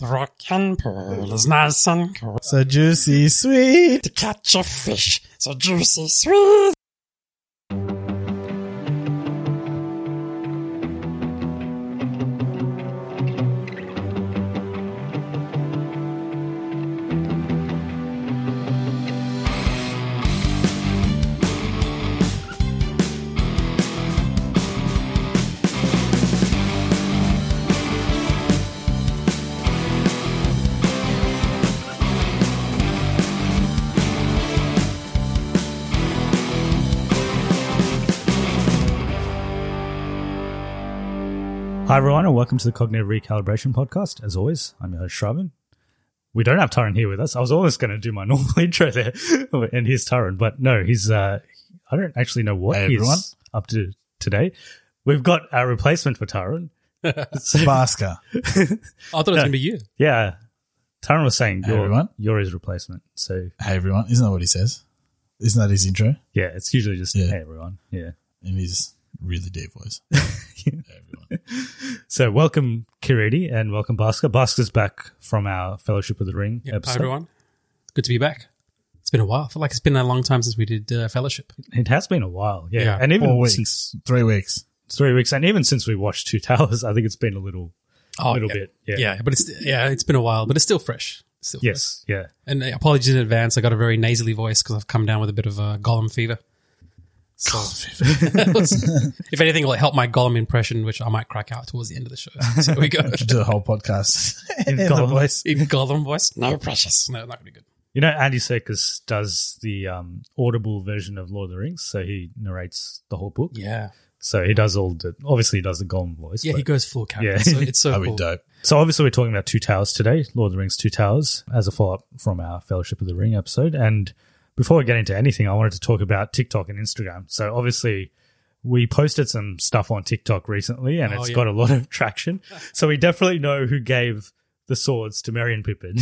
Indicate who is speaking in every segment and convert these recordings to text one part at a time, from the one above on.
Speaker 1: Rock and pearl is nice and cool
Speaker 2: So juicy, sweet.
Speaker 1: to catch a fish. So juicy, sweet.
Speaker 3: Hi, everyone, and welcome to the Cognitive Recalibration Podcast. As always, I'm your host, Shravan. We don't have Tyron here with us. I was always going to do my normal intro there, and here's Tyron, but no, he's, uh, I don't actually know what
Speaker 2: Hey,
Speaker 3: he's
Speaker 2: everyone.
Speaker 3: up to today. We've got our replacement for Tyron.
Speaker 2: Sabaska.
Speaker 4: I thought it was going to be you.
Speaker 3: Yeah. Tyron was saying
Speaker 2: Hey,
Speaker 3: you're,
Speaker 2: everyone.
Speaker 3: you're his replacement. So,
Speaker 2: Hey, everyone. Isn't that what he says? Isn't that his intro?
Speaker 3: yeah, it's usually just,
Speaker 2: Yeah.
Speaker 3: hey, everyone. Yeah.
Speaker 2: In his really deep voice. Hey, everyone.
Speaker 3: So, welcome, Kiriti, and welcome, Baska. Baska's back from our Fellowship of the Ring
Speaker 4: Yeah,
Speaker 3: episode.
Speaker 4: Hi, everyone. Good to be back. It's been a while. I feel like it's been a long time since we did uh, Fellowship.
Speaker 3: It has been a while. Yeah.
Speaker 4: Yeah.
Speaker 3: And even
Speaker 2: Four
Speaker 3: since
Speaker 2: weeks. Three weeks.
Speaker 3: three weeks, and even since we watched Two Towers, I think it's been a little.
Speaker 4: Oh,
Speaker 3: Little
Speaker 4: yeah.
Speaker 3: bit, yeah.
Speaker 4: but it's yeah, it's been a while, but it's still fresh. It's still
Speaker 3: Yes, yeah,
Speaker 4: fresh. And uh, apologies in advance. I got a very nasally voice because I've come down with a bit of uh, Gollum fever. So, if anything, will help my Gollum impression, which I might crack out towards the end of the show. So here we go.
Speaker 2: Do the whole podcast.
Speaker 3: In
Speaker 2: the
Speaker 3: Gollum.
Speaker 2: voice.
Speaker 4: in Gollum voice. No,
Speaker 1: No precious.
Speaker 4: no, not going to be good.
Speaker 3: You know, Andy Serkis does the um, audible version of Lord of the Rings, so he narrates the whole book.
Speaker 4: Yeah,
Speaker 3: So he does all the. Obviously, he does the Gollum voice.
Speaker 4: yeah,
Speaker 3: but-
Speaker 4: he goes full character.
Speaker 3: Yeah.
Speaker 4: so it's so
Speaker 2: That'd
Speaker 4: cool.
Speaker 2: be dope.
Speaker 3: So obviously, we're talking about Two Towers today, Lord of the Rings Two Towers, as a follow up from our Fellowship of the Ring episode. And before we get into anything, I wanted to talk about TikTok and Instagram. So obviously, we posted some stuff on TikTok recently, and
Speaker 4: Oh,
Speaker 3: it's
Speaker 4: yeah.
Speaker 3: got a lot of traction. so we definitely know who gave the swords to Merry and Pippin.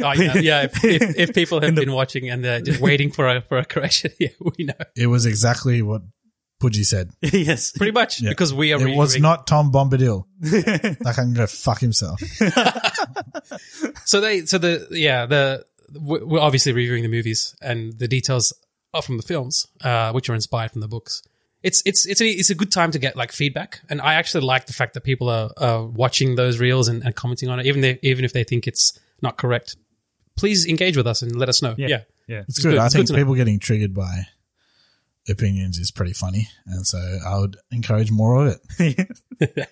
Speaker 4: Oh, yeah, yeah. If, if, if people have
Speaker 3: In the-
Speaker 4: been watching and they're just waiting for a for a correction, yeah, we know
Speaker 2: It was exactly what Pudgy said.
Speaker 3: yes,
Speaker 4: pretty much
Speaker 2: Yeah.
Speaker 4: because we are.
Speaker 2: It was
Speaker 4: reviewing-
Speaker 2: not Tom Bombadil. like, I'm going to fuck himself.
Speaker 4: So they, so the yeah, the we- we're obviously reviewing the movies and the details are from the films, uh, which are inspired from the books. It's it's it's a it's a good time to get like feedback, and I actually like the fact that people are, are watching those reels and, and commenting on it, even they, even if they think it's not correct. Please engage with us and let us know. Yeah,
Speaker 3: Yeah. yeah.
Speaker 2: It's good.
Speaker 4: good.
Speaker 2: I
Speaker 4: It's
Speaker 2: think
Speaker 4: good to know.
Speaker 2: people getting triggered by opinions is pretty funny. And so I would encourage more of it.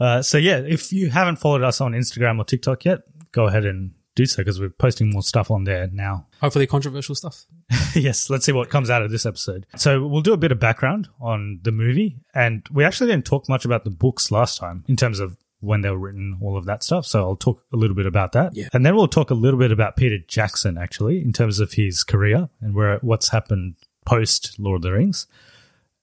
Speaker 3: Uh, so yeah, if you haven't followed us on Instagram or TikTok yet, go ahead and do so because we're posting more stuff on there now.
Speaker 4: hopefully controversial stuff.
Speaker 3: yes, let's see what comes out of this episode. So we'll do a bit of background on the movie, and we actually didn't talk much about the books last time in terms of when they were written, all of that stuff. So I'll talk a little bit about that,
Speaker 4: Yeah.
Speaker 3: and then we'll talk a little bit about Peter Jackson actually in terms of his career and where what's happened post Lord of the Rings,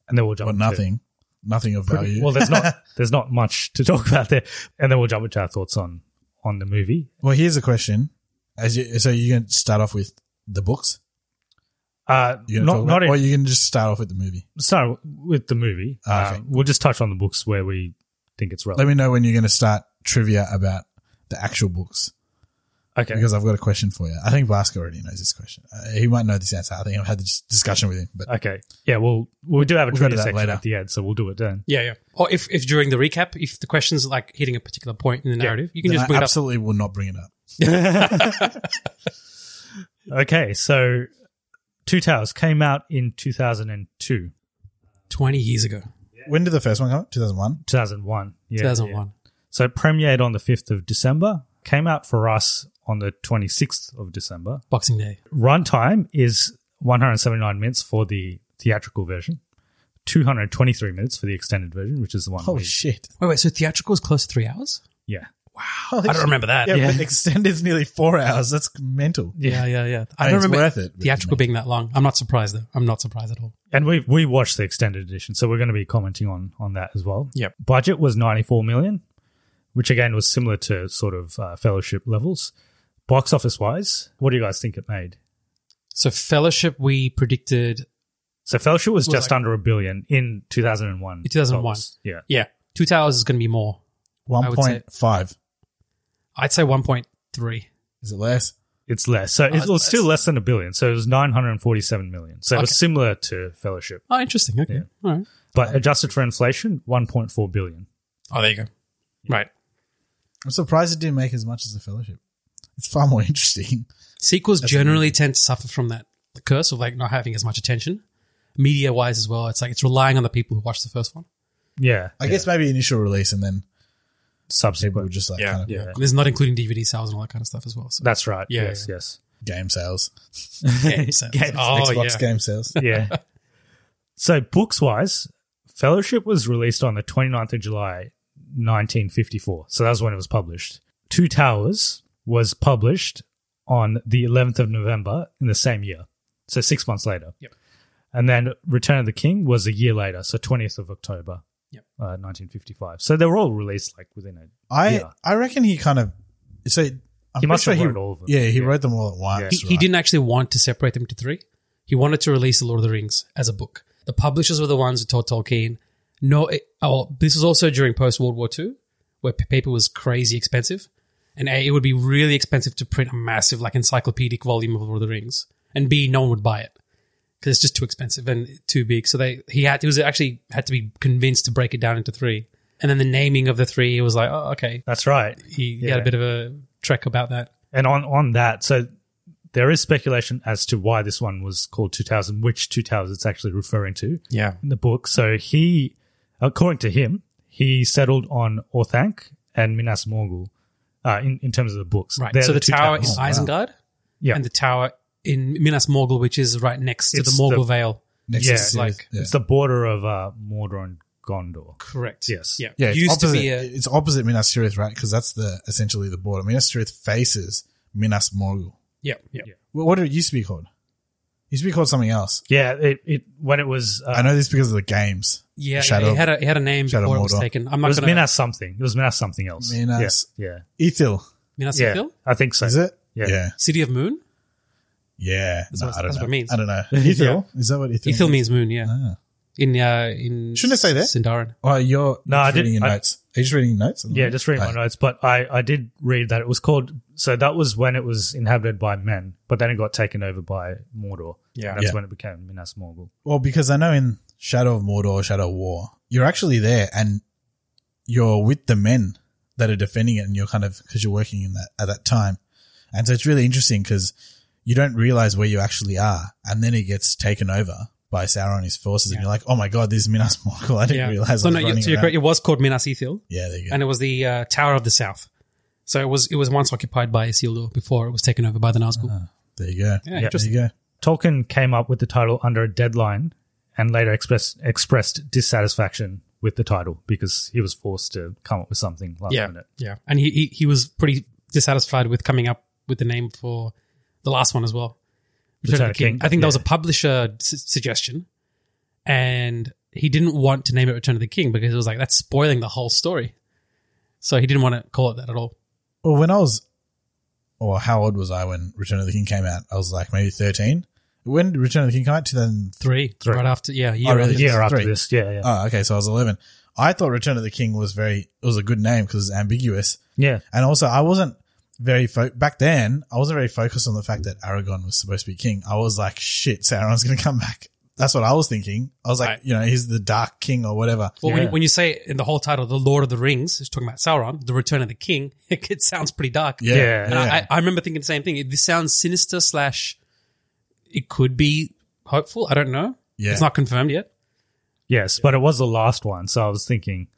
Speaker 3: and then we'll jump
Speaker 2: But
Speaker 3: into-
Speaker 2: nothing. Nothing of value.
Speaker 3: Well, there's not there's not much to talk about there, and then we'll jump into our thoughts on on the movie.
Speaker 2: Well, here's a question. As you, so you're going to start off with the books?
Speaker 3: Uh,
Speaker 2: You're
Speaker 3: not not in,
Speaker 2: or you can just start off with the movie.
Speaker 3: start with the movie. uh,
Speaker 2: Ah, okay.
Speaker 3: Um, we'll just touch on the books where we think it's
Speaker 2: Let
Speaker 3: relevant.
Speaker 2: me know when you're going to start trivia about the actual books
Speaker 3: okay.
Speaker 2: because I've got a question for you. I think Vasco already knows this question. Uh, he might know this answer. I think I've had this discussion with him,
Speaker 4: Uh,
Speaker 2: but
Speaker 3: okay. Yeah, well, we do have a
Speaker 2: We'll go
Speaker 3: trivia
Speaker 2: to that
Speaker 3: section
Speaker 2: later.
Speaker 3: at the end, so we'll do it then.
Speaker 4: Yeah, yeah. Or if, if during the recap, if the question's like hitting a particular point in the narrative, you can
Speaker 2: then
Speaker 4: just
Speaker 2: I
Speaker 4: bring it up.
Speaker 2: absolutely will not bring it up.
Speaker 3: Okay, so Two Towers came out in 2002,
Speaker 4: 20 years ago,
Speaker 2: When did the first one come out? 2001?
Speaker 3: 2001. Yeah,
Speaker 4: 2001.
Speaker 3: yeah. So it premiered on the 5th of December, came out for us on the 26th of December.
Speaker 4: Boxing Day.
Speaker 3: Runtime is 179 minutes for the theatrical version, 223 minutes for the extended version, which is the one.
Speaker 2: Holy
Speaker 3: we-
Speaker 2: shit.
Speaker 4: Wait, wait. So theatrical is close to three hours?
Speaker 3: Yeah.
Speaker 4: I don't remember that.
Speaker 2: Yeah,
Speaker 4: Yeah,
Speaker 2: but extended is nearly four hours. That's mental.
Speaker 4: yeah, yeah. yeah. I
Speaker 2: Hey,
Speaker 4: don't
Speaker 2: it's
Speaker 4: remember
Speaker 2: worth it,
Speaker 4: theatrical
Speaker 2: really.
Speaker 4: being that long. I'm not surprised though. I'm not surprised at all.
Speaker 3: And we we watched the extended edition, so we're going to be commenting on on that as well.
Speaker 4: Yep.
Speaker 3: Budget was 94 million, which again was similar to sort of uh, fellowship levels. Box office wise, what do you guys think it made?
Speaker 4: So Fellowship, we predicted,
Speaker 3: So fellowship was,
Speaker 4: Was
Speaker 3: just
Speaker 4: like-
Speaker 3: under a billion in 2001.
Speaker 4: In 2001.
Speaker 3: dollars. Yeah.
Speaker 4: yeah, Two Towers is going to be more. I would say-
Speaker 2: 1.5.
Speaker 4: I'd say 1.3.
Speaker 2: Is it less?
Speaker 3: It's less. So
Speaker 4: Oh, it's
Speaker 3: it was still
Speaker 4: less.
Speaker 3: less than a billion. So it was 947 million. So it
Speaker 4: Okay.
Speaker 3: was similar to fellowship,
Speaker 4: Oh, interesting. Okay. All right.
Speaker 3: but adjusted for inflation, 1.4 billion.
Speaker 4: Oh, there you go. Right.
Speaker 2: I'm surprised it didn't make as much as The Fellowship. It's far more interesting.
Speaker 4: Sequels generally tend to suffer from that the curse of like not having as much attention, media wise as well. It's like it's relying on the people who watched the first one.
Speaker 3: Yeah.
Speaker 2: I guess maybe initial release and then people
Speaker 3: subsequent.
Speaker 2: were just like kind of
Speaker 4: And This is not including DVD sales and all that kind of stuff as well. So
Speaker 3: That's right.
Speaker 4: Yeah,
Speaker 3: yes.
Speaker 4: yeah.
Speaker 3: Yes.
Speaker 2: game sales,
Speaker 4: game sales. oh,
Speaker 2: Xbox
Speaker 4: yeah.
Speaker 2: game sales.
Speaker 3: yeah. So books wise, Fellowship was released on the 29th of July 1954. So that was when it was published. Two Towers was published on the 11th of November in the same year. So 6 months later.
Speaker 4: Yep.
Speaker 3: And then Return of the King was a year later, so 20th of October.
Speaker 4: Yep.
Speaker 3: Uh, 1955. So they were all released like within a
Speaker 2: I
Speaker 3: year.
Speaker 2: I reckon he kind of so I'm pretty
Speaker 3: must
Speaker 2: sure
Speaker 3: have
Speaker 2: he,
Speaker 3: wrote all of them.
Speaker 2: Yeah, he
Speaker 3: Yeah.
Speaker 2: wrote them all at once.
Speaker 4: He, he
Speaker 2: right?
Speaker 4: didn't actually want to separate them to three. He wanted to release The Lord of the Rings as a book. The publishers were the ones who told Tolkien, no, it, oh, this was also during post World War II, where p- paper was crazy expensive. And A, it would be really expensive to print a massive, like, encyclopedic volume of Lord of the Rings. And B, no one would buy it because it's just too expensive and too big. So they, he had, he was actually had to be convinced to break it down into three. And then the naming of the three, he was like, oh, okay.
Speaker 3: That's right.
Speaker 4: He, he had a
Speaker 3: Yeah.
Speaker 4: bit of a trek about that.
Speaker 3: And on on that, so there is speculation as to why this one was called 2000, which 2000 it's actually referring to
Speaker 4: Yeah.
Speaker 3: in the book. So he, according to him, he settled on Orthanc and Minas Morgul uh, in, in terms of the books.
Speaker 4: Right.
Speaker 3: They're
Speaker 4: so the,
Speaker 3: two
Speaker 4: tower
Speaker 3: towers. Oh,
Speaker 4: is Isengard
Speaker 3: Yeah.
Speaker 4: and the tower in Minas Morgul, which is right next to
Speaker 3: It's
Speaker 4: the Morgul
Speaker 3: the-
Speaker 4: Vale.
Speaker 2: Next
Speaker 3: yeah,
Speaker 2: to Sirius.
Speaker 4: like-
Speaker 2: yeah.
Speaker 3: It's the border of uh, Mordor and Gondor.
Speaker 4: Correct.
Speaker 3: Yes.
Speaker 4: Yeah.
Speaker 2: Yeah, it's
Speaker 4: Used
Speaker 2: opposite,
Speaker 4: to be a,
Speaker 2: it's opposite Minas Tirith, right? Because that's the essentially the border. Minas Tirith faces Minas Morgul.
Speaker 4: yeah, yeah.
Speaker 2: Wh- What did it used to be called? It used to be called something else.
Speaker 3: Yeah. It, it when it was uh,
Speaker 2: I know this because of the games.
Speaker 4: Yeah,
Speaker 2: Shadow
Speaker 4: it had a it had a name
Speaker 2: Shadow
Speaker 4: before it was
Speaker 2: Mordor.
Speaker 4: taken. I'm
Speaker 3: it
Speaker 4: not
Speaker 3: was
Speaker 4: gonna
Speaker 3: Minas something. It was Minas something else.
Speaker 2: Minas-
Speaker 3: Yeah. Yeah.
Speaker 2: Ethil,
Speaker 4: Minas
Speaker 3: Yeah,
Speaker 4: Ithil?
Speaker 3: I think so.
Speaker 2: is it?
Speaker 3: Yeah.
Speaker 2: yeah,
Speaker 4: City of Moon?
Speaker 2: yeah.
Speaker 4: That's
Speaker 2: No,
Speaker 4: what-
Speaker 2: I don't
Speaker 4: that's
Speaker 2: know.
Speaker 4: what it means.
Speaker 2: I don't know. Ethil is that what Ithil?
Speaker 4: Ithil means moon, yeah.
Speaker 2: Ah.
Speaker 4: In uh in
Speaker 2: Shouldn't I say that?
Speaker 4: Sindarin.
Speaker 2: Oh, you're
Speaker 3: No, I
Speaker 2: just reading
Speaker 3: didn't-
Speaker 2: your
Speaker 3: I-
Speaker 2: notes. Are you just reading your notes?
Speaker 3: Yeah, just reading my
Speaker 2: Oh.
Speaker 3: notes, but I, I did read that it was called. So that was when it was inhabited by men, but then it got taken over by Mordor.
Speaker 4: Yeah.
Speaker 3: and that's
Speaker 2: Yeah.
Speaker 3: when it became Minas Morgul.
Speaker 2: Well, because I know in Shadow of Mordor, Shadow of War, you're actually there and you're with the men that are defending it, and you're kind of because you're working in that at that time, and so it's really interesting because you don't realize where you actually are, and then it gets taken over by Sauron and his forces, and you're like, oh my god, this is Minas Morgul. I didn't
Speaker 4: Yeah.
Speaker 2: realize.
Speaker 4: So
Speaker 2: I was
Speaker 4: no, you-
Speaker 2: running
Speaker 4: so you're
Speaker 2: around.
Speaker 4: correct. It was called Minas Ithil.
Speaker 2: Yeah, there you go.
Speaker 4: and it was the uh, Tower of the South. So it was it was once occupied by Isildur before it was taken over by the Nazgul.
Speaker 2: there you go.
Speaker 4: Yeah,
Speaker 2: there
Speaker 4: interesting.
Speaker 2: you go.
Speaker 3: Tolkien came up with the title under a deadline, and later expressed expressed dissatisfaction with the title because he was forced to come up with something last
Speaker 4: yeah,
Speaker 3: minute.
Speaker 4: yeah. And he, he he was pretty dissatisfied with coming up with the name for the last one as well. Return, of the King. I think that was a
Speaker 3: yeah.
Speaker 4: publisher s- suggestion, and he didn't want to name it Return of the King because it was like that's spoiling the whole story. So he didn't want to call it that at all.
Speaker 2: Well, when I was, or how old was I when Return of the King came out? I was like maybe thirteen. When did Return of the King come out? Two thousand
Speaker 4: Three,
Speaker 3: Three.
Speaker 4: right after, yeah, a year
Speaker 2: Oh, really?
Speaker 4: after
Speaker 3: year
Speaker 4: this.
Speaker 3: after
Speaker 2: three.
Speaker 3: this. Yeah, yeah.
Speaker 2: Oh, Ah, okay. So I was 11. I thought Return of the King was very it was a good name because it's ambiguous,
Speaker 3: Yeah.
Speaker 2: and also I wasn't very fo- back then. I wasn't very focused on the fact that Aragon was supposed to be king. I was like, shit, Sauron's going to come back. That's what I was thinking. I was like,
Speaker 4: Right.
Speaker 2: you know, he's the Dark King or whatever.
Speaker 4: Well, when,
Speaker 3: Yeah.
Speaker 4: you, when you say in the whole title, The Lord of the Rings, it's talking about Sauron, The Return of the King, it sounds pretty dark.
Speaker 2: Yeah,
Speaker 3: Yeah.
Speaker 4: And I, I I remember thinking the same thing. This sounds sinister slash it could be hopeful. I don't know.
Speaker 2: Yeah.
Speaker 4: It's not confirmed yet.
Speaker 3: Yes, but it was the last one, so I was thinking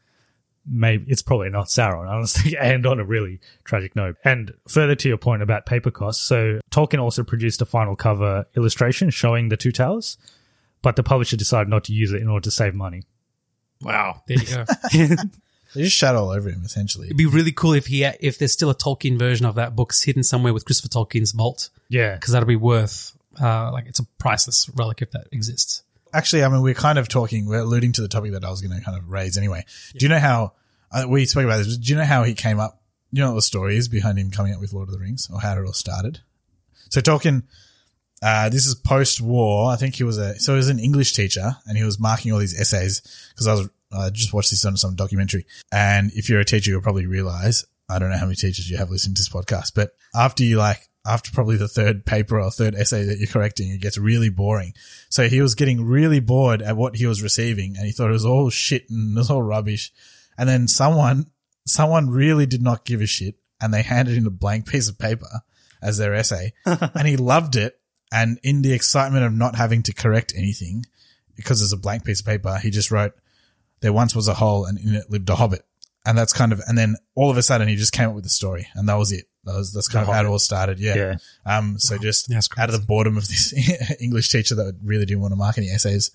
Speaker 3: maybe it's probably not Sauron. I was thinking, and on a really tragic note. And further to your point about paper costs, so Tolkien also produced a final cover illustration showing the two towers, but the publisher decided not to use it in order to save money.
Speaker 4: Wow. There you go.
Speaker 2: they just shat all over him essentially.
Speaker 4: It'd be really cool if he if there's still a Tolkien version of that book hidden somewhere with Christopher Tolkien's vault,
Speaker 3: Yeah,
Speaker 4: because that'll be worth uh, like it's a priceless relic if that exists.
Speaker 2: actually, I mean, we're kind of talking, we're alluding to the topic that I was going to kind of raise anyway. Do you know how uh, we spoke about this? but Do you know how he came up? You know what the story is behind him coming up with Lord of the Rings or how it all started? So Tolkien, uh, this is post-war. I think he was a so he was an English teacher and he was marking all these essays because I was I just watched this on some documentary. And if you're a teacher, you'll probably realize I don't know how many teachers you have listening to this podcast, but after you like after probably the third paper or third essay that you're correcting, it gets really boring. So he was getting really bored at what he was receiving and he thought it was all shit and it was all rubbish. And then someone, someone really did not give a shit and they handed him a blank piece of paper as their essay and he loved it. And in the excitement of not having to correct anything because it's a blank piece of paper, he just wrote, there once was a hole and in it lived a hobbit. And that's kind of, and then all of a sudden he just came up with the story and that was it. That was, that's kind of how it all started. Yeah.
Speaker 3: Yeah.
Speaker 2: Um, so just
Speaker 4: That's
Speaker 2: out of the boredom of this English teacher that really didn't want to mark any essays.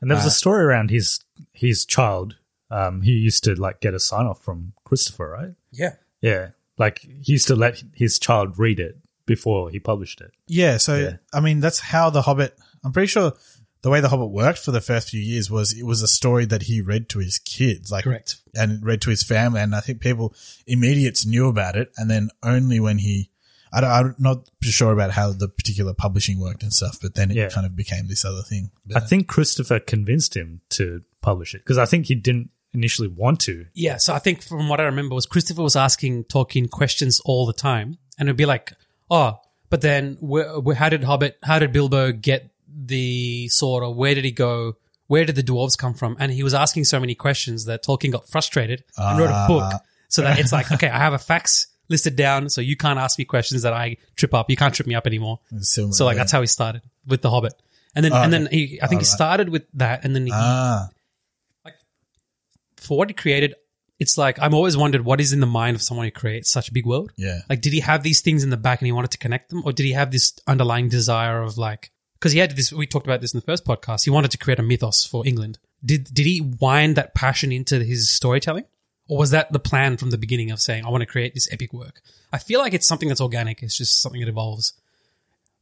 Speaker 3: and there was a story around his his child. Um, he used to like get a sign off from Christopher, right?
Speaker 4: Yeah.
Speaker 3: Yeah, like he used to let his child read it before he published it.
Speaker 2: Yeah. So,
Speaker 3: Yeah.
Speaker 2: I mean, that's how The Hobbit, I'm pretty sure the way The Hobbit worked for the first few years was it was a story that he read to his kids. Like,
Speaker 4: Correct.
Speaker 2: and read to his family. And I think people, immediates knew about it. And then only when he, I don't, I'm not sure about how the particular publishing worked and stuff, but then it
Speaker 3: Yeah.
Speaker 2: kind of became this other thing.
Speaker 3: I think Christopher convinced him to publish it because I think he didn't initially want to.
Speaker 4: Yeah, so I think from what I remember was Christopher was asking Tolkien questions all the time, and it'd be like, "Oh, but then where, where, how did Hobbit? How did Bilbo get the sword? Or where did he go? Where did the dwarves come from?" And he was asking so many questions that Tolkien got frustrated and wrote a book so that it's like, "Okay, I have a facts listed down, so you can't ask me questions that I trip up. You can't trip me up anymore."
Speaker 2: Silmarillion.
Speaker 4: So like that's how he started with the Hobbit, and then and then he, I think he started with that, and then he
Speaker 2: Ah,
Speaker 4: for what he created, it's like I'm always wondered what is in the mind of someone who creates such a big world.
Speaker 2: yeah.
Speaker 4: Like, did he have these things in the back and he wanted to connect them, or did he have this underlying desire of like? Because he had this. We talked about this in the first podcast. He wanted to create a mythos for England. Did did he wind that passion into his storytelling, or was that the plan from the beginning of saying I want to create this epic work? I feel like it's something that's organic. It's just something that evolves.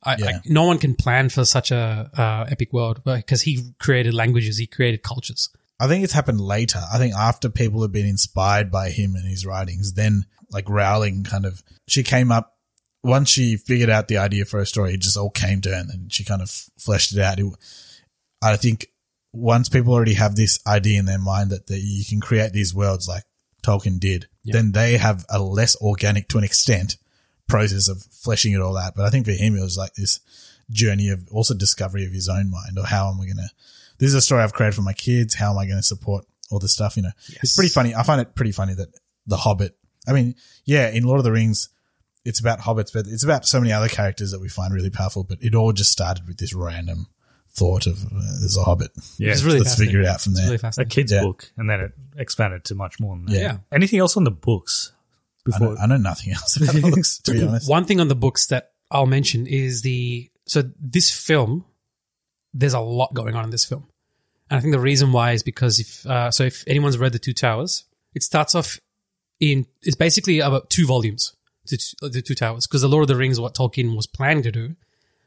Speaker 4: I,
Speaker 2: Yeah.
Speaker 4: like, no one can plan for such a uh, epic world because he created languages, he created cultures.
Speaker 2: I think it's happened later. I think after people have been inspired by him and his writings, then like Rowling kind of, she came up, once she figured out the idea for a story, it just all came to her and then she kind of fleshed it out. It, I think once people already have this idea in their mind that, that you can create these worlds like Tolkien did, then they have a less organic to an extent process of fleshing it all out. But I think for him, it was like this journey of also discovery of his own mind or how am I going to, this is a story I've created for my kids. How am I going to support all this stuff? You know, it's pretty funny. I find it pretty funny that the Hobbit, I mean, yeah, in Lord of the Rings, it's about hobbits, but it's about so many other characters that we find really powerful. But it all just started with this random thought of uh, there's a hobbit.
Speaker 3: Yeah,
Speaker 4: It's really
Speaker 2: let's
Speaker 4: fascinating.
Speaker 2: figure it out from
Speaker 4: It's
Speaker 2: there.
Speaker 4: really
Speaker 3: a
Speaker 4: fascinating.
Speaker 3: kid's
Speaker 2: Yeah.
Speaker 3: book, and then it expanded to much more than that.
Speaker 2: Yeah.
Speaker 4: Yeah.
Speaker 3: Anything else on the books
Speaker 2: I
Speaker 3: before?
Speaker 2: know, I know nothing else about the books, to be honest.
Speaker 4: One thing on the books that I'll mention is the so this film. There's a lot going on in this film, and I think the reason why is because if uh, so, if anyone's read the Two Towers, it starts off in it's basically about two volumes, the two, the two Towers, because the Lord of the Rings, what Tolkien was planning to do,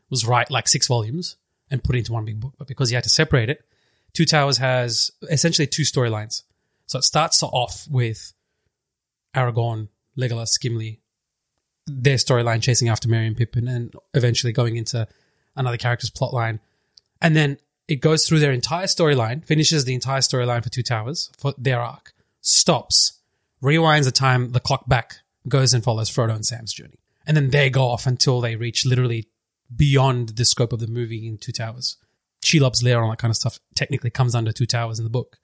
Speaker 4: was write like six volumes and put it into one big book, but because he had to separate it, Two Towers has essentially two storylines. So it starts off with Aragorn, Legolas, Gimli, their storyline chasing after Merry and Pippin and eventually going into another character's plotline. And then It goes through their entire storyline, finishes the entire storyline for Two Towers for their arc, stops, rewinds the time, the clock back, goes and follows Frodo and Sam's journey, and then they go off until they reach literally beyond the scope of the movie in Two Towers. Shelob's lair, all that kind of stuff, technically comes under Two Towers in the book.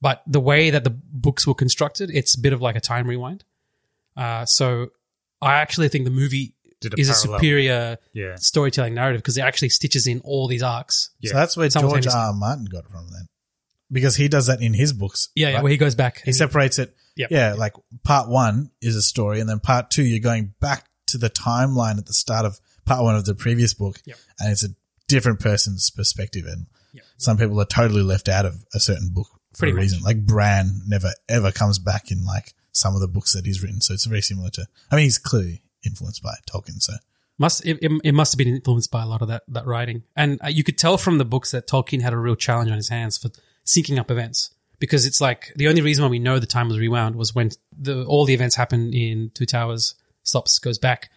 Speaker 4: But the way that the books were constructed, it's a bit of like a time rewind. Uh, so I actually think the movie
Speaker 3: Did a
Speaker 4: is a
Speaker 3: parallel.
Speaker 4: superior
Speaker 3: Yeah.
Speaker 4: storytelling narrative because it actually stitches in all these arcs.
Speaker 3: Yeah.
Speaker 2: So that's where George
Speaker 4: Simultaneously.
Speaker 2: R. R. Martin got it from then, because he does that in his books.
Speaker 4: Yeah, yeah
Speaker 2: right?
Speaker 4: where he goes back.
Speaker 2: he separates it.
Speaker 4: Yep.
Speaker 2: Yeah, like part one is a story, and then part two, you're going back to the timeline at the start of part one of the previous book,
Speaker 4: Yep.
Speaker 2: and it's a different person's perspective. And
Speaker 4: Yep.
Speaker 2: some people are totally left out of a certain book for
Speaker 4: Pretty
Speaker 2: a
Speaker 4: much.
Speaker 2: reason. Like Bran never ever comes back in like some of the books that he's written. So it's very similar to. I mean, he's clearly influenced by Tolkien. So
Speaker 4: must it, it, it must have been influenced by a lot of that that writing, and uh, you could tell from the books that Tolkien had a real challenge on his hands for syncing up events because it's like the only reason why we know the time was rewound was when the all the events happen in Two Towers, stops, goes back,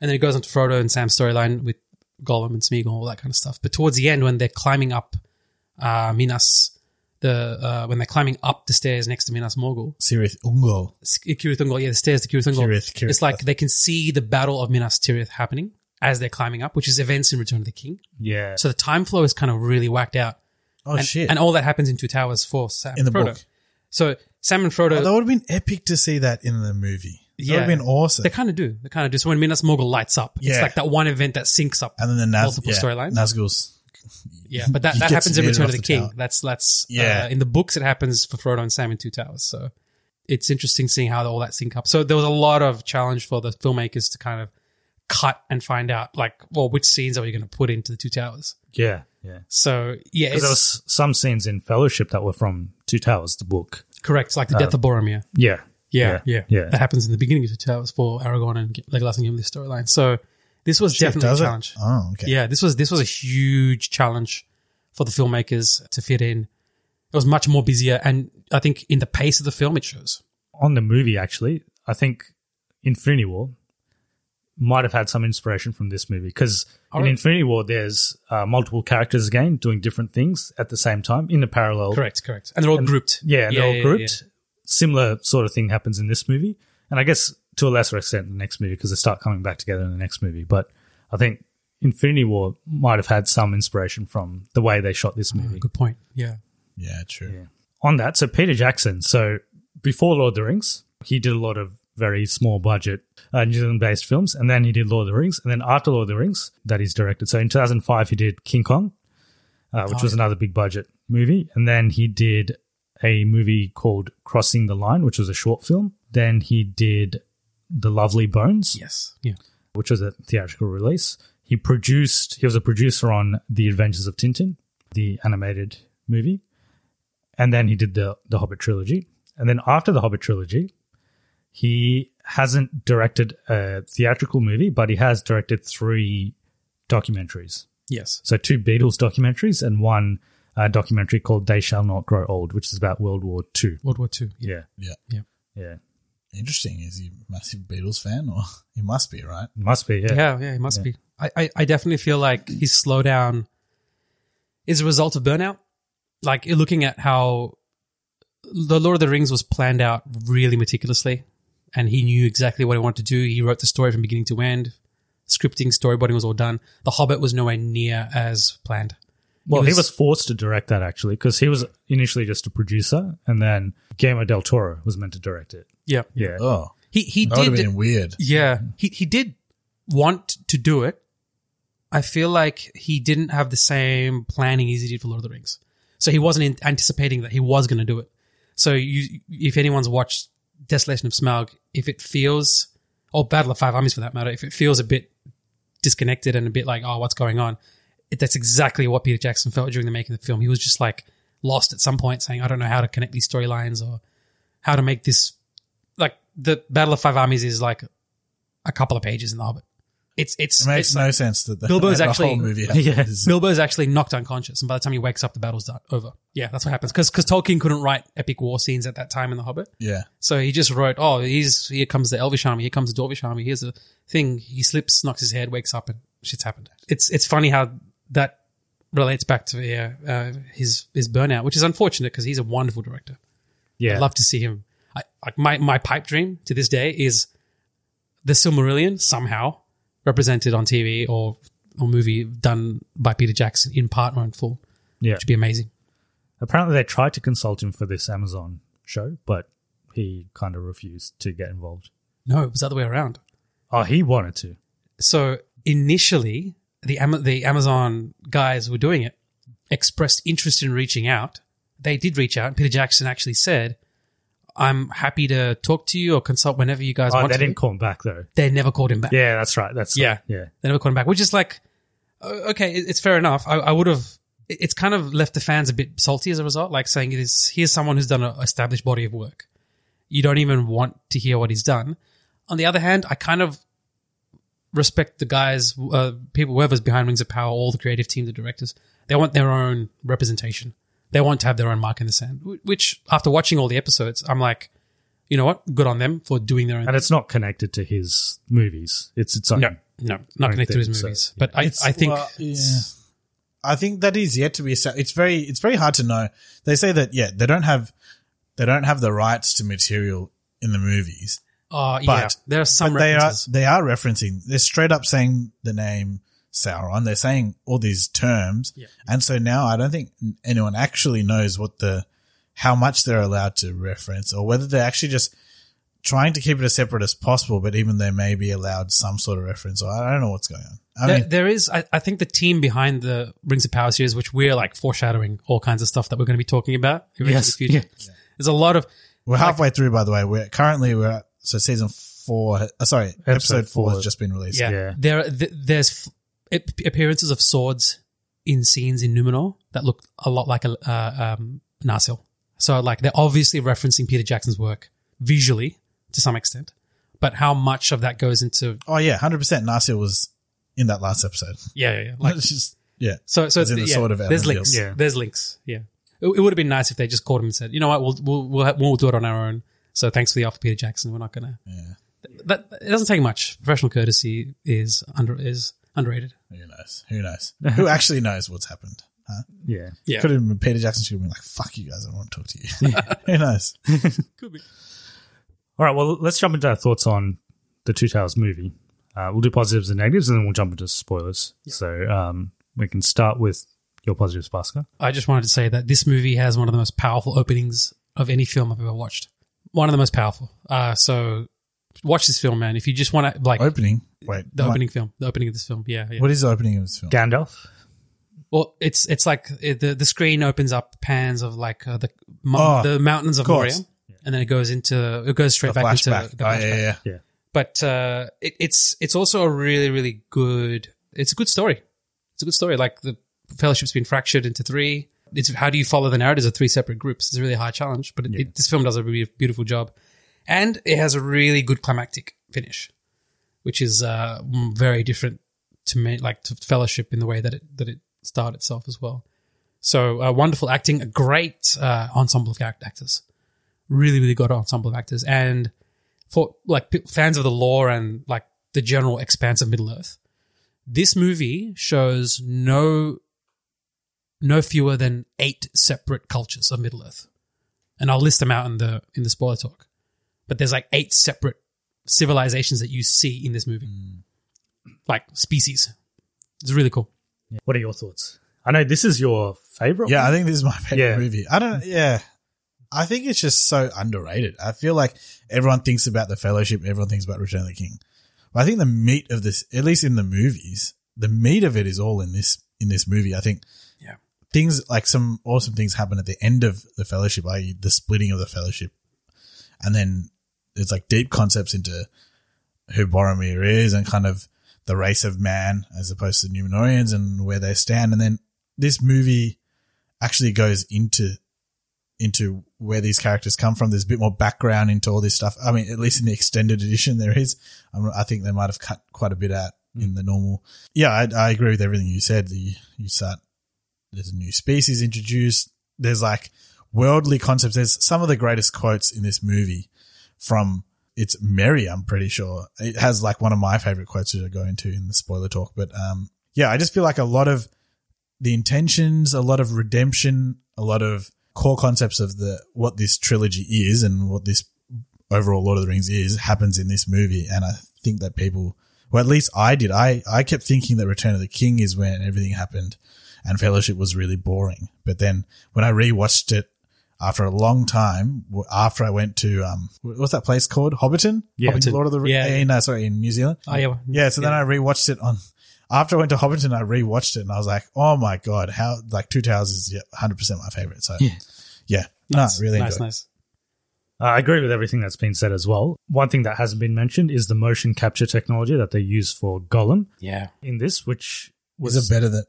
Speaker 4: and then it goes on to Frodo and Sam's storyline with Gollum and Smeagol, all that kind of stuff. But towards the end, when they're climbing up uh, Minas, the uh, when they're climbing up the stairs next to Minas Morgul,
Speaker 2: Sirith Ungol.
Speaker 4: Kirith Ungol, yeah, the stairs to Kirith Ungol.
Speaker 2: Kirith, Kirith.
Speaker 4: It's like they can see the battle of Minas Tirith happening as they're climbing up, which is events in Return of the King.
Speaker 3: Yeah.
Speaker 4: So the time flow is kind of really whacked out.
Speaker 2: Oh
Speaker 4: and,
Speaker 2: shit!
Speaker 4: And all that happens in Two Towers for Sam
Speaker 2: in the
Speaker 4: and Frodo.
Speaker 2: book,
Speaker 4: So Sam and Frodo,
Speaker 2: oh, that would have been epic to see that in the movie. That
Speaker 4: Yeah.
Speaker 2: would have been awesome.
Speaker 4: they kind of do. They kind of do. So when Minas Morgul lights up, it's
Speaker 2: Yeah.
Speaker 4: like that one event that syncs up.
Speaker 2: and then the Naz-
Speaker 4: multiple
Speaker 2: yeah,
Speaker 4: storylines.
Speaker 2: Nazgul's
Speaker 4: yeah, but that,
Speaker 2: he
Speaker 4: that
Speaker 2: gets
Speaker 4: happens in
Speaker 2: raided
Speaker 4: Return of
Speaker 2: off
Speaker 4: the,
Speaker 2: the
Speaker 4: King.
Speaker 2: tower.
Speaker 4: That's that's
Speaker 2: Yeah.
Speaker 4: Uh, in the books, it happens for Frodo and Sam in Two Towers. So it's interesting seeing how all that sync up. So there was a lot of challenge for the filmmakers to kind of cut and find out, like, well, which scenes are we going to put into the Two Towers?
Speaker 3: yeah. Yeah.
Speaker 4: So yeah,
Speaker 3: Because
Speaker 4: it's
Speaker 3: there was some scenes in Fellowship that were from Two Towers, the book.
Speaker 4: correct. Like the death
Speaker 2: Oh.
Speaker 4: of Boromir.
Speaker 3: Yeah.
Speaker 4: Yeah, yeah,
Speaker 3: Yeah.
Speaker 4: That happens in the beginning of Two Towers for Aragorn and G- Legolas and Gimli's storyline. So this was
Speaker 2: Shit,
Speaker 4: definitely a
Speaker 2: does it?
Speaker 4: challenge.
Speaker 2: Oh, okay.
Speaker 4: Yeah, this was this was a huge challenge for the filmmakers to fit in. It was much more busier, and I think in the pace of the film, it shows.
Speaker 3: on the movie actually i think infinity war might have had some inspiration from this movie because in
Speaker 4: Alright.
Speaker 3: infinity war there's uh, multiple characters again doing different things at the same time in a parallel
Speaker 4: Correct, correct, and they're all grouped.
Speaker 3: yeah, and they're all grouped similar sort of thing happens in this movie and i guess to a lesser extent in the next movie because they start coming back together in the next movie but i think infinity war might have had some inspiration from the way they shot this movie
Speaker 4: Good point. Yeah,
Speaker 2: Yeah, true.
Speaker 3: on that, so Peter Jackson, so before Lord of the Rings, he did a lot of very small budget uh, New Zealand based films, and then he did Lord of the Rings, and then after Lord of the Rings, that he's directed. So in 2005, he did King Kong, uh, which was another big budget movie, and then he did a movie called Crossing the Line, which was a short film. Then he did The Lovely Bones,
Speaker 4: yes, yeah.
Speaker 3: which was a theatrical release. He produced, he was a producer on The Adventures of Tintin, the animated movie. And then he did the, the Hobbit trilogy. And then after the Hobbit trilogy, he hasn't directed a theatrical movie, but he has directed three documentaries.
Speaker 4: Yes.
Speaker 3: So two Beatles documentaries and one uh, documentary called They Shall Not Grow Old, which is about World War II.
Speaker 4: World War Two.
Speaker 3: Yeah.
Speaker 2: Yeah.
Speaker 4: Yeah.
Speaker 3: Yeah.
Speaker 2: Interesting. Is he a massive Beatles fan or he must be, right?
Speaker 3: Must be. Yeah.
Speaker 4: Yeah, yeah, he must be. I, I, I definitely feel like his slowdown is a result of burnout. Like looking at how the Lord of the Rings was planned out really meticulously, and he knew exactly what he wanted to do. He wrote the story from beginning to end. Scripting, storyboarding was all done. The Hobbit was nowhere near as planned.
Speaker 3: Well, he was,
Speaker 4: was-
Speaker 3: forced to direct that actually because he was initially just a producer, and then Guillermo del Toro was meant to direct it.
Speaker 4: Yeah,
Speaker 3: Yeah,
Speaker 2: Oh,
Speaker 4: he he
Speaker 2: that would have
Speaker 4: did.
Speaker 2: been weird.
Speaker 4: Yeah, he he did want to do it. I feel like he didn't have the same planning as he did for Lord of the Rings, so he wasn't in, anticipating that he was going to do it. So you, if anyone's watched Desolation of Smaug, if it feels or Battle of Five Armies for that matter, if it feels a bit disconnected and a bit like, oh, what's going on? It, that's exactly what Peter Jackson felt during the making of the film. He was just like lost at some point, saying, I don't know how to connect these storylines or how to make this. Like the Battle of Five Armies is like a couple of pages in the Hobbit. It's it's,
Speaker 2: It makes
Speaker 4: it's
Speaker 2: no sense that the,
Speaker 4: Bilbo's
Speaker 2: that the
Speaker 4: actually-
Speaker 2: whole movie
Speaker 3: Yeah.
Speaker 2: is-
Speaker 4: Bilbo's actually knocked unconscious, and by the time he wakes up, the battle's done over. Yeah, that's what happens because Tolkien couldn't write epic war scenes at that time in the Hobbit.
Speaker 2: yeah.
Speaker 4: So he just wrote, "Oh, he's here comes the Elvish army, here comes the Dwarvish army. Here's the thing." He slips, knocks his head, wakes up, and shit's happened. It's it's funny how that relates back to yeah, uh, his his burnout, which is unfortunate because he's a wonderful director.
Speaker 3: Yeah,
Speaker 4: I'd love to see him. I, like my my pipe dream to this day is the Silmarillion somehow represented on TV or or movie done by Peter Jackson in part or in full,
Speaker 3: yeah.
Speaker 4: which would be amazing.
Speaker 3: Apparently, they tried to consult him for this Amazon show, but he kind of refused to get involved.
Speaker 4: No, it was the other way around.
Speaker 3: Oh, he wanted to.
Speaker 4: So initially, the Ama- the Amazon guys were doing it, expressed interest in reaching out. They did reach out, and Peter Jackson actually said, "I'm happy to talk to you or consult whenever you guys
Speaker 3: Oh,
Speaker 4: want."
Speaker 3: they
Speaker 4: to.
Speaker 3: didn't call him back though.
Speaker 4: They never called him back.
Speaker 3: Yeah, that's right. That's
Speaker 4: Yeah.
Speaker 3: right. yeah.
Speaker 4: They never called him back, which is like, o- okay, it- it's fair enough. I, I would have. it- It's kind of left the fans a bit salty as a result, like saying it is here's someone who's done an established body of work. You don't even want to hear what he's done. On the other hand, I kind of respect the guys, uh, people, whoever's behind Rings of Power, all the creative team, the directors. They want their own representation. They want to have their own mark in the sand. wh- Which, after watching all the episodes, I'm like, you know what? Good on them for doing their own.
Speaker 3: And it's not connected to his movies. It's its own.
Speaker 4: no, no, not
Speaker 3: own
Speaker 4: connected to
Speaker 3: thing,
Speaker 4: his
Speaker 3: so,
Speaker 4: movies.
Speaker 3: yeah.
Speaker 4: But I,
Speaker 2: It's-
Speaker 4: I think
Speaker 2: well, yeah. I think that is yet to be. esta- It's very, it's very hard to know. They say that yeah, they don't have, they don't have the rights to material in the movies,
Speaker 4: Uh, yeah,
Speaker 2: But-
Speaker 4: there are some
Speaker 2: but they are
Speaker 4: references.
Speaker 2: they are referencing. They're straight up saying the name Sauron. They're saying all these terms,
Speaker 4: Yeah.
Speaker 2: and so now I don't think anyone actually knows what the how much they're allowed to reference, or whether they're actually just trying to keep it as separate as possible. But even they may be allowed some sort of reference, or I don't know what's going on. I
Speaker 4: There-
Speaker 2: mean,
Speaker 4: there is, I, I think, the team behind the Rings of Power series, which we're like foreshadowing all kinds of stuff that we're going to be talking about in
Speaker 3: Yes,
Speaker 4: the future. There's a lot of
Speaker 2: We're halfway through, by the way. We're currently we're at, so season four. Uh, sorry, episode,
Speaker 3: Episode
Speaker 2: four
Speaker 3: four.
Speaker 2: has just been released.
Speaker 4: yeah.
Speaker 3: Yeah.
Speaker 4: There, th- there's f- ap- appearances of swords in scenes in Numenor that look a lot like a uh, um, Narsil. So like they're obviously referencing Peter Jackson's work visually to some extent, but how much of that goes into
Speaker 2: Oh yeah, hundred percent. Narsil was in that last episode.
Speaker 4: yeah, yeah, yeah like
Speaker 2: It's just yeah.
Speaker 4: So, so
Speaker 2: As in the
Speaker 4: yeah,
Speaker 2: sword of
Speaker 4: there's
Speaker 2: Elendil.
Speaker 4: links.
Speaker 3: Yeah.
Speaker 4: There's links. Yeah, it, it would have been nice if they just called him and said, you know what, we'll we'll we'll, ha- we'll do it on our own. So thanks for the offer, Peter Jackson. We're not gonna. Yeah. That it doesn't take much. Professional courtesy is under is underrated.
Speaker 2: Who knows? Who knows? Who actually knows what's happened? Huh?
Speaker 3: Yeah.
Speaker 4: Yeah.
Speaker 2: Could have been Peter Jackson. Should have been like, "Fuck you guys, I don't want to talk to you." Who knows?
Speaker 3: All right. Well, let's jump into our thoughts on the Two Towers movie. Uh, we'll do positives and negatives, and then we'll jump into spoilers. So um, we can start with your positives, Pascal.
Speaker 4: I just wanted to say that this movie has one of the most powerful openings of any film I've ever watched. One of the most powerful. Uh, so watch this film, man. If you just want to like
Speaker 2: Opening. Wait.
Speaker 4: the
Speaker 2: what-
Speaker 4: opening film, the opening of this film. Yeah, yeah.
Speaker 2: What is the opening of this film?
Speaker 3: Gandalf.
Speaker 4: Well, it's it's like it, the the screen opens up pans of like uh, the mo-
Speaker 2: Oh,
Speaker 4: the mountains of
Speaker 2: of course.
Speaker 4: Moria, and then it goes into it goes straight
Speaker 2: The
Speaker 4: back
Speaker 2: flashback.
Speaker 4: into the
Speaker 2: oh,
Speaker 4: flashback.
Speaker 2: yeah, yeah.
Speaker 4: But uh, it, it's it's also a really really good. It's a good story. It's a good story. Like the fellowship's been fractured into three. It's how do you follow the narratives of three separate groups? It's a really hard challenge, but it, it, this film does a really beautiful job, and it has a really good climactic finish, which is uh, very different to me, like to fellowship in the way that it that it starred itself as well. So uh, wonderful acting, a great uh, ensemble of character actors, really really good ensemble of actors, and for like p- fans of the lore and like the general expanse of Middle Earth, this movie shows no no fewer than eight separate cultures of Middle Earth, and I'll list them out in the in the spoiler talk. But there's like eight separate civilizations that you see in this movie, like species. It's really cool.
Speaker 3: What are your thoughts? I know this is your favorite.
Speaker 2: Yeah,
Speaker 3: one.
Speaker 2: I think this is my favorite
Speaker 3: Yeah.
Speaker 2: movie. I don't. Yeah, I think it's just so underrated. I feel like everyone thinks about the Fellowship, everyone thinks about Return of the King, but I think the meat of this, at least in the movies, the meat of it is all in this in this movie. I think.
Speaker 4: Yeah.
Speaker 2: Things like some awesome things happen at the end of the Fellowship, i.e., the splitting of the Fellowship, and then it's like deep concepts into who Boromir is and kind of the race of man as opposed to the Numenorians and where they stand. And then this movie actually goes into into where these characters come from. There's a bit more background into all this stuff. I mean, at least in the extended edition, there is. I, mean, I think they might have cut quite a bit out in the normal. Yeah, I, I agree with everything you said. The, you start there's a new species introduced. There's like worldly concepts. There's some of the greatest quotes in this movie from it's Mary, I'm pretty sure. It has like one of my favorite quotes which I go into in the spoiler talk. But um yeah, I just feel like a lot of the intentions, a lot of redemption, a lot of core concepts of the what this trilogy is and what this overall Lord of the Rings is happens in this movie. And I think that people, well, at least I did. I, I kept thinking that Return of the King is when everything happened and Fellowship was really boring. But then when I rewatched it after a long time, w- after I went to, um, wh- what's that place called? Hobbiton?
Speaker 3: Yeah.
Speaker 2: Hobbiton, Lord of the Rings.
Speaker 4: Yeah.
Speaker 2: In, uh, sorry, in New Zealand.
Speaker 4: Oh, yeah.
Speaker 2: Yeah. So then I rewatched it on, after I went to Hobbiton, I rewatched it and I was like, oh my God, how, like Two Towers is yeah, 100% my favorite. So yeah, no, really
Speaker 4: nice,
Speaker 2: enjoyed it.
Speaker 4: nice.
Speaker 3: Uh, I agree with everything that's been said as well. One thing that hasn't been mentioned is the motion capture technology that they use for Gollum
Speaker 4: Yeah,
Speaker 3: in this, which was
Speaker 2: Was it better than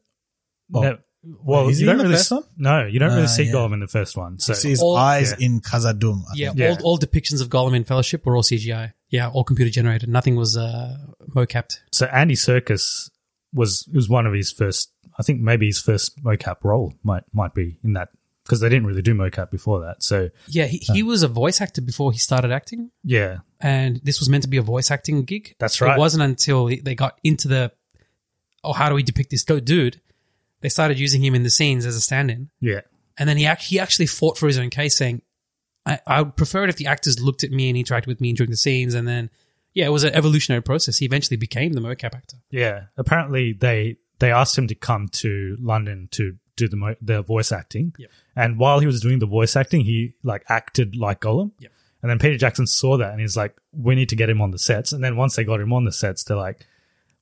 Speaker 3: ne-
Speaker 2: oh.
Speaker 3: well,
Speaker 2: Wait, is he
Speaker 3: you don't
Speaker 2: in the
Speaker 3: really
Speaker 2: first
Speaker 3: s-
Speaker 2: one?
Speaker 3: No, you don't really
Speaker 2: Ah,
Speaker 3: see
Speaker 2: yeah.
Speaker 3: Gollum in the first one. So
Speaker 2: I see his
Speaker 4: all-
Speaker 2: eyes
Speaker 3: yeah.
Speaker 2: in Khazad-dum. I
Speaker 4: yeah,
Speaker 2: think.
Speaker 3: Yeah.
Speaker 4: All, all depictions of Gollum in Fellowship were all CGI. Yeah, all computer generated. Nothing was uh, mocapped.
Speaker 3: so Andy Circus was it was one of his first, I think maybe his first mocap role might might be in that because they didn't really do mocap before that. So
Speaker 4: Yeah, he, he was a voice actor before he started acting,
Speaker 3: yeah,
Speaker 4: and this was meant to be a voice acting gig.
Speaker 3: That's right.
Speaker 4: It wasn't until they got into the oh, how do we depict this go- dude? They started using him in the scenes as a stand-in,
Speaker 3: yeah,
Speaker 4: and then he act- he actually fought for his own case, saying, I-, "I would prefer it if the actors looked at me and interacted with me during the scenes." And then, yeah, it was an evolutionary process. He eventually became the mocap actor.
Speaker 3: yeah. Apparently they they asked him to come to London to do the mo- the voice acting,
Speaker 4: Yep.
Speaker 3: and while he was doing the voice acting, he like acted like Gollum.
Speaker 4: Yep.
Speaker 3: And then Peter Jackson saw that and he's like, "We need to get him on the sets." And then once they got him on the sets, they're like.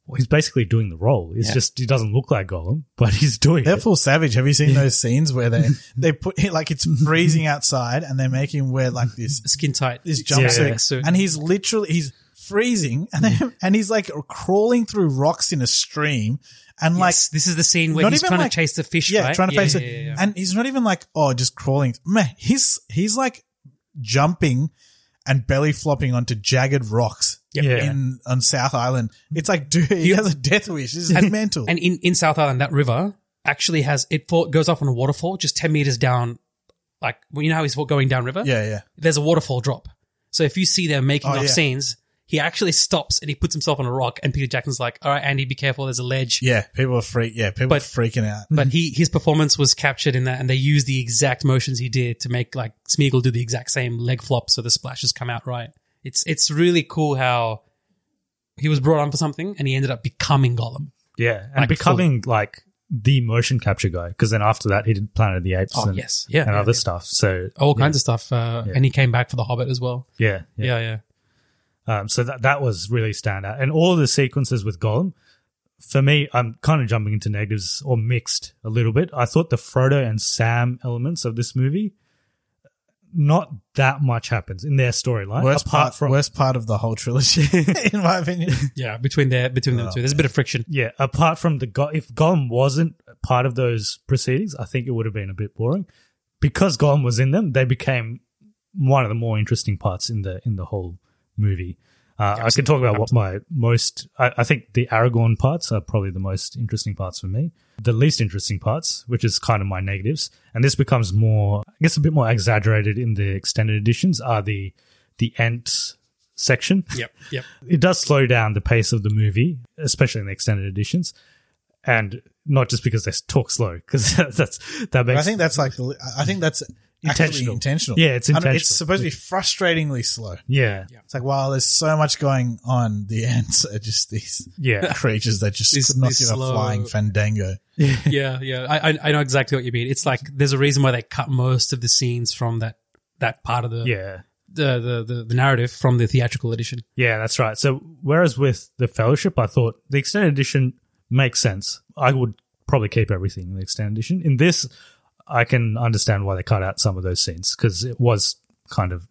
Speaker 3: Well, he's basically doing the role. It's
Speaker 4: Yeah.
Speaker 3: just he doesn't look like Gollum, but he's doing
Speaker 2: They're
Speaker 3: it.
Speaker 2: full savage. Have you seen those scenes where they they put him like it's freezing outside and they make him wear like this
Speaker 4: Skin tight,
Speaker 2: this
Speaker 3: Yeah.
Speaker 2: jumpsuit
Speaker 4: Suit.
Speaker 2: and he's literally he's freezing and they, and he's like crawling through rocks in a stream and like
Speaker 4: Yes, this is the scene where he's trying
Speaker 2: like-
Speaker 4: to chase the fish.
Speaker 2: Yeah,
Speaker 4: right?
Speaker 2: trying to
Speaker 4: Yeah,
Speaker 2: face
Speaker 4: yeah,
Speaker 2: it.
Speaker 4: yeah, yeah.
Speaker 2: And he's not even like, oh, just crawling. Man, he's he's like jumping and belly flopping onto jagged rocks
Speaker 3: Yeah.
Speaker 2: in on South Island. It's like, dude, he has a death wish. This is mental.
Speaker 4: And in, in South Island, that river actually has it fall, goes off on a waterfall just ten meters down. Like well, you know how he's going down river.
Speaker 2: yeah, yeah.
Speaker 4: there's a waterfall drop. So if you see them making
Speaker 2: Oh,
Speaker 4: off
Speaker 2: yeah.
Speaker 4: scenes, he actually stops and he puts himself on a rock. And Peter Jackson's like, "All right, Andy, be careful. There's a ledge."
Speaker 2: Yeah, Mm-hmm. people are freak. Yeah, people
Speaker 4: But-
Speaker 2: are freaking out.
Speaker 4: But he his performance was captured in that, and they used the exact motions he did to make like Smeagol do the exact same leg flop, so the splashes come out right. It's it's really cool how he was brought on for something and he ended up becoming Gollum.
Speaker 3: Yeah, and
Speaker 4: Like,
Speaker 3: becoming like the motion capture guy because then after that he did Planet of the Apes
Speaker 4: Oh,
Speaker 3: and,
Speaker 4: yes. Yeah,
Speaker 3: and
Speaker 4: yeah,
Speaker 3: other
Speaker 4: yeah.
Speaker 3: stuff. So
Speaker 4: All kinds of stuff, uh,
Speaker 3: Yeah.
Speaker 4: and he came back for The Hobbit as well.
Speaker 3: yeah, yeah.
Speaker 4: Yeah, yeah.
Speaker 3: Um, so that that was really standout, and all the sequences with Gollum. For me, I'm kind of jumping into negatives or mixed a little bit. I thought the Frodo and Sam elements of this movie, not that much happens in their storyline.
Speaker 2: Worst
Speaker 3: apart
Speaker 2: part,
Speaker 3: from
Speaker 2: worst part of the whole trilogy, in my opinion.
Speaker 4: Yeah, between their between
Speaker 3: Oh,
Speaker 4: them two, there's a bit of friction.
Speaker 3: Yeah, apart from the Go- if Gollum wasn't part of those proceedings, I think it would have been a bit boring. Because Gollum was in them, they became one of the more interesting parts in the in the whole movie. Uh, I can talk about what my most. I, I think the Aragorn parts are probably the most interesting parts for me. The least interesting parts, which is kind of my negatives, and this becomes more, I guess, a bit more exaggerated in the extended editions, are the the Ent section
Speaker 4: Yep, yep.
Speaker 3: it does slow down the pace of the movie, especially in the extended editions, and not just because they talk slow, because that's that
Speaker 2: But
Speaker 3: makes.
Speaker 2: I think that's like, the, I think that's intentional.
Speaker 3: Intentional.
Speaker 2: intentional.
Speaker 3: Yeah, it's
Speaker 2: I don't- It's
Speaker 3: intentional.
Speaker 2: supposed to be frustratingly slow.
Speaker 3: yeah,
Speaker 2: It's like, wow, there's so much going on. The ants are just these
Speaker 3: yeah,
Speaker 2: creatures that just
Speaker 4: This-
Speaker 2: could not
Speaker 4: this
Speaker 2: give
Speaker 4: slow-
Speaker 2: a flying fandango.
Speaker 4: yeah, yeah. I, I I know exactly what you mean. It's like there's a reason why they cut most of the scenes from that that part of the
Speaker 3: yeah,
Speaker 4: the, the, the, the narrative from the theatrical edition.
Speaker 3: yeah. That's right. So whereas with the Fellowship, I thought the extended edition makes sense. I would probably keep everything in the extended edition. In this, I can understand why they cut out some of those scenes because it was kind of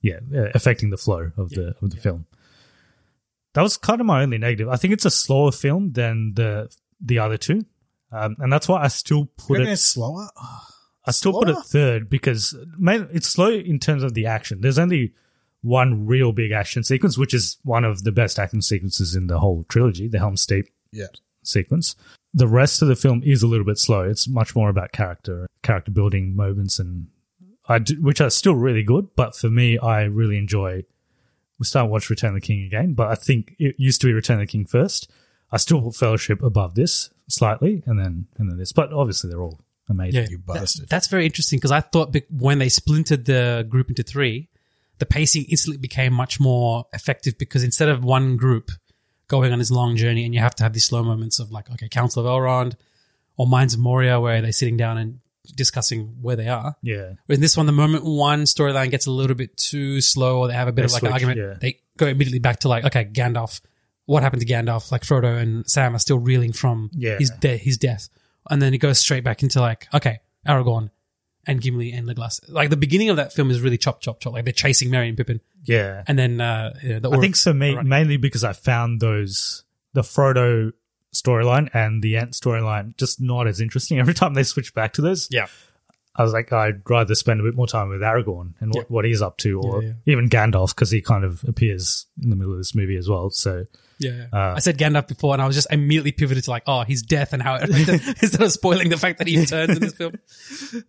Speaker 3: yeah uh, affecting the flow of the of the film. That was kind of my only negative. I think it's a slower film than the the other two, um, and that's why I still
Speaker 2: You
Speaker 3: put
Speaker 2: reckon
Speaker 3: it.
Speaker 2: it's slower?
Speaker 3: I still put it
Speaker 2: slower?
Speaker 3: third because man, it's slow in terms of the action. There's only one real big action sequence, which is one of the best action sequences in the whole trilogy, the Helm's Deep
Speaker 2: Yeah.
Speaker 3: sequence. The rest of the film is a little bit slow. It's much more about character, character building moments, and I do, which are still really good. But for me, I really enjoy. We start watch Return of the King again, but I think it used to be Return of the King first. I still put Fellowship above this slightly, and then and then this. But obviously, they're all amazing.
Speaker 4: Yeah.
Speaker 2: You
Speaker 4: That-
Speaker 2: bastard.
Speaker 4: that's very interesting because I thought be- when they splintered the group into three, the pacing instantly became much more effective because instead of one group going on this long journey and you have to have these slow moments of like, okay, Council of Elrond or Mines of Moria where they're sitting down and discussing where they are.
Speaker 3: Yeah.
Speaker 4: Whereas in this one, the moment one storyline gets a little bit too slow or they have a bit
Speaker 3: They
Speaker 4: of like an
Speaker 3: switch,
Speaker 4: argument,
Speaker 3: yeah.
Speaker 4: they go immediately back to like, okay, Gandalf, what happened to Gandalf? Like Frodo and Sam are still reeling from
Speaker 3: Yeah.
Speaker 4: his, de- his death. And then it goes straight back into like, okay, Aragorn and Gimli and Legolas. Like the beginning of that film is really chop, chop, chop. Like they're chasing Merry and Pippin.
Speaker 3: Yeah.
Speaker 4: And then uh, you know, the
Speaker 3: I think
Speaker 4: orcs
Speaker 3: for me,
Speaker 4: are running.
Speaker 3: mainly because I found those the Frodo storyline and the Ant storyline just not as interesting. Every time they switch back to those,
Speaker 4: Yeah.
Speaker 3: I was like, I'd rather spend a bit more time with Aragorn and what, what he's up to, or
Speaker 4: Yeah,
Speaker 3: even Gandalf because he kind of appears in the middle of this movie as well. So
Speaker 4: Yeah.
Speaker 3: Uh,
Speaker 4: I said Gandalf before and I was just immediately pivoted to like, oh, his death and how, instead of spoiling the fact that he turns in this film.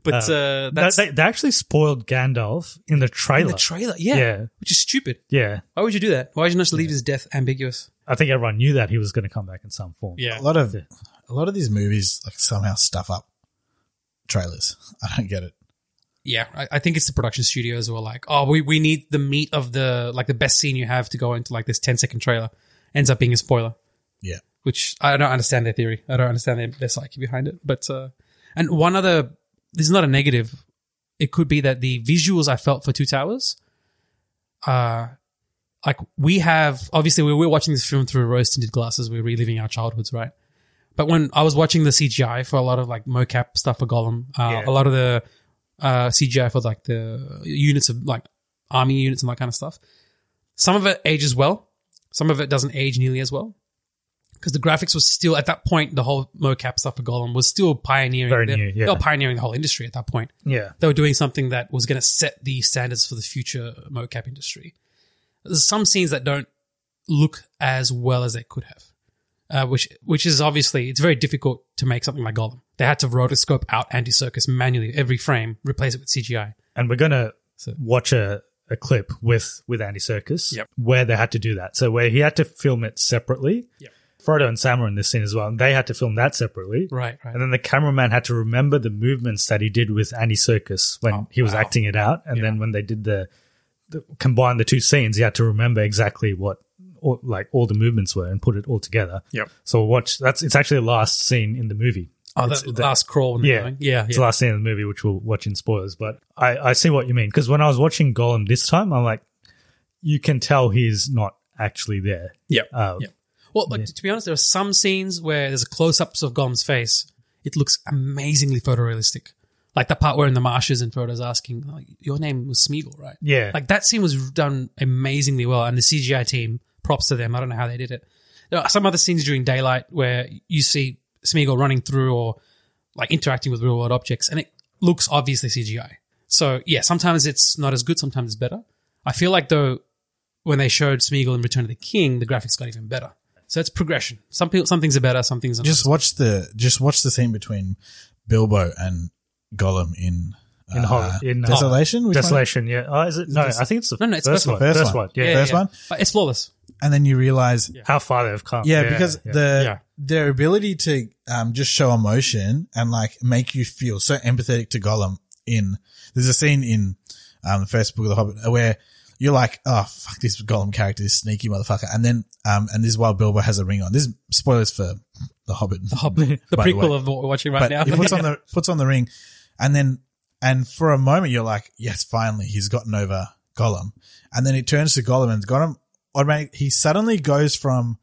Speaker 4: But uh,
Speaker 3: They-
Speaker 4: that's
Speaker 3: they, they actually spoiled Gandalf in the trailer.
Speaker 4: the trailer. Yeah.
Speaker 3: Yeah.
Speaker 4: Which is stupid.
Speaker 3: yeah,
Speaker 4: Why would you do that? Why would you not just leave his death ambiguous?
Speaker 3: I think everyone knew that he was going to come back in some form.
Speaker 4: Yeah.
Speaker 2: a lot of a lot of these movies like somehow stuff up trailers. I don't get it.
Speaker 4: Yeah. I, I think it's the production studios who are like, oh, we, we need the meat of the, like the best scene you have to go into like this 10 second trailer. Ends up being a spoiler,
Speaker 2: Yeah.
Speaker 4: which I don't understand their theory. I don't understand their, their psyche behind it. But, uh, and one other, this is not a negative. It could be that the visuals I felt for Two Towers, uh, like we have, obviously we we're watching this film through rose tinted glasses. We're reliving our childhoods, right? But when I was watching the CGI for a lot of like mocap stuff for Gollum, uh,
Speaker 3: Yeah.
Speaker 4: a lot of the uh, CGI for like the units of like army units and that kind of stuff, some of it ages well, some of it doesn't age nearly as well. Because the graphics was still at that point, the whole mocap stuff for Gollum was still pioneering.
Speaker 3: Very
Speaker 4: they-
Speaker 3: new, yeah.
Speaker 4: They were pioneering the whole industry at that point
Speaker 3: yeah,
Speaker 4: they were doing something that was going to set the standards for the future mocap industry. There's some scenes that don't look as well as they could have, uh, which which is obviously it's very difficult to make something like Gollum. They had to rotoscope out Andy Circus manually every frame, replace it with CGI.
Speaker 3: and we're gonna
Speaker 4: So-
Speaker 3: watch a, a clip with with Andy Circus
Speaker 4: Yep.
Speaker 3: where they had to do that. So where he had to film it separately.
Speaker 4: Yep.
Speaker 3: Frodo and Sam were in this scene as well, and they had to film that separately.
Speaker 4: Right, right.
Speaker 3: And then the cameraman had to remember the movements that he did with Andy Circus when
Speaker 4: Oh,
Speaker 3: he was
Speaker 4: wow.
Speaker 3: acting it out, and then when they did the, the combine the two scenes, he had to remember exactly what. All, like all the movements were, and put it all together.
Speaker 4: Yep.
Speaker 3: So watch. That's it's actually the last scene in the movie.
Speaker 4: Oh,
Speaker 3: It's-
Speaker 4: that last crawl when they're
Speaker 3: yeah,
Speaker 4: going. Yeah,
Speaker 3: It's
Speaker 4: yeah.
Speaker 3: the last scene of the movie, which we'll watch in spoilers. But I, I see what you mean because when I was watching Gollum this time, I'm like, you can tell he's not actually there.
Speaker 4: yeah.
Speaker 3: Uh,
Speaker 4: Yeah. Well, but to be honest, there are some scenes where there's close-ups of Gollum's face. It looks amazingly photorealistic, like the part where in the marshes and Frodo's asking, like, "Your name was Smeagol, right?"
Speaker 3: yeah,
Speaker 4: Like that scene was done amazingly well, and the CGI team, props to them. I don't know how they did it. There are some other scenes during daylight where you see Smeagol running through or like interacting with real world objects, and it looks obviously CGI. So yeah, sometimes it's not as good, sometimes it's better. I feel like though, when they showed Smeagol in Return of the King, the graphics got even better. So it's progression. Some people, some things are better, some things are not.
Speaker 2: Just watch the just watch the scene between Bilbo and Gollum in
Speaker 3: in,
Speaker 2: uh,
Speaker 3: Hol- in uh,
Speaker 2: Desolation. Which one?
Speaker 3: Desolation. Yeah. Oh, is it? No, I think it's the
Speaker 4: No, no, it's
Speaker 3: first
Speaker 4: first
Speaker 3: one.
Speaker 4: one.
Speaker 3: First,
Speaker 2: First
Speaker 3: one.
Speaker 2: one.
Speaker 3: Yeah.
Speaker 2: First one?
Speaker 4: But it's flawless.
Speaker 2: And then you realize, yeah,
Speaker 3: How far they've come.
Speaker 2: because
Speaker 3: yeah.
Speaker 2: the
Speaker 4: Yeah.
Speaker 2: their ability to um, just show emotion and like make you feel so empathetic to Gollum. In there's a scene in um, the first book of the Hobbit where you're like, oh fuck, this Gollum character, this sneaky motherfucker, and then um, and this is while Bilbo has a ring on. This is spoilers for the Hobbit. The
Speaker 4: Hobbit, the prequel of what we're watching right
Speaker 2: but
Speaker 4: now.
Speaker 2: he puts on the puts on the ring, and then and for a moment you're like, yes, finally he's gotten over Gollum, and then it turns to Gollum and Gollum automatic. He suddenly goes from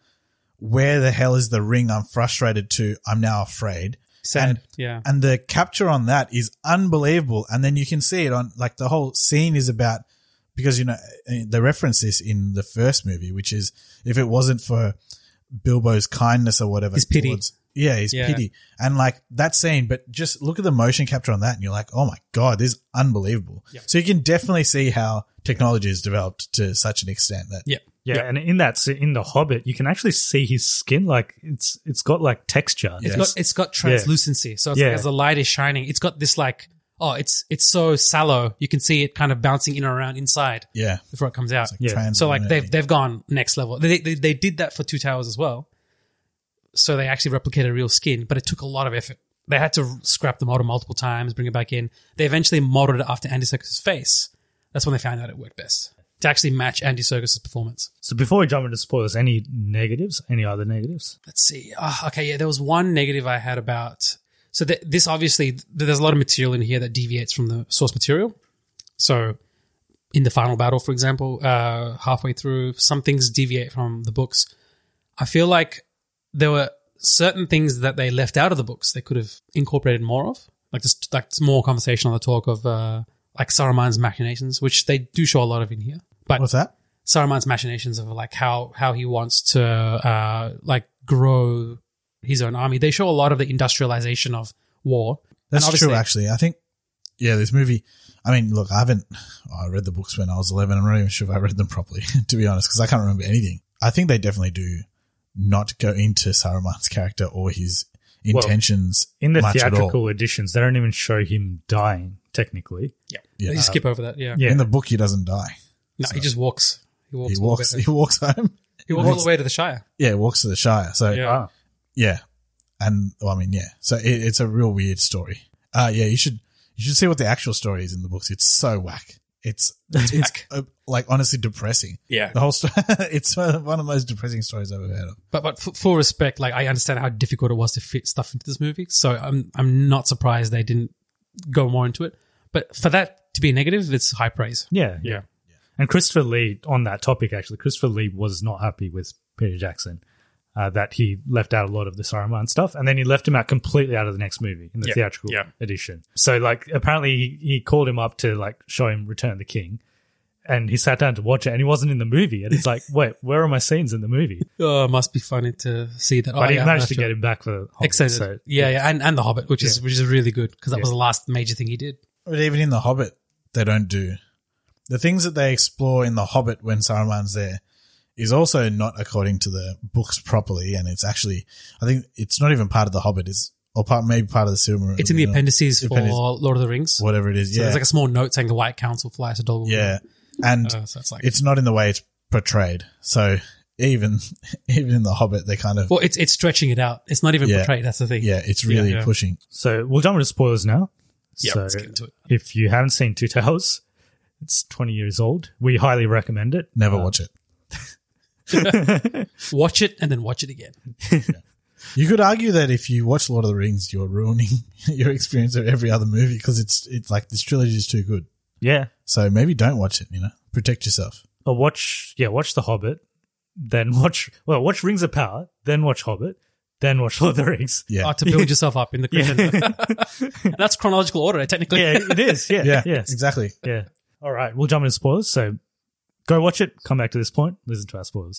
Speaker 2: where the hell is the ring? I'm frustrated to I'm now afraid.
Speaker 4: Sad.
Speaker 2: And,
Speaker 4: yeah.
Speaker 2: and the capture on that is unbelievable. And then you can see it on like the whole scene is about because you know eh, they reference this in the first movie, which is if it wasn't for Bilbo's kindness or whatever,
Speaker 4: His pity.
Speaker 2: yeah, his
Speaker 4: Yeah.
Speaker 2: pity, and like that scene. But just look at the motion capture on that, and you're like, oh my god, this is unbelievable. So you can definitely see how technology is developed to such an extent that
Speaker 4: yeah.
Speaker 3: Yeah, and in that se- in the Hobbit, you can actually see his skin. Like it's it's got like texture.
Speaker 4: It's
Speaker 3: Yeah.
Speaker 4: got it's got translucency. So it's
Speaker 3: Yeah.
Speaker 4: like as the light is shining, it's got this like oh, it's it's so sallow. You can see it kind of bouncing in and around inside
Speaker 2: yeah,
Speaker 4: before it comes out.
Speaker 2: it's like
Speaker 3: Yeah.
Speaker 2: trans-
Speaker 4: So like they've they've gone next level. They, they they did that for Two Towers as well. so they actually replicated a real skin, but it took a lot of effort. They had to scrap the model multiple times, bring it back in. They eventually modeled it after Andy Serkis' face. That's when they found out it worked best to actually match Andy Serkis' performance.
Speaker 3: So before we jump into spoilers, any negatives? Any other negatives?
Speaker 4: Let's see. Ah, okay, yeah, there was one negative I had about. So th- this obviously th- there's a lot of material in here that deviates from the source material. So in the final battle, for example, uh, halfway through, some things deviate from the books. I feel like there were certain things that they left out of the books they could have incorporated more of, like this, like it's more conversation on the talk of uh, like Saruman's machinations, which they do show a lot of in here. But
Speaker 2: What's that?
Speaker 4: Saruman's machinations of like how how he wants to uh, like grow his own army. They show a lot of the industrialization of war.
Speaker 2: That's
Speaker 4: And
Speaker 2: true,
Speaker 4: obviously-
Speaker 2: actually. I think, yeah, this movie. I mean, look, I haven't. oh, I read the books when I was eleven. I'm not even sure if I read them properly, to be honest, because I can't remember anything. I think they definitely do not go into Saruman's character or his
Speaker 3: Well,
Speaker 2: intentions
Speaker 3: In the
Speaker 2: much at all.
Speaker 3: theatrical editions, they don't even show him dying. Technically,
Speaker 4: Yeah,
Speaker 2: Yeah.
Speaker 4: They just skip over that. Yeah,
Speaker 3: Yeah.
Speaker 2: In the book, he doesn't die.
Speaker 4: No, he just walks. He walks.
Speaker 2: He
Speaker 4: all the
Speaker 2: walks.
Speaker 4: way-
Speaker 2: He walks home.
Speaker 4: he walks all the way to the Shire.
Speaker 2: Yeah, he walks to the Shire. So yeah,
Speaker 4: Yeah.
Speaker 3: Ah,
Speaker 2: and well, I mean, yeah. So it, it's a real weird story. Uh yeah. You should you should see what the actual story is in the books. It's so whack. It's it's,
Speaker 4: whack.
Speaker 2: uh, like honestly depressing.
Speaker 4: Yeah,
Speaker 2: The whole story. it's one of the most depressing stories I've ever heard of.
Speaker 4: but but f- full respect. Like I understand how difficult it was to fit stuff into this movie, so I'm I'm not surprised they didn't go more into it. But for that to be negative, it's high praise.
Speaker 3: yeah, yeah. And Christopher Lee, on that topic, actually, Christopher Lee was not happy with Peter Jackson uh, that he left out a lot of the Saruman stuff, and then he left him out completely out of the next movie in the
Speaker 4: Yeah,
Speaker 3: theatrical
Speaker 4: yeah.
Speaker 3: edition. So, like, apparently he, he called him up to like show him Return of the King, and he sat down to watch it, and he wasn't in the movie, and it's like, wait, where are my scenes in the movie?
Speaker 4: Oh, it must be funny to see that.
Speaker 3: But
Speaker 4: oh,
Speaker 3: he
Speaker 4: yeah,
Speaker 3: managed to
Speaker 4: after-
Speaker 3: get him back for Hobbit,
Speaker 4: Extended.
Speaker 3: so-
Speaker 4: yeah, yeah, and, and the Hobbit, which is
Speaker 3: Yeah.
Speaker 4: which is really good because that was
Speaker 3: Yeah.
Speaker 4: the last major thing he did.
Speaker 2: But even in The Hobbit, they don't do. The things that they explore in The Hobbit when Saruman's there is also not according to the books properly. And it's actually, I think it's not even part of The Hobbit, it's, or part, maybe part of the Silmarillion.
Speaker 4: It's in the appendices for
Speaker 2: Appendices.
Speaker 4: Lord of the Rings.
Speaker 2: Whatever it is.
Speaker 4: So
Speaker 2: yeah.
Speaker 4: there's like a small note saying the White Council flies to Dolby.
Speaker 2: yeah. And
Speaker 4: Uh, so it's like
Speaker 2: it's not in the way it's portrayed. So even, even in The Hobbit, they kind of,
Speaker 4: well, it's it's stretching it out. It's not even
Speaker 2: Yeah.
Speaker 4: portrayed. That's the thing.
Speaker 2: yeah, it's really
Speaker 4: yeah.
Speaker 2: pushing.
Speaker 3: So we'll jump into spoilers now.
Speaker 4: Yeah,
Speaker 3: so
Speaker 4: let's get into it.
Speaker 3: If you haven't seen Two Towers, it's 20 years old. We highly recommend it.
Speaker 2: Never watch it.
Speaker 4: Watch it and then watch it again.
Speaker 2: You could argue that if you watch Lord of the Rings, you're ruining your experience of every other movie because it's, it's like this trilogy is too good.
Speaker 3: Yeah.
Speaker 2: So maybe don't watch it, you know. Protect yourself.
Speaker 3: Or Uh, watch, yeah, watch The Hobbit, then watch, well, watch Rings of Power, then watch Hobbit, then watch Lord of the Rings.
Speaker 2: Yeah.
Speaker 4: Oh, to build yourself up in the
Speaker 3: Yeah.
Speaker 4: Christian. That's chronological order, eh, technically.
Speaker 3: Yeah, it is. Yeah.
Speaker 2: yeah,
Speaker 3: Yeah.
Speaker 2: exactly.
Speaker 3: yeah. All right. We'll jump into spoilers. So go watch it. Come back to this point. Listen to our spoilers.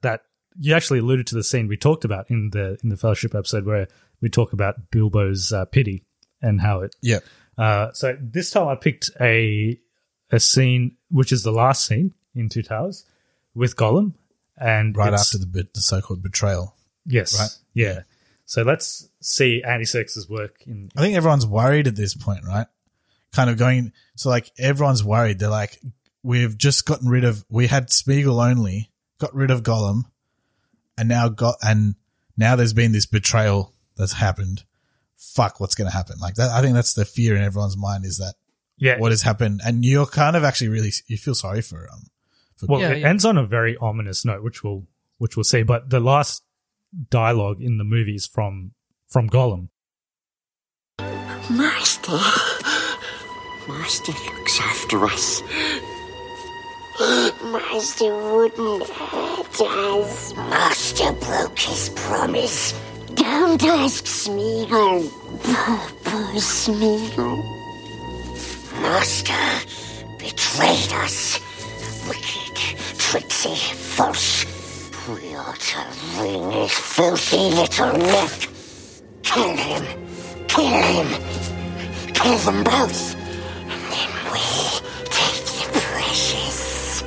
Speaker 3: that you actually alluded to the scene we talked about in the in the fellowship episode where we talk about Bilbo's uh, pity and how it.
Speaker 2: Yeah.
Speaker 3: Uh, so this time I picked a a scene which is the last scene in Two Towers with Gollum and
Speaker 2: Right
Speaker 3: it's-
Speaker 2: after the bit, the so-called betrayal.
Speaker 3: yes
Speaker 2: Right.
Speaker 3: yeah. So let's see Andy Serkis's work in
Speaker 2: I think everyone's worried at this point, right? Kind of going so like everyone's worried. They're like, we've just gotten rid of we had Spiegel only, got rid of Gollum, and now got and now there's been this betrayal that's happened. Fuck, what's going to happen? Like that, I think that's the fear in everyone's mind is that
Speaker 3: yeah
Speaker 2: what has happened, and you're kind of actually really you feel sorry for um for
Speaker 3: Well,
Speaker 2: Gollum.
Speaker 3: it ends on a very ominous note, which we'll which we'll see. But the last dialogue in the movie is from from Gollum.
Speaker 5: Master. Master looks after us. Master wouldn't hurt us. Master broke his promise. Don't ask Smeagol. Poor Smeagol. Master betrayed us. Wicked, tricksy, false. We ought to wring his filthy little neck. Kill him. Kill him. Kill them both. And then we take the precious.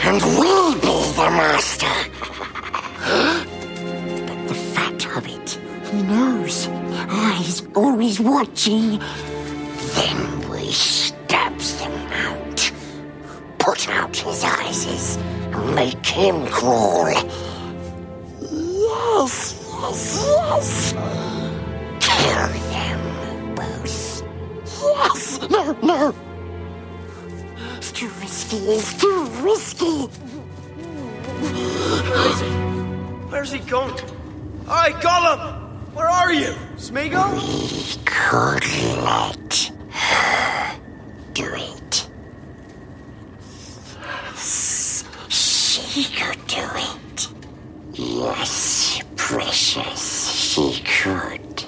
Speaker 5: And we'll be the master. but the fat hobbit, he knows. Ah, he's always watching. Then we stabs them out. Put out his eyes and make him crawl. Yes, yes, yes. Kill them both. Yes! No, no! It's too risky, it's too risky!
Speaker 6: Where's he going? All right, Gollum, where are you? Smeagol?
Speaker 5: Could let do it. S- She could do it. Yes, precious, she could.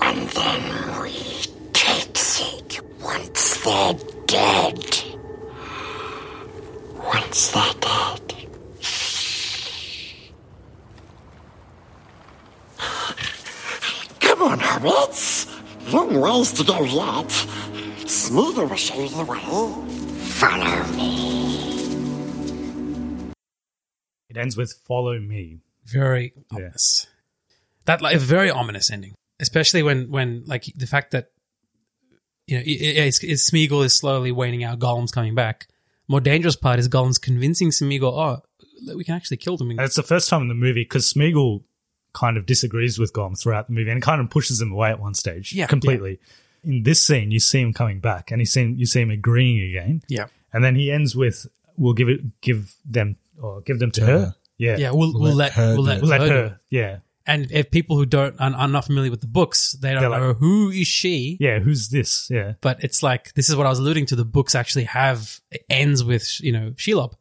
Speaker 5: And then we takes it once they're dead. Once they're dead. Come on, hobbits. Long ways to go yet. Smoother will show you the way. Follow me.
Speaker 3: It ends with "Follow me."
Speaker 4: Very ominous. That like a very ominous ending, especially when when like the fact that you know it, it- it's, it's Smeagol is slowly waning out. Gollum's coming back. More dangerous part is Gollum's convincing Smeagol, oh, we can actually kill them. And
Speaker 3: And it's the first time in the movie because Smeagol kind of disagrees with Gollum throughout the movie and kind of pushes him away at one stage.
Speaker 4: Yeah,
Speaker 3: completely. In this scene, you see him coming back, and you see him, you see him agreeing again.
Speaker 4: Yeah.
Speaker 3: and then he ends with, "We'll give it, give them, or give them to,
Speaker 4: To
Speaker 3: her.
Speaker 4: her.
Speaker 3: Yeah,
Speaker 4: Yeah, we'll- We'll we'll let let- her we'll do let- it.
Speaker 3: we'll let
Speaker 4: her do
Speaker 3: her.
Speaker 4: it.
Speaker 3: Yeah,
Speaker 4: and if people who don't are, are not familiar with the books, they don't
Speaker 3: They're like-
Speaker 4: know who is she.
Speaker 3: yeah. Who's this? Yeah,
Speaker 4: But it's like this is what I was alluding to. The books actually have it ends with you know Shelob.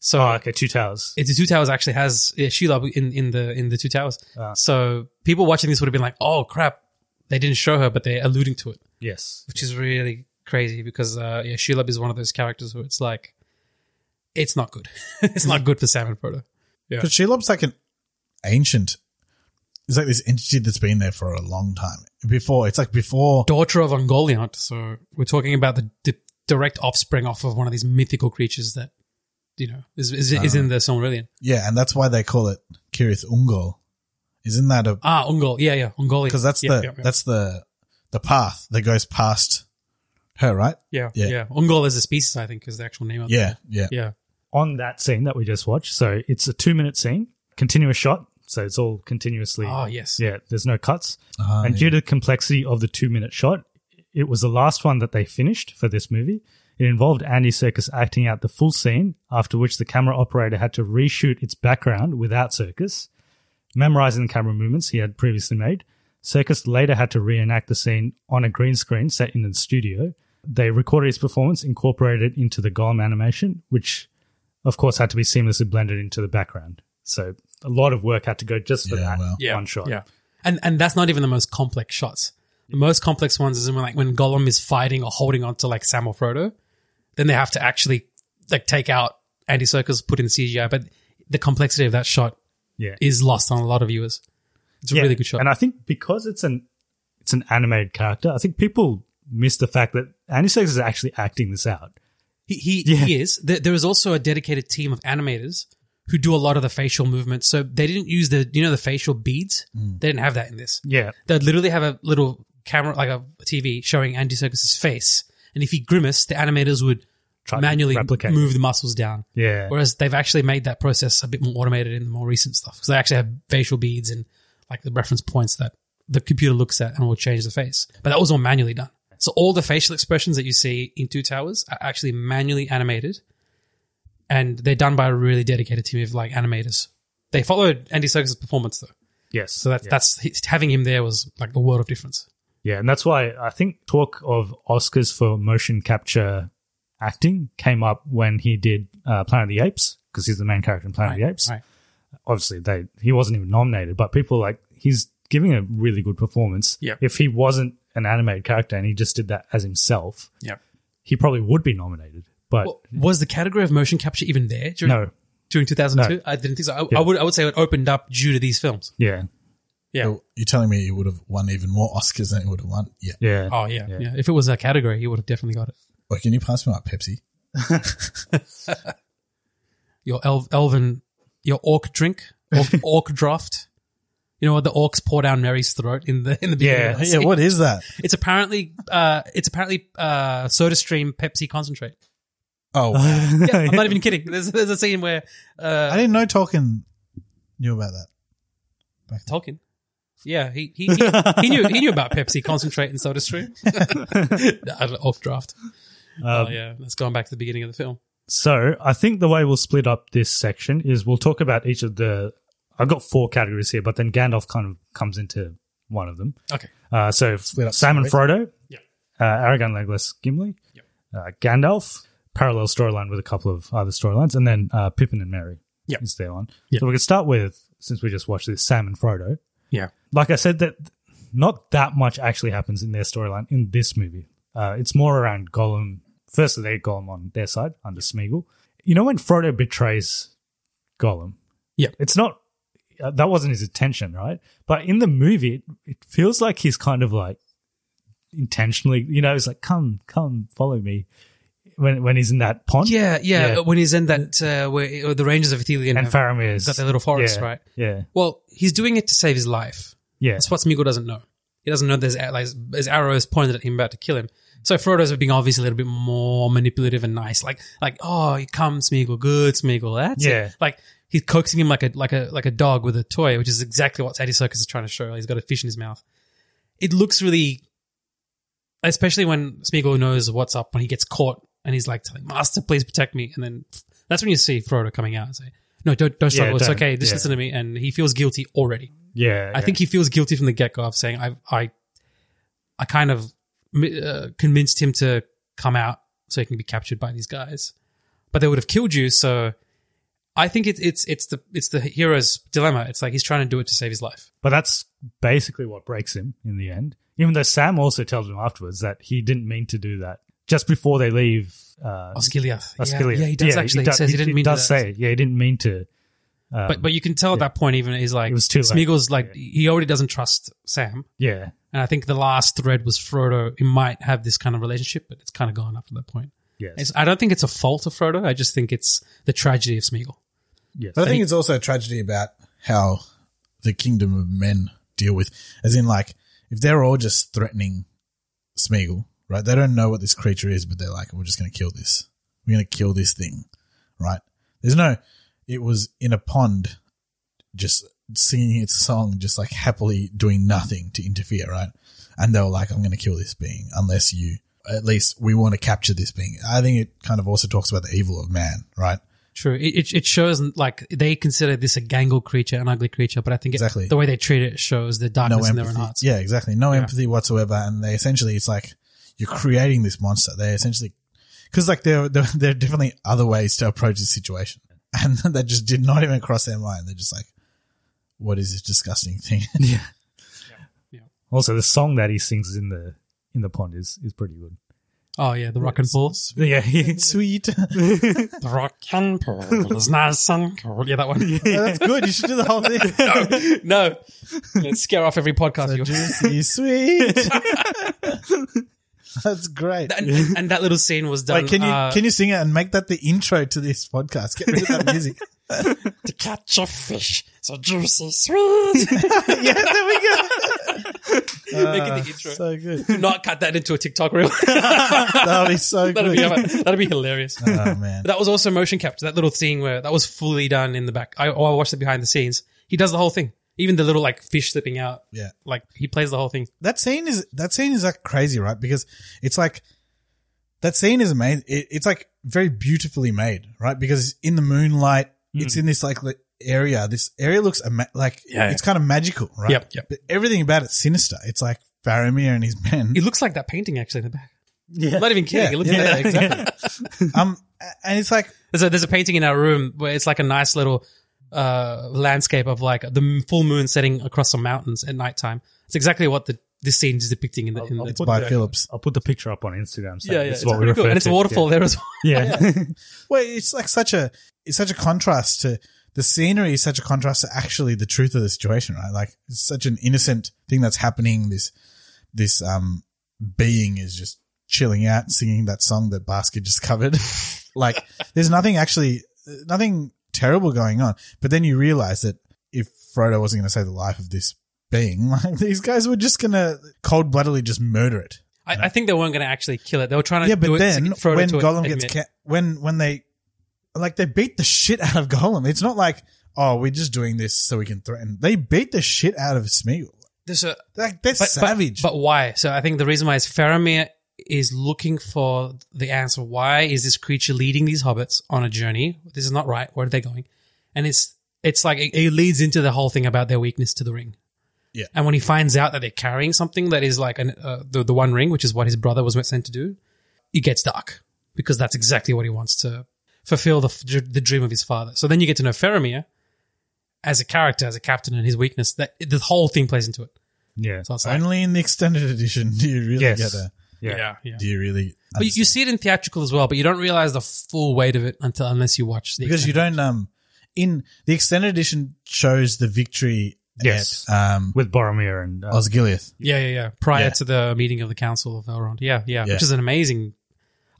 Speaker 4: So
Speaker 3: oh, okay, Two Towers.
Speaker 4: It's the Two Towers actually has yeah, Shelob in in the in the Two Towers.
Speaker 2: Ah.
Speaker 4: So people watching this would have been like, oh crap, they didn't show her, but they're alluding to it.
Speaker 3: Yes,
Speaker 4: which is really crazy because uh, yeah, Shelob is one of those characters where it's like, it's not good. it's not good for Sam and Frodo. Yeah.
Speaker 2: Because Shelob's like an ancient. It's like this entity that's been there for a long time. Before it's like before
Speaker 4: daughter of Ungoliant. So we're talking about the di- direct offspring off of one of these mythical creatures that you know is is,
Speaker 2: Ah.
Speaker 4: is in the Silmarillion.
Speaker 2: Yeah, and that's why they call it Kirith Ungol. Isn't that a
Speaker 4: Ah, Ungol. Yeah, yeah, Ungoliant.
Speaker 2: because that's
Speaker 4: yeah,
Speaker 2: the
Speaker 4: yeah, yeah.
Speaker 2: that's the the path that goes past her, right?
Speaker 4: yeah,
Speaker 2: yeah.
Speaker 4: yeah, Ungol is a species, I think, is the actual name of it.
Speaker 2: Yeah, yeah.
Speaker 4: yeah.
Speaker 3: on that scene that we just watched. So it's a two minute scene, continuous shot. So it's all continuously.
Speaker 4: Oh, yes.
Speaker 3: Yeah, there's no cuts.
Speaker 2: Ah,
Speaker 3: and
Speaker 2: yeah.
Speaker 3: due to the complexity of the two minute shot, It was the last one that they finished for this movie. It involved Andy Circus acting out the full scene, after which the camera operator had to reshoot its background without Circus, memorizing the camera movements he had previously made. Circus later had to reenact the scene on a green screen set in the studio. They recorded his performance, incorporated it into the Golem animation, which of course had to be seamlessly blended into the background. So a lot of work had to go just for that
Speaker 4: yeah,
Speaker 3: one shot.
Speaker 4: Yeah, and and that's not even the most complex shots. The most complex ones is when like when Gollum is fighting or holding on to like Sam or Frodo, then they have to actually like take out Andy Serkis, put in CGI. But the complexity of that shot
Speaker 3: Yeah.
Speaker 4: is lost on a lot of viewers. It's a
Speaker 3: Yeah,
Speaker 4: really good shot.
Speaker 3: And I think because it's an it's an animated character, I think people miss the fact that Andy Serkis is actually acting this out.
Speaker 4: He he, he is. There, there is also a dedicated team of animators who do a lot of the facial movements. So they didn't use the you know the facial beads.
Speaker 3: Mm.
Speaker 4: They didn't have that in this.
Speaker 3: Yeah.
Speaker 4: They'd literally have a little camera like a TV showing Andy Serkis's face, and if he grimaced, the animators would
Speaker 3: Try to
Speaker 4: manually
Speaker 3: replicate
Speaker 4: move
Speaker 3: it.
Speaker 4: the muscles down.
Speaker 3: Yeah.
Speaker 4: Whereas they've actually made that process a bit more automated in the more recent stuff because they actually have facial beads and like the reference points that the computer looks at and will change the face. But that was all manually done. So all the facial expressions that you see in Two Towers are actually manually animated, and they're done by a really dedicated team of like animators. They followed Andy Serkis' performance though,
Speaker 3: Yes.
Speaker 4: so that's
Speaker 3: yeah.
Speaker 4: that's having him there was like a world of difference.
Speaker 3: Yeah, and that's why I think talk of Oscars for motion capture acting came up when he did uh, Planet of the Apes because he's the main character in Planet of the Apes.
Speaker 4: right.
Speaker 3: Obviously, they he wasn't even nominated, but people like he's giving a really good performance.
Speaker 4: Yeah.
Speaker 3: If he wasn't an animated character and he just did that as himself,
Speaker 4: Yeah.
Speaker 3: he probably would be nominated. But
Speaker 4: Well, was the category of motion capture even there during
Speaker 3: No.
Speaker 4: during 2002?
Speaker 3: No.
Speaker 4: I didn't think so. I,
Speaker 3: Yeah.
Speaker 4: I would I would say it opened up due to these films. Oh,
Speaker 3: yeah,
Speaker 4: Yeah.
Speaker 2: So you're telling me you would have won even more Oscars than you would have won? Yeah.
Speaker 3: yeah.
Speaker 4: Oh yeah, yeah. If it was a category, he would have definitely got it.
Speaker 2: Wait, can you pass me my Pepsi?
Speaker 4: Your elf, elven, your orc drink, orc, orc draft. You know what? The orcs pour down Mary's throat in the in the beginning. of that
Speaker 2: Yeah.
Speaker 4: scene.
Speaker 2: What is that?
Speaker 4: It's apparently uh, it's apparently uh, SodaStream Pepsi concentrate.
Speaker 2: Oh,
Speaker 4: Yeah, I'm not even kidding. There's there's a scene where uh,
Speaker 2: I didn't know Tolkien knew about that.
Speaker 4: Tolkien. Yeah, he he, he, he knew he knew about Pepsi concentrate and SodaStream. Nah, orc draft. oh yeah, that's going back to the beginning of the film.
Speaker 3: So I think the way we'll split up this section is we'll talk about each of the. I've got four categories here, but then Gandalf kind of comes into one of them.
Speaker 4: Okay.
Speaker 3: Uh, so
Speaker 2: Split up
Speaker 3: Sam and
Speaker 2: stories.
Speaker 3: Frodo,
Speaker 4: Yeah.
Speaker 3: uh, Aragon, Legolas, Gimli, uh, Gandalf, parallel storyline with a couple of other storylines, and then uh, Pippin and Mary
Speaker 4: Yeah.
Speaker 3: is their one.
Speaker 4: Yeah.
Speaker 3: So we could start with, since we just watched this, Sam and Frodo.
Speaker 4: Yeah.
Speaker 3: Like I said, that not that much actually happens in their storyline in this movie. Uh, it's more around Gollum. Firstly, they get Gollum on their side under Smeagol. You know when Frodo betrays Gollum?
Speaker 4: Yeah.
Speaker 3: It's not, uh, that wasn't his intention, right? But in the movie, it, it feels like he's kind of like intentionally, you know, he's like, come, come, follow me. When, when he's in that pond.
Speaker 4: Yeah, yeah. When he's in that uh, where uh, the Rangers of Ithilien
Speaker 3: And
Speaker 4: have
Speaker 3: Faramir's.
Speaker 4: got their little forest,
Speaker 3: Yeah,
Speaker 4: right?
Speaker 3: Yeah.
Speaker 4: Well, he's doing it to save his life.
Speaker 3: Yeah.
Speaker 4: That's what Smeagol doesn't know. He doesn't know there's like there's arrows pointed at him about to kill him. So Frodo's being obviously a little bit more manipulative and nice, like like oh, you come Smeagol, good Smeagol, that's it.
Speaker 3: Yeah.
Speaker 4: Like he's coaxing him like a like a like a dog with a toy, which is exactly what Teddy Circus is trying to show. He's got a fish in his mouth. It looks really, especially when Smeagol knows what's up when he gets caught and he's like telling Master, please protect me, and then that's when you see Frodo coming out and say, no, don't don't
Speaker 3: Yeah,
Speaker 4: struggle, it's
Speaker 3: don't.
Speaker 4: okay, just
Speaker 3: Yeah.
Speaker 4: listen to me, and he feels guilty already.
Speaker 3: Yeah.
Speaker 4: I think he feels guilty from the get go of saying I I I kind of uh, convinced him to come out so he can be captured by these guys, but they would have killed you. So I think it's it's it's the it's the hero's dilemma. It's like he's trying to do it to save his life.
Speaker 3: But that's basically what breaks him in the end. Even though Sam also tells him afterwards that he didn't mean to do that. Just before they leave, uh,
Speaker 4: Osgiliath.
Speaker 3: Osgiliath.
Speaker 4: Yeah, yeah, he does actually. He,
Speaker 3: does-
Speaker 4: says he didn't mean to
Speaker 3: does
Speaker 4: do that.
Speaker 3: say, yeah, he didn't mean to. Um,
Speaker 4: but but you can tell at that point even he's like
Speaker 3: It was too late.
Speaker 4: Smeagol's like he already doesn't trust Sam.
Speaker 3: yeah,
Speaker 4: And I think the last thread was Frodo. He might have this kind of relationship, but it's kind of gone up to that point.
Speaker 3: yes,
Speaker 4: It's, I don't think it's a fault of Frodo. I just think it's the tragedy of Smeagol.
Speaker 3: yes.
Speaker 2: But I think it's also a tragedy about how the kingdom of men deal with, as in, like, if they're all just threatening Smeagol, right? They don't know what this creature is, but they're like, we're just going to kill this. We're going to kill this thing, right? There's no, it was in a pond, just singing its song, just like happily doing nothing to interfere, right? and they were like, I'm going to kill this being unless you, at least we want to capture this being. I think it kind of also talks about the evil of man, right?
Speaker 4: True. It, it, it shows like they consider this a gangle creature, an ugly creature, but I think it,
Speaker 2: Exactly.
Speaker 4: the way they treat it shows the darkness in their own
Speaker 2: empathy.
Speaker 4: hearts.
Speaker 2: Yeah, exactly. No
Speaker 4: Yeah.
Speaker 2: empathy whatsoever. And they essentially, it's like you're creating this monster. They essentially, because like there, there, there are definitely other ways to approach the situation, and that just did not even cross their mind. They're just like, what is this disgusting thing? Yeah.
Speaker 3: Also, the song that he sings in the in the pond is is pretty good.
Speaker 4: Oh yeah, the rock and pull.
Speaker 3: Yeah, yeah.
Speaker 2: sweet.
Speaker 4: the rock and pull is nice and cold. Yeah, that one.
Speaker 2: that's good. You should do the whole thing.
Speaker 4: no, no, let's scare off every podcast. you
Speaker 2: juicy, sweet. That's great.
Speaker 4: And, and- and that little scene was done.
Speaker 2: Wait, can you
Speaker 4: uh,
Speaker 2: can you sing it and make that the intro to this podcast? Get rid of that music.
Speaker 1: to catch a fish so juicy sweet.
Speaker 2: yeah, there we go.
Speaker 4: make
Speaker 2: Ah,
Speaker 4: it the intro?
Speaker 2: So good.
Speaker 4: Do not cut that into a TikTok reel.
Speaker 2: That'll be so
Speaker 4: that'd
Speaker 2: good.
Speaker 4: be that'd be hilarious.
Speaker 2: Oh man.
Speaker 4: That was also motion capture. That little thing where that was fully done in the back. I, oh, I watched it behind the scenes. He does the whole thing, even the little like fish slipping out.
Speaker 2: Yeah.
Speaker 4: like he plays the whole thing.
Speaker 2: that scene is that scene is like crazy, right? Because it's like that scene is amazing. It, it's like very beautifully made, right? Because it's in the moonlight,
Speaker 4: Hmm.
Speaker 2: it's in this like li- area. This area looks ama- like
Speaker 4: Yeah,
Speaker 2: it's
Speaker 4: yeah.
Speaker 2: kind of magical, right?
Speaker 4: Yep, yep.
Speaker 2: But everything about it's sinister. It's like Faramir and his men.
Speaker 4: It looks like that painting actually in the back. Yeah, not even kidding.
Speaker 2: Yeah,
Speaker 4: it looks
Speaker 2: yeah,
Speaker 4: like
Speaker 2: yeah,
Speaker 4: that.
Speaker 2: exactly. um, a- and it's like
Speaker 4: There's a, there's a painting in our room where it's like a nice little uh, landscape of like the m- full moon setting across some mountains at nighttime. It's exactly what the this scene is depicting in the. In the
Speaker 2: it's by Phillips.
Speaker 3: I'll put the picture up on Instagram. So
Speaker 4: Yeah, yeah,
Speaker 3: it's
Speaker 4: it's
Speaker 3: what we
Speaker 4: pretty cool,
Speaker 3: refer
Speaker 4: and it's a
Speaker 3: to.
Speaker 4: waterfall
Speaker 3: Yeah.
Speaker 4: there as well.
Speaker 3: Yeah.
Speaker 2: Well, it's like such a it's such a contrast to the scenery is such a contrast to actually the truth of the situation, right? Like it's such an innocent thing that's happening. This this um being is just chilling out, singing that song that Basket just covered. like there's nothing actually nothing terrible going on. But then you realize that if Frodo wasn't going to save the life of this being, like these guys were just going to cold bloodedly just murder it.
Speaker 4: I, I think they weren't going to actually kill it. They were trying to
Speaker 2: Yeah, but
Speaker 4: do
Speaker 2: then
Speaker 4: it to Frodo
Speaker 2: when
Speaker 4: to
Speaker 2: Gollum
Speaker 4: admit.
Speaker 2: gets ca- when when they like they beat the shit out of Gollum. It's not like oh we're just doing this so we can threaten. They beat the shit out of Smeagol.
Speaker 4: There's a
Speaker 2: Like they're
Speaker 4: but-
Speaker 2: savage.
Speaker 4: But, but why? So I think the reason why is Faramir is looking for the answer. Why is this creature leading these hobbits on a journey? This is not right. Where are they going? And it's it's like it, it leads into the whole thing about their weakness to the ring.
Speaker 2: Yeah.
Speaker 4: And when he finds out that they're carrying something that is like an, uh, the the One Ring, which is what his brother was meant- sent to do, it gets dark because that's exactly what he wants to fulfill the f- the dream of his father. So then you get to know Faramir as a character, as a captain, and his weakness. That the whole thing plays into it.
Speaker 3: Yeah.
Speaker 4: So it's like,
Speaker 2: Only in the extended edition do you really
Speaker 3: Yes.
Speaker 2: get a
Speaker 3: Yeah.
Speaker 4: yeah.
Speaker 2: do you really
Speaker 4: But you, you see it in theatrical as well, but you don't realize the full weight of it until unless you watch the
Speaker 2: because you don't um in the extended edition shows the victory
Speaker 3: Yes.
Speaker 2: at um
Speaker 3: With Boromir and uh,
Speaker 2: Osgiliath.
Speaker 4: yeah yeah yeah prior
Speaker 2: Yeah.
Speaker 4: to the meeting of the Council of Elrond yeah yeah,
Speaker 2: Yeah.
Speaker 4: which is an amazing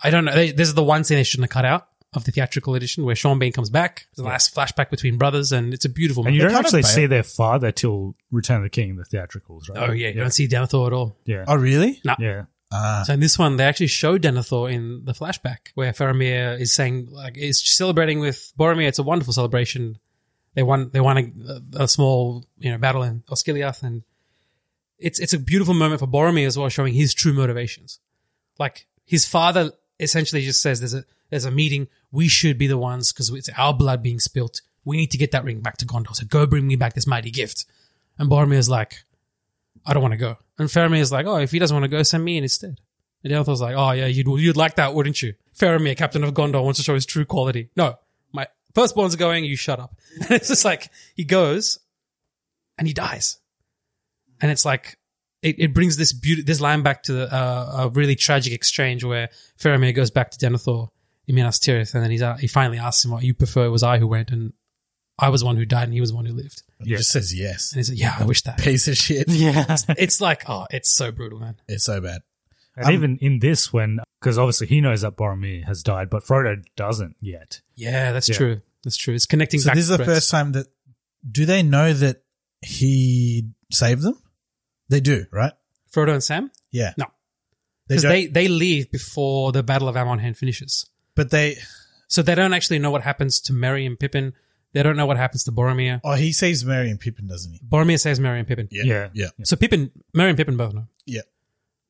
Speaker 4: I don't know they, this is the one scene they shouldn't have cut out of the theatrical edition where Sean Bean comes back the last flashback between brothers and it's a beautiful
Speaker 3: and you
Speaker 4: moment.
Speaker 3: don't
Speaker 2: kind of
Speaker 3: actually
Speaker 2: bad.
Speaker 3: see their father till Return of the King, the theatricals, right?
Speaker 4: oh yeah you don't see Denethor at all
Speaker 3: Yeah.
Speaker 2: Oh really?
Speaker 4: no
Speaker 3: Yeah.
Speaker 2: Ah,
Speaker 4: so in this one they actually show Denethor in the flashback where Faramir is saying like is celebrating with Boromir it's a wonderful celebration they won they won a, a small you know battle in Osgiliath and it's it's a beautiful moment for Boromir as well, showing his true motivations. Like his father essentially just says, "There's a there's a meeting. We should be the ones because it's our blood being spilt. We need to get that ring back to Gondor. So go bring me back this mighty gift." And Boromir's like, "I don't want to go." And Faramir's like, "Oh, if he doesn't want to go, send me in instead." And Denethor's like, "Oh yeah, you'd you'd like that, wouldn't you?" Faramir, captain of Gondor, wants to show his true quality. No, my firstborn's going. You shut up. And it's just like he goes, and he dies and it's like it, it brings this beauty this line back to the, uh, a really tragic exchange where Faramir goes back to Denethor in Minas Tirith and then he's uh, he finally asks him what you prefer it was I who went and I was the one who died and he was the one who lived
Speaker 2: it just says yes.
Speaker 4: and he's like yeah I wish that
Speaker 2: Piece of shit.
Speaker 1: yeah.
Speaker 4: it's like oh it's so brutal man
Speaker 2: It's so bad.
Speaker 3: And
Speaker 2: Um,
Speaker 3: even in this, when because obviously he knows that Boromir has died, but Frodo doesn't yet.
Speaker 4: yeah that's
Speaker 3: Yeah.
Speaker 4: true that's true it's connecting
Speaker 2: So
Speaker 4: back
Speaker 2: this is the
Speaker 4: threads.
Speaker 2: first time that do they know that he saved them? They do, right?
Speaker 4: Frodo and Sam
Speaker 2: Yeah.
Speaker 4: no
Speaker 2: They
Speaker 4: because
Speaker 2: don't-
Speaker 4: they, they leave before the Battle of Amonhen finishes
Speaker 2: but they
Speaker 4: so they don't actually know what happens to Merry and Pippin they don't know what happens to Boromir
Speaker 2: oh he saves Mary and Pippin, doesn't he?
Speaker 4: Boromir saves Mary and Pippin
Speaker 3: Yeah.
Speaker 2: Yeah.
Speaker 4: so Pippin Merry and Pippin both know
Speaker 2: Yeah.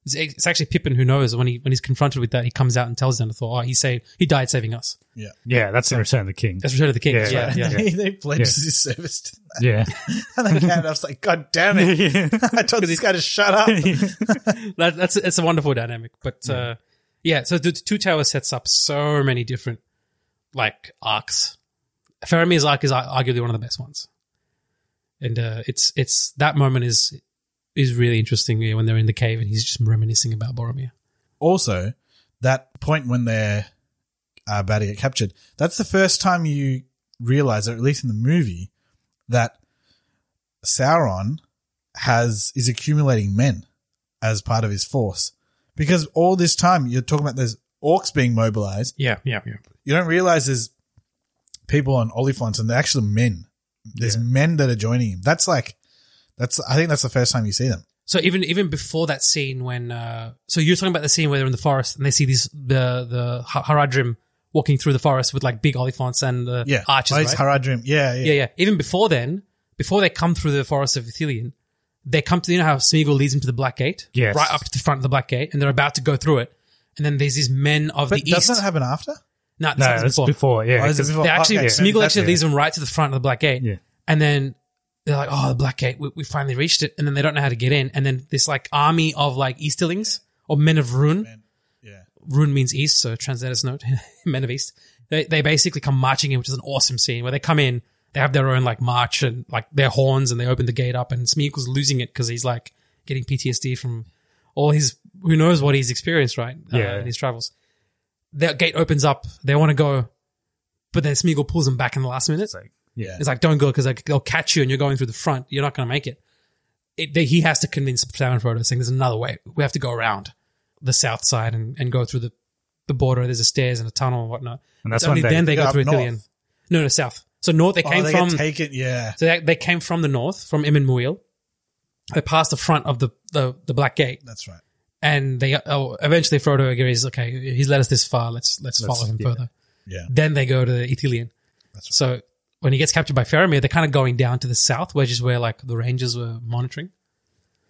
Speaker 4: It's, it's actually Pippin who knows. When he when he's confronted with that, he comes out and tells Denethor, "Oh, he saved. He died saving us."
Speaker 2: Yeah,
Speaker 3: yeah, that's in Return of the King.
Speaker 4: That's Return of the King.
Speaker 3: Yeah,
Speaker 4: Yeah,
Speaker 3: right.
Speaker 4: yeah.
Speaker 3: Yeah.
Speaker 2: they pledged
Speaker 3: Yeah.
Speaker 2: his service to that.
Speaker 3: Yeah.
Speaker 2: and then Gandalf's like, God damn it. I told this guy to shut up.
Speaker 4: that, that's it's a wonderful dynamic. But uh, yeah, so the Two Towers sets up so many different like arcs. Faramir's arc is ar- arguably one of the best ones, and uh, it's it's that moment is is really interesting yeah, when they're in the cave and he's just reminiscing about Boromir.
Speaker 2: also, that point when they're uh, about to get captured, that's the first time you realize, or at least in the movie, that Sauron has is accumulating men as part of his force. Because all this time you're talking about there's orcs being mobilized.
Speaker 4: Yeah, yeah, yeah.
Speaker 2: You don't realize there's people on Oliphant and they're actually men. There's men that are joining him. That's like, that's I think that's the first time you see them.
Speaker 4: So even even before that scene when uh, so you're talking about the scene where they're in the forest and they see these the the Har- Haradrim walking through the forest with like big oliphants and the
Speaker 2: Yeah,
Speaker 4: archers.
Speaker 2: Oh, it's
Speaker 4: right?
Speaker 2: Haradrim. Yeah, yeah,
Speaker 4: yeah, yeah. Even before then, before they come through the forest of Ithilien, they come to you know how Smeagol leads them to the Black Gate,
Speaker 2: Yes.
Speaker 4: right up to the front of the Black Gate, and they're about to go through it, and then there's these men of
Speaker 2: But
Speaker 4: the
Speaker 2: doesn't
Speaker 4: east.
Speaker 2: that happen after?
Speaker 4: no,
Speaker 3: No,
Speaker 4: that's
Speaker 3: that's
Speaker 4: before.
Speaker 3: before, yeah,
Speaker 4: Oh, is it
Speaker 3: 'cause-
Speaker 4: before? They actually
Speaker 3: Okay,
Speaker 4: Smeagol
Speaker 3: that's-
Speaker 4: actually
Speaker 3: yeah.
Speaker 4: leads them right to the front of the Black Gate, yeah. and then they're like, "Oh, the Black Gate, we, we finally reached it," and then they don't know how to get in, and then this like army of like Easterlings or Men of Rune. Rune means east, so translate us note, men of east. They, they basically come marching in, which is an awesome scene where they come in, they have their own like march and like their horns and they open the gate up and Smeagol's losing it because he's like getting PTSD from all his, who knows what he's experienced, right? uh,
Speaker 3: Yeah.
Speaker 4: in his travels. That gate opens up, they want to go, but then Smeagol pulls them back in the last minute. It's like,
Speaker 3: yeah.
Speaker 4: It's like, don't go because they'll catch you and you're going through the front. You're not going to make it. it they, he has to convince Sam Frodo saying there's another way. We have to go around the south side and, and go through the, the border. There's a stairs and a tunnel and whatnot.
Speaker 3: And that's
Speaker 4: It's only
Speaker 3: when they-
Speaker 4: then they
Speaker 3: Yeah,
Speaker 4: go
Speaker 3: up
Speaker 4: through
Speaker 3: north.
Speaker 4: Ithilien. No, no, south. So north, they
Speaker 2: Oh,
Speaker 4: came
Speaker 2: they
Speaker 4: from
Speaker 2: get taken. Yeah,
Speaker 4: so they, they came from the north, from Imin Muil. They passed the front of the, the, the Black Gate,
Speaker 2: that's right.
Speaker 4: and they oh, eventually Frodo agrees. Okay, he's led us this far. Let's let's,
Speaker 2: Let's-
Speaker 4: follow him
Speaker 2: yeah.
Speaker 4: further.
Speaker 2: Yeah.
Speaker 4: Then they go to the Ithilien. So when he gets captured by Faramir, they're kind of going down to the south, which is where like the Rangers were monitoring.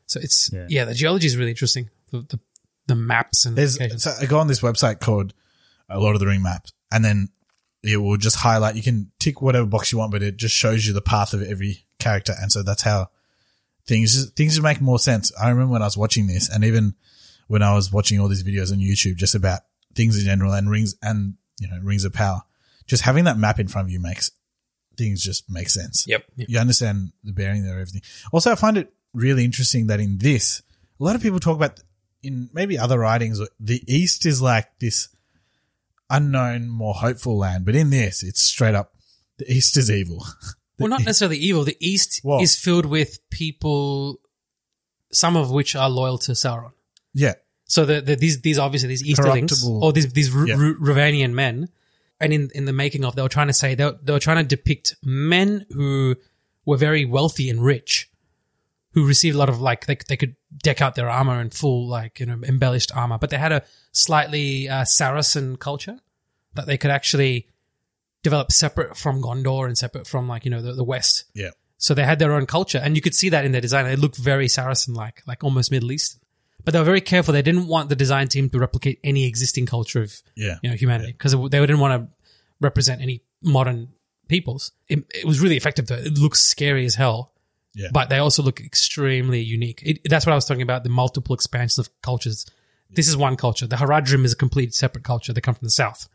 Speaker 4: So it's yeah, the geology is really interesting. The the, the maps and
Speaker 2: There's
Speaker 4: locations.
Speaker 2: so I go on this website called A Lot of the Ring Maps, and then it will just highlight. You can tick whatever box you want, but it just shows you the path of every character, and so that's how things just, things just make more sense. I remember when I was watching this, and even when I was watching all these videos on YouTube, just about things in general and rings and you know rings of power, just having that map in front of you makes things just make sense.
Speaker 4: Yep.
Speaker 2: You understand the bearing there of everything. Also, I find it really interesting that in this, a lot of people talk about in maybe other writings, the East is like this unknown, more hopeful land, but in this, it's straight up the East is evil.
Speaker 4: well, not necessarily evil. The East
Speaker 2: What?
Speaker 4: is filled with people, some of which are loyal to Sauron.
Speaker 2: yeah.
Speaker 4: So the, the, these these obviously these Easterlings
Speaker 2: Corruptible.
Speaker 4: or these these Ru-
Speaker 2: Yeah.
Speaker 4: Ru- Ravanian men, and in in the making of they were trying to say they were, they were trying to depict men who were very wealthy and rich, who received a lot of like they they could deck out their armor in full like you know embellished armor, but they had a slightly uh, Saracen culture that they could actually develop separate from Gondor and separate from like you know the, the West.
Speaker 2: Yeah.
Speaker 4: So they had their own culture, and you could see that in their design. They looked very Saracen-like, like almost Middle Eastern. But they were very careful. They didn't want the design team to replicate any existing culture of
Speaker 2: Yeah.
Speaker 4: you know humanity because they didn't want to represent any modern peoples. It, it was really effective though. It looks scary as hell.
Speaker 2: Yeah.
Speaker 4: But they also look extremely unique. It, that's what I was talking about—the multiple expansions of cultures. This is one culture. The Haradrim is a complete separate culture. They come from the south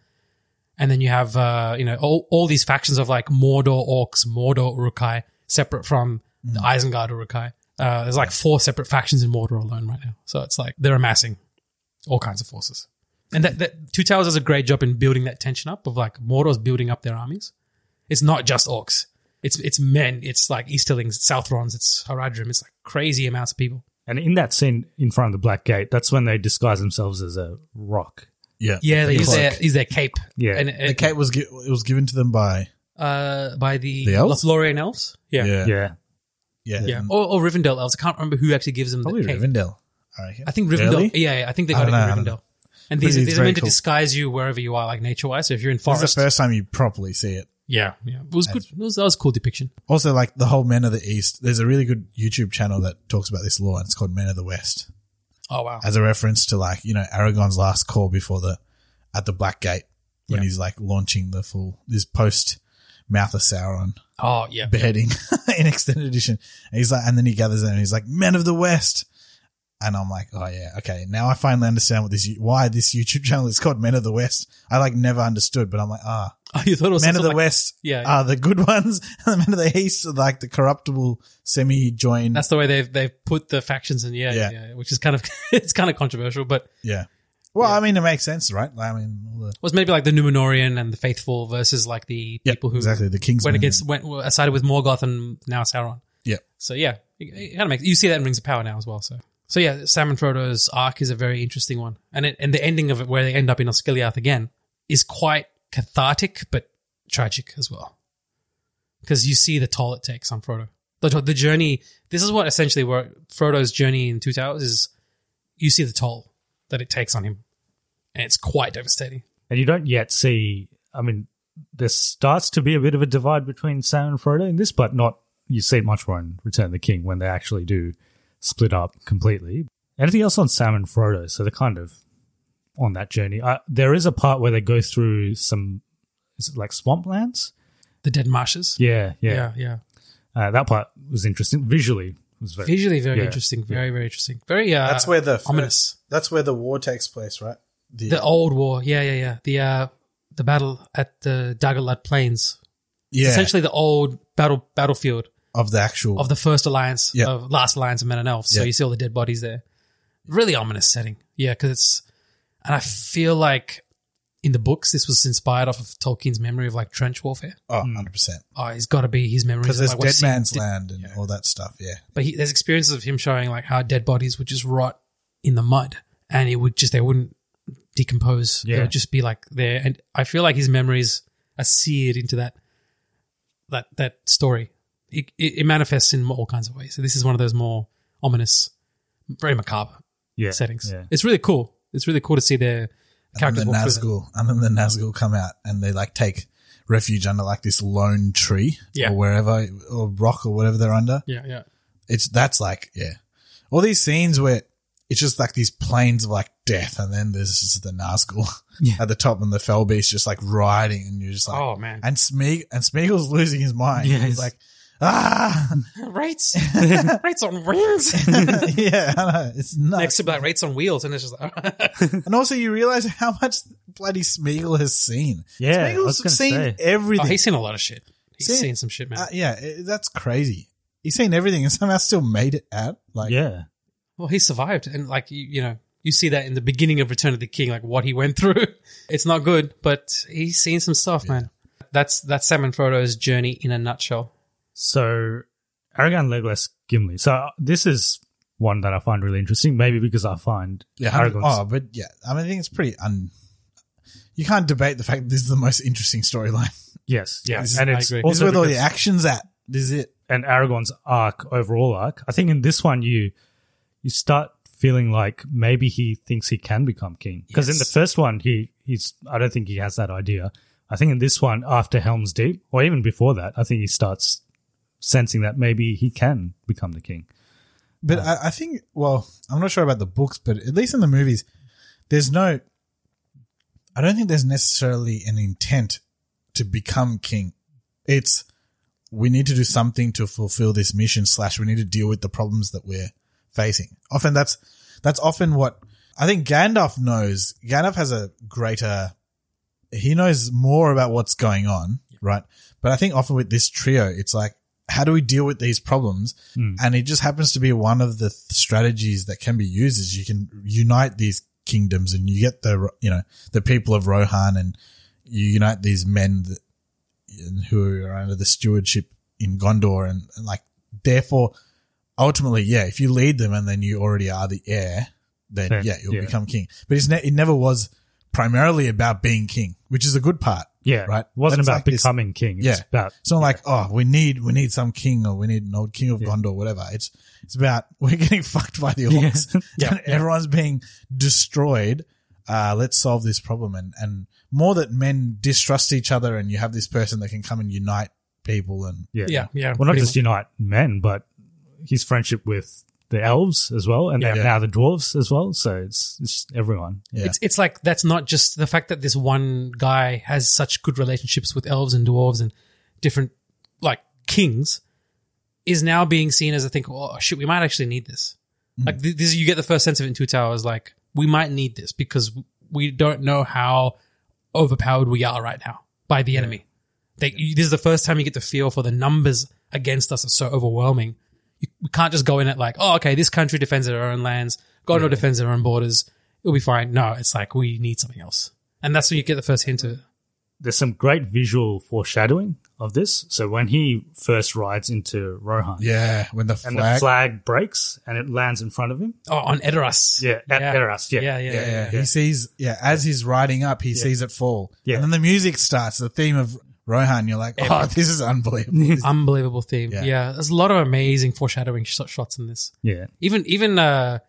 Speaker 4: and then you have uh, you know all, all these factions of like Mordor orcs, Mordor Urukai, separate from the Isengard Urukai. Uh, there's like four separate factions in Mordor alone right now, so it's like they're amassing all kinds of forces. And that, that Two Towers does a great job in building that tension up of like Mordor's building up their armies. It's not just orcs. It's it's men. It's like Easterlings, it's Southrons, it's Haradrim. It's like crazy amounts of people.
Speaker 3: And in that scene in front of the Black Gate, that's when they disguise themselves as a rock.
Speaker 2: Yeah.
Speaker 4: Yeah, they
Speaker 3: The
Speaker 4: use their
Speaker 3: cloak.
Speaker 4: use their cape.
Speaker 3: Yeah.
Speaker 4: and
Speaker 2: the
Speaker 4: it,
Speaker 2: cape was gi- it was given to them by
Speaker 4: uh, by the,
Speaker 2: The elves?
Speaker 4: Lothlorien elves. Yeah,
Speaker 2: yeah
Speaker 3: Yeah.
Speaker 2: yeah,
Speaker 4: Yeah, or, or Rivendell elves. I can't remember who actually gives them
Speaker 2: probably
Speaker 4: the cape.
Speaker 2: Rivendell. I, reckon.
Speaker 4: I think Rivendell.
Speaker 2: Really?
Speaker 4: Yeah, yeah, I think they
Speaker 2: I
Speaker 4: got it
Speaker 2: don't know, I
Speaker 4: in
Speaker 2: don't
Speaker 4: Rivendell.
Speaker 2: know.
Speaker 4: And
Speaker 2: But
Speaker 4: these,
Speaker 2: it's
Speaker 4: these are
Speaker 2: very
Speaker 4: meant to
Speaker 2: cool.
Speaker 4: disguise you wherever you are, like nature wise. So if you're in
Speaker 2: This
Speaker 4: forest,
Speaker 2: is the first time you properly see it.
Speaker 4: yeah, yeah, it was good. It was, that was a cool depiction.
Speaker 2: Also, like the whole Men of the East, there's a really good YouTube channel that talks about this law, and it's called Men of the West.
Speaker 4: Oh wow!
Speaker 2: as a reference to like you know Aragon's last call before the at the Black Gate when
Speaker 4: Yeah.
Speaker 2: he's like launching the full this post mouth of Sauron
Speaker 4: Oh yeah.
Speaker 2: beheading in extended edition. And he's like, and then he gathers them and he's like, "Men of the West." And I'm like, oh yeah, okay. Now I finally understand what this why this YouTube channel is called Men of the West. I like never understood, but I'm like, ah,
Speaker 4: Oh, you thought it was
Speaker 2: Men
Speaker 4: some
Speaker 2: of the
Speaker 4: like-
Speaker 2: West
Speaker 4: Yeah,
Speaker 2: are the good ones, and the Men of the East are like the corruptible semi join.
Speaker 4: That's the way they've they've put the factions in. Yeah,
Speaker 2: Yeah.
Speaker 4: yeah, yeah, which is kind of it's kind of controversial, but
Speaker 2: Yeah. Well, I mean, it makes sense, right? I mean, all the,
Speaker 4: it was maybe like the Numenorian and the Faithful versus like the people who
Speaker 2: exactly, Mm-hmm. the Kingsmen
Speaker 4: went against went were- sided with Morgoth and now Sauron.
Speaker 2: yeah,
Speaker 4: So yeah, it, it kind of makes you see that in Rings of Power now as well. So so yeah, Sam and Frodo's arc is a very interesting one, and it, and the ending of it where they end up in Osgiliath again is quite cathartic but tragic as well, because you see the toll it takes on Frodo. The, the journey. This is what essentially where Frodo's journey in Two Towers is. You see the toll that it takes on him, and it's quite devastating.
Speaker 3: And you don't yet see, I mean, there starts to be a bit of a divide between Sam and Frodo in this, but not, you see it much more in Return of the King when they actually do split up completely. Anything else on Sam and Frodo? So they're kind of on that journey. Uh, there is a part where they go through some, is it like swamplands?
Speaker 4: The dead marshes.
Speaker 3: Yeah, yeah.
Speaker 4: yeah, yeah.
Speaker 3: Uh, that part was interesting. Visually, it was very,
Speaker 4: Visually very
Speaker 3: yeah.
Speaker 4: interesting. Very very interesting. Very. Uh,
Speaker 2: that's where the
Speaker 4: ominous.
Speaker 2: ominous. that's where the war takes place, right?
Speaker 4: The, old war, yeah, yeah, yeah. The uh, the battle at the Dagolat Plains. It's
Speaker 2: Yeah.
Speaker 4: essentially the old battle battlefield
Speaker 2: of the actual
Speaker 4: of the first alliance
Speaker 2: Yeah.
Speaker 4: of last alliance of men and elves. So
Speaker 2: Yeah.
Speaker 4: you see all the dead bodies there. Really ominous setting, yeah. Because it's, and I feel like in the books this was inspired off of Tolkien's memory of like trench warfare.
Speaker 2: oh, 100 percent
Speaker 4: Oh, he's got to be his memories of,
Speaker 2: because there's
Speaker 4: like,
Speaker 2: dead
Speaker 4: what's seen-
Speaker 2: man's
Speaker 4: did-
Speaker 2: land and all that stuff. Yeah,
Speaker 4: But he, there's experiences of him showing like how dead bodies would just rot in the mud, and it would just they wouldn't decompose. They
Speaker 3: Yeah.
Speaker 4: would just be like there. And I feel like his memories are seared into that that that story. It, it, it manifests in all kinds of ways. So this is one of those more ominous, very macabre
Speaker 3: Yeah,
Speaker 4: settings.
Speaker 3: yeah.
Speaker 4: It's really cool. It's really cool to see their
Speaker 2: and
Speaker 4: characters
Speaker 2: then the
Speaker 4: walk through that.
Speaker 2: Nazgul, and then the Nazgul come out and they like take refuge under like this lone tree
Speaker 4: Yeah.
Speaker 2: or wherever or rock or whatever they're under.
Speaker 4: Yeah, yeah.
Speaker 2: It's that's like yeah, all these scenes where it's just like these plains of like death, and then there's just the Nazgul at the top and the fell beast just like riding, and you're just like
Speaker 4: Oh, man.
Speaker 2: and Smeag and Smeagol's losing his mind.
Speaker 4: Yeah,
Speaker 2: he's
Speaker 4: he's-
Speaker 2: like ah
Speaker 4: Rates, rates on rings.
Speaker 2: yeah, I know. it's nuts.
Speaker 4: Next to that, rates on wheels, and it's just like,
Speaker 2: and also you realize how much bloody Smeagol has seen.
Speaker 3: Yeah, I was
Speaker 2: Smeagol's
Speaker 3: gonna
Speaker 2: seen
Speaker 3: say.
Speaker 2: everything.
Speaker 4: oh, he's seen a lot of shit. He's
Speaker 2: Seen-
Speaker 4: seen, some shit, man.
Speaker 2: Uh, yeah, it, that's crazy. He's seen everything and somehow still made it out. Like,
Speaker 3: yeah.
Speaker 4: Well, he survived, and like you, you know, you see that in the beginning of Return of the King, like what he went through. It's not good, but he's seen some stuff, man. That's that's Sam and Frodo's journey in a nutshell.
Speaker 3: So, Aragon, Legolas, Gimli. So uh, this is one that I find really interesting. Maybe because I find
Speaker 2: yeah, I mean-
Speaker 3: Aragon's
Speaker 2: oh, but yeah, I mean, I think it's pretty un. You can't debate the fact that this is the most interesting storyline.
Speaker 3: yes, yeah,
Speaker 2: This is-
Speaker 3: and
Speaker 4: I
Speaker 3: it's
Speaker 4: agree.
Speaker 2: This is
Speaker 3: also
Speaker 2: where all the
Speaker 3: because-
Speaker 2: action's at. This is it.
Speaker 3: and Aragon's arc overall arc. I think in this one you you start feeling like maybe he thinks he can become king because in the
Speaker 4: Yes.
Speaker 3: first one he he's I don't think he has that idea. I think in this one after Helm's Deep or even before that, I think he starts sensing that maybe he can become the king.
Speaker 2: But I, I think, well, I'm not sure about the books, but at least in the movies, there's no. I don't think there's necessarily an intent to become king. It's we need to do something to fulfill this mission. Slash, we need to deal with the problems that we're facing. Often that's that's often what I think Gandalf knows. Gandalf has a greater. He knows more about what's going on, right? But I think often with this trio, it's like, how do we deal with these problems? And it just happens to be one of the th- strategies that can be used is you can unite these kingdoms and you get the, you know, the people of Rohan and you unite these men that, who are under the stewardship in Gondor and, and like, therefore, ultimately, yeah, if you lead them and then you already are the heir, then
Speaker 3: Then,
Speaker 2: yeah, you'll
Speaker 3: yeah.
Speaker 2: become king. But it's ne- it never was primarily about being king, which is a good part.
Speaker 3: Yeah,
Speaker 2: Right.
Speaker 3: It wasn't
Speaker 2: That's
Speaker 3: about
Speaker 2: like this-
Speaker 3: becoming king. It's
Speaker 2: yeah.
Speaker 3: about
Speaker 2: It's not like, oh, we need we need some king or we need an old king of Gondor, whatever. It's it's about we're getting fucked by the orcs.
Speaker 3: Yeah.
Speaker 2: And Everyone's being destroyed. Uh, let's solve this problem and, and more that men distrust each other and you have this person that can come and unite people and
Speaker 3: Yeah.
Speaker 4: Yeah, yeah,
Speaker 3: Well, not
Speaker 4: pretty
Speaker 3: just unite men, but his friendship with the elves as well, and
Speaker 4: Yeah.
Speaker 3: then now the dwarves as well. So it's it's everyone.
Speaker 4: It's it's like that's not just the fact that this one guy has such good relationships with elves and dwarves and different like kings is now being seen as I think oh shit we might actually need this. Like th- this you get the first sense of it in Two Towers like we might need this because we don't know how overpowered we are right now by the enemy. They, you, this is the first time you get to feel for the numbers against us are so overwhelming. You, we can't just go in it like, oh, okay, this country defends their own lands. God defends their own borders. It'll be fine. No, it's like we need something else, and that's when you get the first hint of it.
Speaker 3: there's some great visual foreshadowing of this. So when he first rides into Rohan,
Speaker 2: Yeah, when the
Speaker 3: and
Speaker 2: flag-
Speaker 3: the flag breaks and it lands in front of him.
Speaker 4: Oh, on Edoras.
Speaker 3: Yeah, at Edoras. Yeah,
Speaker 4: yeah, yeah, yeah.
Speaker 2: He sees, yeah, as he's riding up, he
Speaker 3: Yeah.
Speaker 2: sees it fall.
Speaker 3: Yeah.
Speaker 2: And then the music starts, the theme of Rohan. You're like, oh,
Speaker 4: Epic.
Speaker 2: this is unbelievable. This is-
Speaker 4: Unbelievable theme.
Speaker 2: Yeah.
Speaker 4: Yeah. there's a lot of amazing foreshadowing sh- shots in this.
Speaker 3: Yeah.
Speaker 4: Even even uh,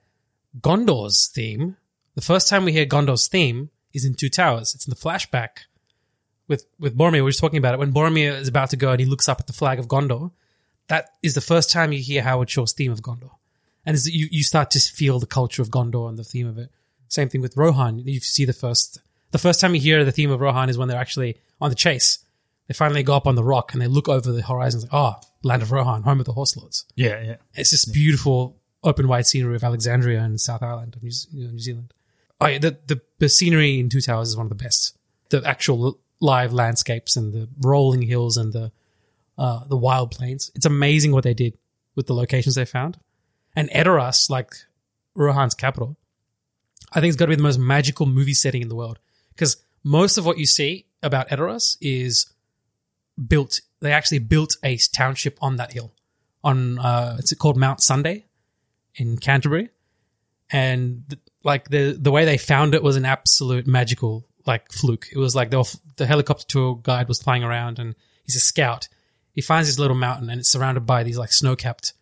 Speaker 4: Gondor's theme. The first time we hear Gondor's theme is in Two Towers. It's in the flashback with with Boromir. We were just talking about it when Boromir is about to go and he looks up at the flag of Gondor. That is the first time you hear Howard Shaw's theme of Gondor, and it's, you you start to feel the culture of Gondor and the theme of it. Same thing with Rohan. You see the first the first time you hear the theme of Rohan is when they're actually on the chase. They finally go up on the rock and they look over the horizon. Like, oh, land of Rohan, home of the horse lords.
Speaker 3: Yeah, yeah.
Speaker 4: It's this beautiful open wide scenery of Alexandria and South Island of New, Ze- you know, New Zealand. Oh, yeah, the, the the scenery in Two Towers is one of the best. The actual l- live landscapes and the rolling hills and the uh, the wild plains. It's amazing what they did with the locations they found. And Edoras, like Rohan's capital, I think it's got to be the most magical movie setting in the world because most of what you see about Edoras is built. They actually built a township on that hill. On uh, it's called Mount Sunday in Canterbury, and th- like the the way they found it was an absolute magical like fluke. It was like the the helicopter tour guide was flying around, and he's a scout. He finds this little mountain, and it's surrounded by these like snow capped.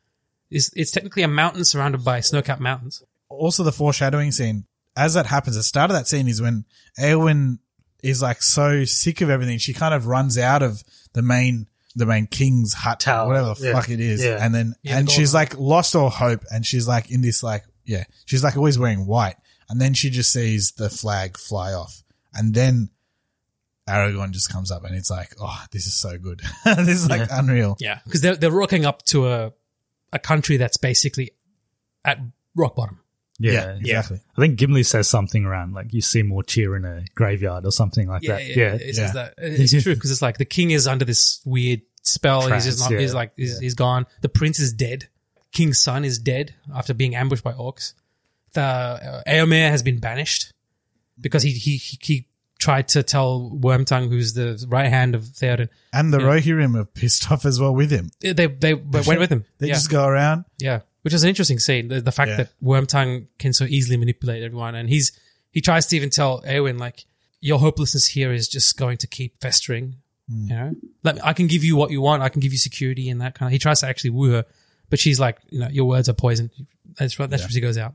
Speaker 4: It's, it's technically a mountain surrounded by snow capped mountains.
Speaker 2: also the foreshadowing scene. As that happens, the start of that scene is when Eowyn is like so sick of everything, she kind of runs out of the main the main king's hut,
Speaker 3: Tower,
Speaker 2: whatever the
Speaker 3: yeah,
Speaker 2: fuck it is,
Speaker 3: yeah.
Speaker 2: and then
Speaker 3: Yeah,
Speaker 2: and
Speaker 3: the
Speaker 2: she's
Speaker 3: golden.
Speaker 2: like lost all hope, and she's like in this like yeah, she's like always wearing white, and then she just sees the flag fly off, and then Aragorn just comes up, and it's like oh, this is so good, this is like
Speaker 4: Yeah.
Speaker 2: unreal,
Speaker 4: Yeah, because they're they're rocking up to a a country that's basically at rock bottom.
Speaker 3: Yeah,
Speaker 4: Yeah, exactly.
Speaker 3: I think Gimli says something around like you see more cheer in a graveyard or something like that. Yeah,
Speaker 4: It says that. It's true because it's like the king is under this weird spell.
Speaker 3: Trance,
Speaker 4: he's just not.
Speaker 3: yeah.
Speaker 4: He's like he's, he's gone. The prince is dead. King's son is dead after being ambushed by orcs. The uh, Eomer has been banished because he he he, he tried to tell Wormtongue, who's the right hand of Theoden.
Speaker 2: and the
Speaker 4: Yeah.
Speaker 2: Rohirrim have pissed off as well with him.
Speaker 4: They they, they went with him.
Speaker 2: They
Speaker 4: Yeah.
Speaker 2: just go around.
Speaker 4: Yeah, which is an interesting scene. The, the fact that Wormtongue can so easily manipulate everyone, and he's he tries to even tell Eowyn like your hopelessness here is just going to keep festering. You know, let me, I can give you what you want. I can give you security and that kind of. He tries to actually woo her, but she's like, you know, your words are poison. That's right. That's where she goes out.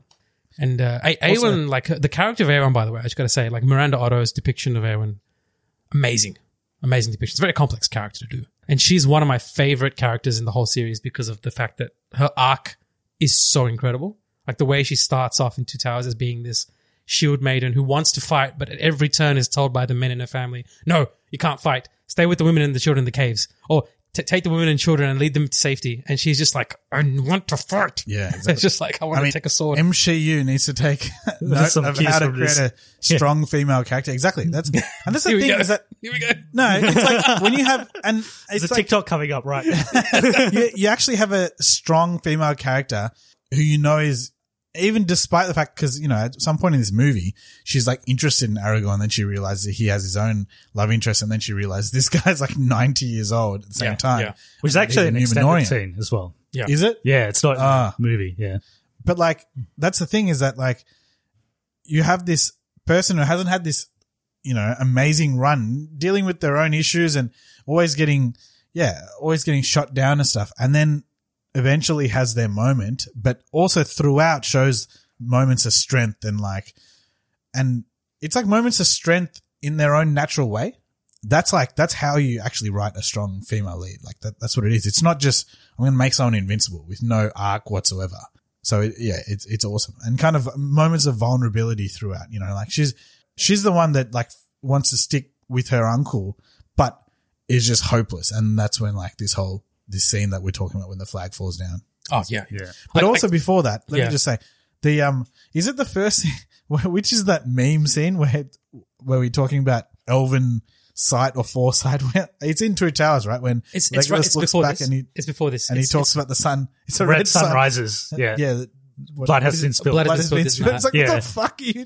Speaker 4: And uh, A- Eowyn,
Speaker 3: Also-
Speaker 4: like her- the character of Eowyn, by the way, I just got to say, like Miranda Otto's depiction of Eowyn, amazing, amazing depiction. It's a very complex character to do, and she's one of my favorite characters in the whole series because of the fact that her arc is so incredible. Like the way she starts off in Two Towers as being this shield maiden who wants to fight, but at every turn is told by the men in her family, "No, you can't fight. Stay with the women and the children in the caves, or t- take the women and children and lead them to safety." And she's just like, "I want to fight."
Speaker 2: Yeah,
Speaker 4: it's just like I want to take a sword.
Speaker 2: MCU needs to take note
Speaker 3: some
Speaker 2: of
Speaker 3: cues
Speaker 2: how to
Speaker 3: from
Speaker 2: create
Speaker 3: this.
Speaker 2: a
Speaker 3: Yeah.
Speaker 2: strong female character. Exactly. That's and that's the
Speaker 3: Here we
Speaker 2: thing
Speaker 3: go.
Speaker 2: is that
Speaker 4: here we go.
Speaker 2: No, it's like when you have and it's
Speaker 3: There's a
Speaker 2: like
Speaker 3: TikTok coming up, right?
Speaker 2: you, you actually have a strong female character who you know is even despite the fact because you know at some point in this movie she's like interested in Aragorn, then she realizes that he has his own love interest, and then she realizes this guy's like ninety years old at the same
Speaker 3: Yeah,
Speaker 2: time,
Speaker 3: yeah. Which is
Speaker 2: And
Speaker 3: actually
Speaker 2: he's
Speaker 3: an
Speaker 2: a
Speaker 3: extended
Speaker 2: Numenorean.
Speaker 3: scene as well. Yeah.
Speaker 2: is it?
Speaker 3: Yeah, it's not
Speaker 2: Ah.
Speaker 3: a movie. Yeah.
Speaker 2: But like, that's the thing is that like, you have this person who hasn't had this, you know, amazing run dealing with their own issues and always getting, yeah, always getting shot down and stuff. And then eventually has their moment, but also throughout shows moments of strength and like, and it's like moments of strength in their own natural way. That's like that's how you actually write a strong female lead. Like that, that's what it is. It's not just I'm going to make someone invincible with no arc whatsoever. So it, yeah, it's it's awesome and kind of moments of vulnerability throughout. You know, like she's she's the one that like wants to stick with her uncle, but is just hopeless, and that's when like this whole this scene that we're talking about when the flag falls down.
Speaker 4: Oh yeah, yeah.
Speaker 2: But
Speaker 4: Like-
Speaker 2: also
Speaker 4: like-
Speaker 2: before that, let
Speaker 4: Yeah.
Speaker 2: me just say the um is it the first scene which is that meme scene where where we're talking about Elvin sight or foresight? Where, it's in Two Towers, right? When
Speaker 4: It's- it's right- it's before this.
Speaker 2: and he
Speaker 4: It's before this.
Speaker 2: and he
Speaker 4: It's-
Speaker 2: talks
Speaker 4: it's-
Speaker 2: about the sun. It's a
Speaker 3: Red
Speaker 2: red,
Speaker 3: sun rises. Yeah.
Speaker 2: yeah. the- what-
Speaker 3: Blood
Speaker 2: what
Speaker 3: has
Speaker 2: is
Speaker 3: been
Speaker 2: it?
Speaker 3: spilled.
Speaker 2: Blood,
Speaker 3: Blood
Speaker 2: has
Speaker 3: has
Speaker 2: been
Speaker 3: been
Speaker 2: spilled. It's like
Speaker 3: spilled.
Speaker 2: what
Speaker 3: Yeah.
Speaker 2: the fuck are you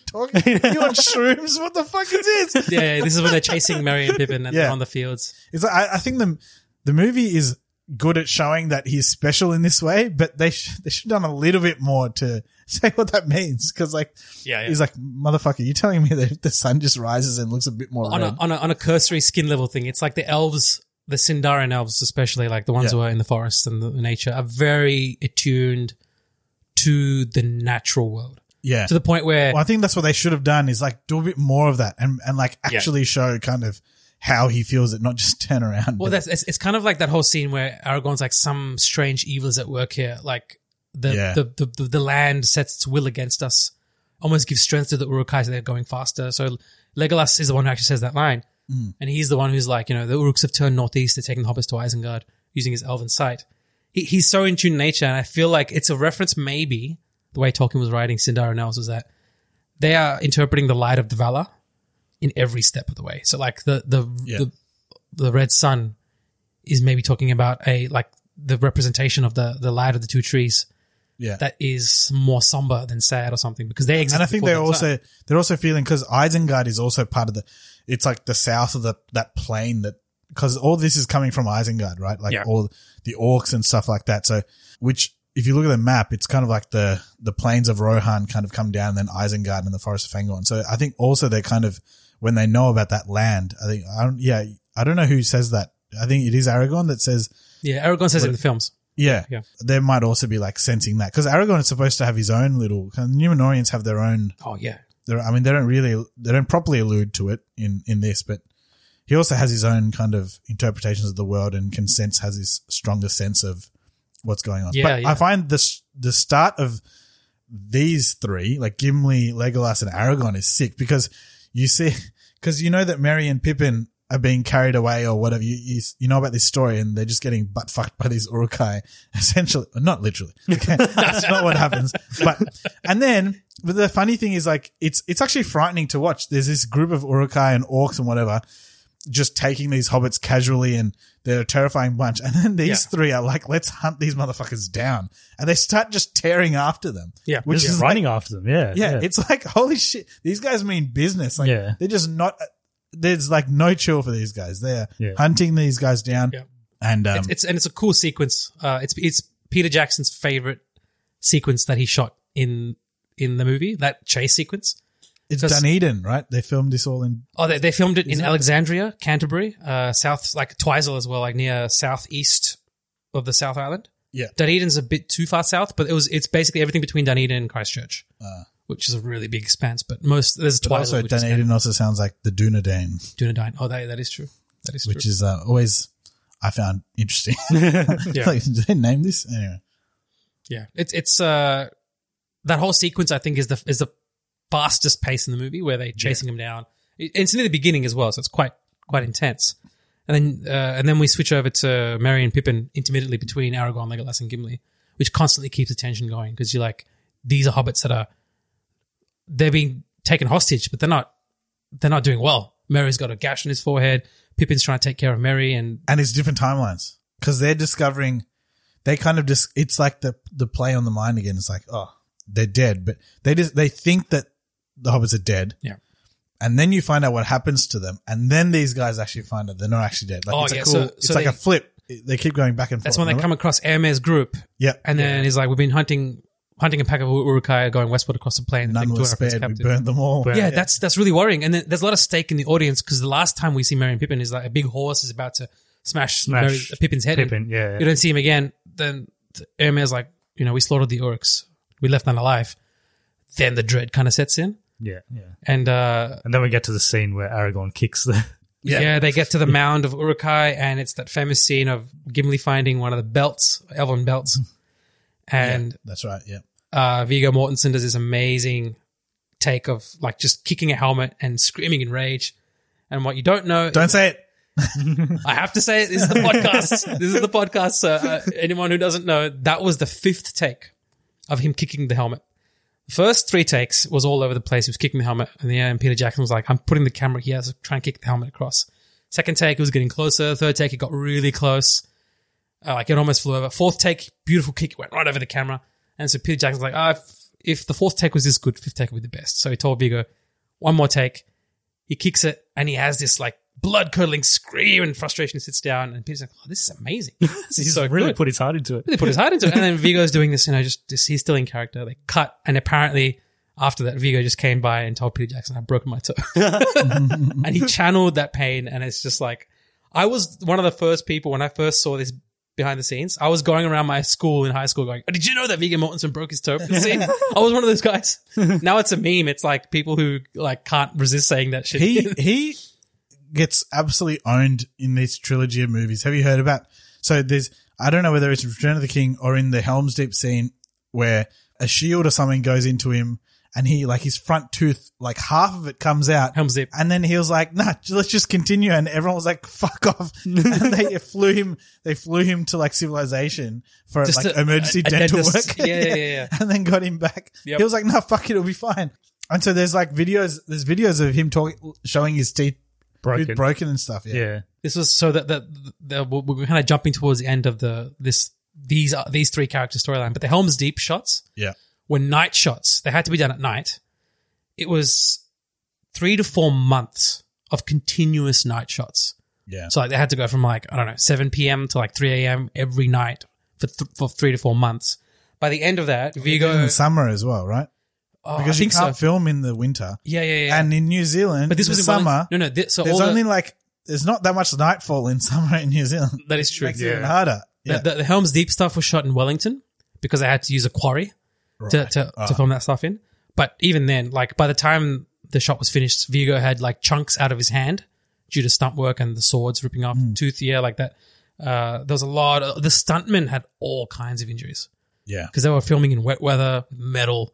Speaker 2: talking? you on shrooms? What the fuck is this?
Speaker 4: yeah, yeah, this is when they're chasing Mary and Pippin and
Speaker 2: Yeah.
Speaker 4: on the fields.
Speaker 2: It's like, I, I think the the movie is good at showing that he's special in this way, but they sh- they should have done a little bit more to say what that means because like
Speaker 4: Yeah, yeah.
Speaker 2: he's like motherfucker, you telling me that the sun just rises and looks a bit more
Speaker 4: on
Speaker 2: red?
Speaker 4: a, on a on a cursory skin level thing, it's like the elves, the Sindarin elves, especially like the ones who are in the forest and the nature, are very attuned to the natural world.
Speaker 2: yeah,
Speaker 4: to the point where
Speaker 2: well, I think that's what they should have done is like do a bit more of that and and like
Speaker 4: Yeah.
Speaker 2: actually show kind of how he feels it, not just turn around.
Speaker 4: well, that's it's, it's kind of like that whole scene where Aragorn's like some strange evil is at work here, like the
Speaker 2: Yeah.
Speaker 4: the, the, the the land sets its will against us, almost gives strength to the Urukai, so they're going faster. So Legolas is the one who actually says that line,
Speaker 2: Mm.
Speaker 4: and he's the one who's like, you know, the Uruks have turned northeast, they're taking the hobbits to Isengard using his elven sight. He, he's so in tune to nature, and I feel like it's a reference maybe the way Tolkien was writing Sindarin and was that they are interpreting the light of the Valar in every step of the way. So like the the
Speaker 2: Yeah.
Speaker 4: the, the red sun is maybe talking about a like the representation of the the light of the two trees
Speaker 2: yeah.
Speaker 4: that is more somber than sad or something because they exist
Speaker 2: and I think
Speaker 4: before
Speaker 2: they're
Speaker 4: the sun.
Speaker 2: also they're also feeling because Isengard is also part of the. It's like the south of the that plain that because all this is coming from Isengard, right? Like
Speaker 4: Yeah.
Speaker 2: all the orcs and stuff like that. So, which if you look at the map, it's kind of like the the plains of Rohan kind of come down, and then Isengard and the forest of Fangorn. So I think also they're kind of when they know about that land. I think I don't. Yeah, I don't know who says that. I think it is Aragorn that says
Speaker 4: yeah. Aragorn says it in the films.
Speaker 2: yeah.
Speaker 4: Yeah.
Speaker 2: There might also be like sensing that because Aragorn is supposed to have his own little. 'cause Numenorians have their own.
Speaker 4: Oh yeah,
Speaker 2: They're, I mean, they don't really, they don't properly allude to it in in this, but he also has his own kind of interpretations of the world and can sense has his stronger sense of what's going on.
Speaker 4: Yeah,
Speaker 2: but
Speaker 4: yeah.
Speaker 2: I find this the start of these three, like Gimli, Legolas, and Aragorn, is sick because you see, because you know that Merry and Pippin are being carried away or whatever. You, you you know about this story and they're just getting butt fucked by these urukai, essentially. Not literally. Okay, that's not what happens. But and then. But the funny thing is, like, it's it's actually frightening to watch. There's this group of urukai and orcs and whatever, just taking these hobbits casually and they're a terrifying bunch. And then these
Speaker 3: Yeah.
Speaker 2: three are like, let's hunt these motherfuckers down. And they start just tearing after them.
Speaker 4: Yeah.
Speaker 2: Which
Speaker 3: Just
Speaker 2: is
Speaker 3: running
Speaker 2: like,
Speaker 3: after them. Yeah,
Speaker 2: Yeah, It's like, holy shit. These guys mean business. Like,
Speaker 3: Yeah.
Speaker 2: they're just not, there's like no chill for these guys. They're
Speaker 3: Yeah.
Speaker 2: hunting these guys down.
Speaker 4: Yeah.
Speaker 2: And, um,
Speaker 4: it's, it's and it's a cool sequence. Uh, it's it's Peter Jackson's favorite sequence that he shot in in the movie that chase sequence.
Speaker 2: it's,
Speaker 4: just-
Speaker 2: Dunedin, right? They filmed this all in,
Speaker 4: Oh, they, they filmed it in
Speaker 2: Isn't it-
Speaker 4: Alexandria, Canterbury, uh, south like Twizel as well, like near southeast of the South Island.
Speaker 2: yeah.
Speaker 4: Dunedin's a bit too far south, but it was it's basically everything between Dunedin and Christchurch,
Speaker 2: Uh,
Speaker 4: which is a really big expanse. But most there's
Speaker 2: but
Speaker 4: Twizel,
Speaker 2: also
Speaker 4: which is kind
Speaker 2: Dunedin also sounds like the Dunedain,
Speaker 4: of Dunedin. Oh, that, that is true. That is true.
Speaker 2: which is uh, always, I found interesting. like, did they name this? Anyway.
Speaker 4: Yeah, it's it's uh that whole sequence I think is the is the fastest pace in the movie where they're chasing him down. It- It's near the beginning as well, so it's quite quite intense. And then uh, and then we switch over to Merry and Pippin intermittently between Aragorn, Legolas, and Gimli, which constantly keeps the tension going because you're like these are hobbits that are they're being taken hostage, but they're not they're not doing well. Merry's got a gash on his forehead. Pippin's trying to take care of Merry, and
Speaker 2: and it's different timelines because they're discovering they kind of just it's like the the play on the mind again it's like oh they're dead but they just they think that the hobbits are dead
Speaker 4: Yeah.
Speaker 2: and then you find out what happens to them and then these guys actually find out they're not actually dead like
Speaker 4: Oh,
Speaker 2: it's
Speaker 4: yeah,
Speaker 2: a cool
Speaker 4: so-
Speaker 2: it's
Speaker 4: so
Speaker 2: like
Speaker 4: they-
Speaker 2: a flip they keep going back and forth
Speaker 4: that's when they come across Hermes group,
Speaker 2: yeah
Speaker 4: And then he's like, "We've been hunting, hunting a pack of Urukai going westward across the plain.
Speaker 2: none
Speaker 4: Think
Speaker 2: were
Speaker 4: two Arifans
Speaker 2: spared we
Speaker 4: captive."
Speaker 2: burned them all
Speaker 4: Yeah, that's that's really worrying. And then there's a lot of stake in the audience because the last time we see Merry and Pippin is like a big horse is about to smash,
Speaker 3: Smash
Speaker 4: Merry, Pippin's head. in.
Speaker 3: Pippin, yeah, yeah.
Speaker 4: you don't see him again. Then Hermes like, you know, we slaughtered the orcs, we left none alive. Then the dread kind of sets in,
Speaker 3: yeah, yeah.
Speaker 4: and uh,
Speaker 3: And then we get to the scene where Aragorn kicks the.
Speaker 4: yeah. they get to the mound of Urukai, and it's that famous scene of Gimli finding one of the belts, elven belts, and
Speaker 2: that's right yeah
Speaker 4: uh, Viggo Mortensen does this amazing take of like just kicking a helmet and screaming in rage. And what you don't know,
Speaker 2: Don't say it.
Speaker 4: I have to say it. This is the podcast. this is the podcast. So uh, anyone who doesn't know, that was the fifth take of him kicking the helmet. The first three takes was all over the place. He was kicking the helmet in the air, and Peter Jackson was like, "I'm putting the camera here, so try and kick the helmet across." Second take, it was getting closer. Third take, it got really close. Uh, like it almost flew over. Fourth take, beautiful kick, it went right over the camera. And so Peter Jackson's like, "Ah, if, if the fourth take was this good, fifth take would be the best." So he told Vigo, "One more take." He kicks it, and he has this like blood curdling scream and frustration. Sits down, and Peter's like, "Oh, this is amazing." This
Speaker 3: He's
Speaker 4: is so
Speaker 3: really
Speaker 4: Oh, good."
Speaker 3: put his heart into it.
Speaker 4: They put his heart into it. And then Vigo's doing this, you know, just, just he's still in character. They cut. And apparently, after that, Vigo just came by and told Peter Jackson, I've broken my toe. and he channeled that pain. And it's just like, I was one of the first people when I first saw this behind the scenes. I was going around my school in high school going, Did you know that Vigo Mortensen broke his toe? for the scene?" I was one of those guys. Now it's a meme. It's like people who like can't resist saying that shit.
Speaker 2: He he gets absolutely owned in this trilogy of movies. Have you heard about? So there's I don't know whether it's Return of the King or in the Helm's Deep scene where a shield or something goes into him and he like his front tooth like half of it comes out Helm's
Speaker 4: Deep
Speaker 2: and then he was like nah let's just continue and everyone was like fuck off and they flew him they flew him to like civilization for
Speaker 4: Just
Speaker 2: like
Speaker 4: a-
Speaker 2: emergency
Speaker 4: a- a
Speaker 2: dental
Speaker 4: dentist.
Speaker 2: work
Speaker 4: Yeah, yeah, yeah, yeah.
Speaker 2: and then got him back
Speaker 4: Yep.
Speaker 2: he was like no fuck it it'll be fine and so there's like videos there's videos of him talking showing his teeth
Speaker 3: Broken.
Speaker 2: broken and stuff yeah,
Speaker 4: This was so that that that we we're kind of jumping towards the end of the this these are these three character storyline, but the Helm's Deep shots
Speaker 2: Yeah.
Speaker 4: were night shots. They had to be done at night. It was three to four months of continuous night shots.
Speaker 2: Yeah.
Speaker 4: So like they had to go from like I don't know seven p.m. to like three a.m. every night for th- for three to four months. By the end of that,
Speaker 2: in
Speaker 4: Vigo.
Speaker 2: the summer as well right
Speaker 4: Oh, I
Speaker 2: because you
Speaker 4: think
Speaker 2: can't
Speaker 4: so.
Speaker 2: film in the winter
Speaker 4: Yeah, yeah, yeah.
Speaker 2: and in New Zealand
Speaker 4: But this
Speaker 2: in
Speaker 4: was
Speaker 2: the
Speaker 4: in Welling-
Speaker 2: summer
Speaker 4: No, no. This, so
Speaker 2: there's
Speaker 4: all the-
Speaker 2: only like there's not that much nightfall in summer in New Zealand.
Speaker 4: That is true.
Speaker 2: Makes it even harder.
Speaker 4: The-
Speaker 2: Yeah.
Speaker 4: The, the Helm's Deep stuff was shot in Wellington because they had to use a quarry to,
Speaker 2: Right.
Speaker 4: to,
Speaker 2: Ah.
Speaker 4: to film that stuff in. But even then, like by the time the shot was finished, Vigo had like chunks out of his hand due to stunt work and the swords ripping off
Speaker 3: Hmm.
Speaker 4: tooth, yeah, like that. Uh, there was a lot. Of, the stuntmen had all kinds of injuries
Speaker 2: Yeah.
Speaker 4: because they were filming in wet weather, metal,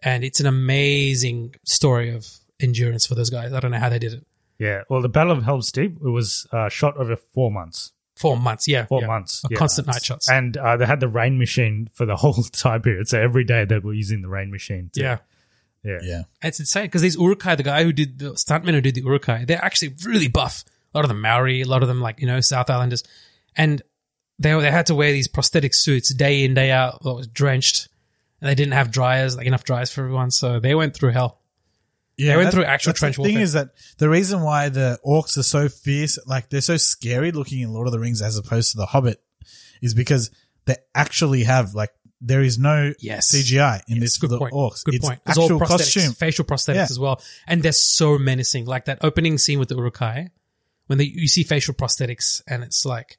Speaker 4: and it's an amazing story of endurance for those guys. I don't know how they did it.
Speaker 3: Yeah. Well, the Battle of Helm's Deep it was uh, shot over four months.
Speaker 4: Four months, yeah,
Speaker 3: Four
Speaker 4: yeah.
Speaker 3: months.
Speaker 4: Of
Speaker 3: yeah.
Speaker 4: constant night shots.
Speaker 3: And uh, they had the rain machine for the whole time period. So every day they were using the rain machine. to-
Speaker 4: Yeah.
Speaker 3: Yeah.
Speaker 2: Yeah.
Speaker 4: It's insane because these urukai, the guy who did the stuntman who did the urukai, they're actually really buff. A lot of them Maori, a lot of them like you know South Islanders, and they they had to wear these prosthetic suits day in day out. That was drenched, and they didn't have dryers like enough dryers for everyone, so they went through hell. they went
Speaker 2: that's-
Speaker 4: through actual
Speaker 2: that's
Speaker 4: trench
Speaker 2: the
Speaker 4: warfare.
Speaker 2: thing is that the reason why the orcs are so fierce, like they're so scary looking in Lord of the Rings as opposed to the Hobbit, is because they actually have like there is no
Speaker 4: Yes.
Speaker 2: CGI in this for
Speaker 4: good
Speaker 2: the
Speaker 4: point.
Speaker 2: orcs.
Speaker 4: Good
Speaker 2: it's
Speaker 4: point. It's all
Speaker 2: actual
Speaker 4: prosthetics,
Speaker 2: costume.
Speaker 4: facial prosthetics
Speaker 2: Yeah.
Speaker 4: as well, and they're so menacing. Like that opening scene with the urukai, when they, you see facial prosthetics, and it's like,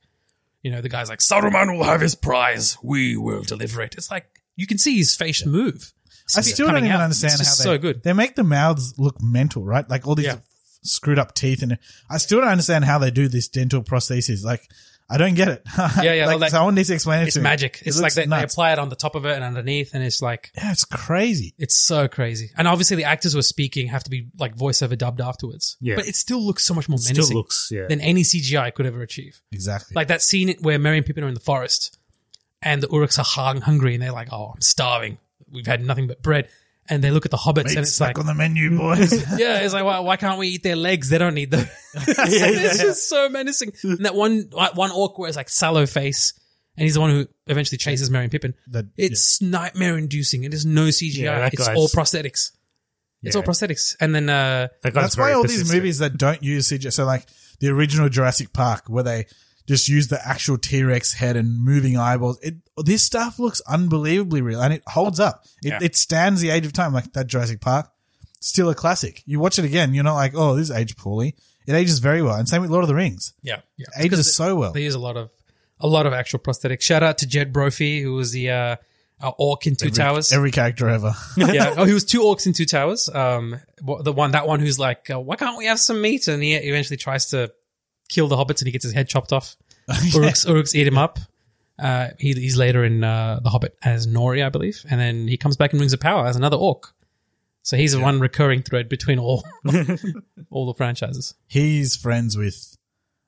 Speaker 4: you know, the guy's like, "Saruman will have his prize. We will deliver it." It's like you can see his face move.
Speaker 2: I still don't
Speaker 4: Coming
Speaker 2: even
Speaker 4: out.
Speaker 2: understand
Speaker 4: it's
Speaker 2: how
Speaker 4: just
Speaker 2: they
Speaker 4: so good.
Speaker 2: They make the mouths look mental, right? Like all these
Speaker 4: Yeah.
Speaker 2: screwed up teeth, and I still don't understand how they do this dental prosthesis. Like I don't get it.
Speaker 4: Yeah, yeah.
Speaker 2: like,
Speaker 4: like-
Speaker 2: someone needs to explain it
Speaker 4: It's
Speaker 2: to me.
Speaker 4: magic.
Speaker 2: It
Speaker 4: It's like
Speaker 2: looks
Speaker 4: they, they
Speaker 2: nuts.
Speaker 4: apply it on the top of it and underneath, and it's like
Speaker 2: Yeah, it's crazy.
Speaker 4: it's so crazy. And obviously, the actors who are speaking have to be like voiceover dubbed afterwards.
Speaker 3: Yeah.
Speaker 4: but it still looks so much more
Speaker 3: It still
Speaker 4: menacing
Speaker 3: looks, yeah.
Speaker 4: than any CGI could ever achieve.
Speaker 2: Exactly.
Speaker 4: Like that scene where Merry and Pippin are in the forest, and the Uruks are hung- hungry, and they're like, "Oh, I'm starving. We've had nothing but bread." And they look at the hobbits,
Speaker 2: Meat
Speaker 4: and it's
Speaker 2: snack
Speaker 4: like,
Speaker 2: on the menu, boys.
Speaker 4: yeah, it's like, why, why can't we eat their legs? They don't need them. it's just so menacing. And that one like, one orc wears like sallow face, and he's the one who eventually chases Merry and Pippin.
Speaker 2: That-
Speaker 4: it's nightmare inducing. It is no CGI.
Speaker 3: Yeah, that
Speaker 4: it's
Speaker 3: guy's-
Speaker 4: all prosthetics. It's all
Speaker 3: Yeah.
Speaker 4: prosthetics. And then uh,
Speaker 3: That guy's
Speaker 2: That's why
Speaker 3: very
Speaker 2: all these
Speaker 3: persistent.
Speaker 2: movies that don't use CGI, so like the original Jurassic Park, where they just use the actual T Rex head and moving eyeballs. It, this stuff looks unbelievably real, and it holds up. It,
Speaker 4: Yeah.
Speaker 2: it stands the age of time. Like that Jurassic Park, still a classic. You watch it again, you're not like, oh, this aged poorly. It ages very well, and same with Lord of the Rings.
Speaker 4: yeah, yeah,
Speaker 2: It ages so well.
Speaker 4: They use a lot of a lot of actual prosthetics. Shout out to Jed Brophy, who was the uh, our orc in Two
Speaker 2: every,
Speaker 4: Towers.
Speaker 2: Every character ever.
Speaker 4: yeah. Oh, he was two orcs in two towers. Um, wh- the one that one who's like, uh, why can't we have some meat? And he eventually tries to kill the hobbits, and he gets his head chopped off. Uruks, Uruks eat him up. Uh, he, he's later in uh, The Hobbit as Nori, I believe, and then he comes back in Rings of Power as another orc. So he's the one recurring thread between all all the franchises.
Speaker 2: He's friends with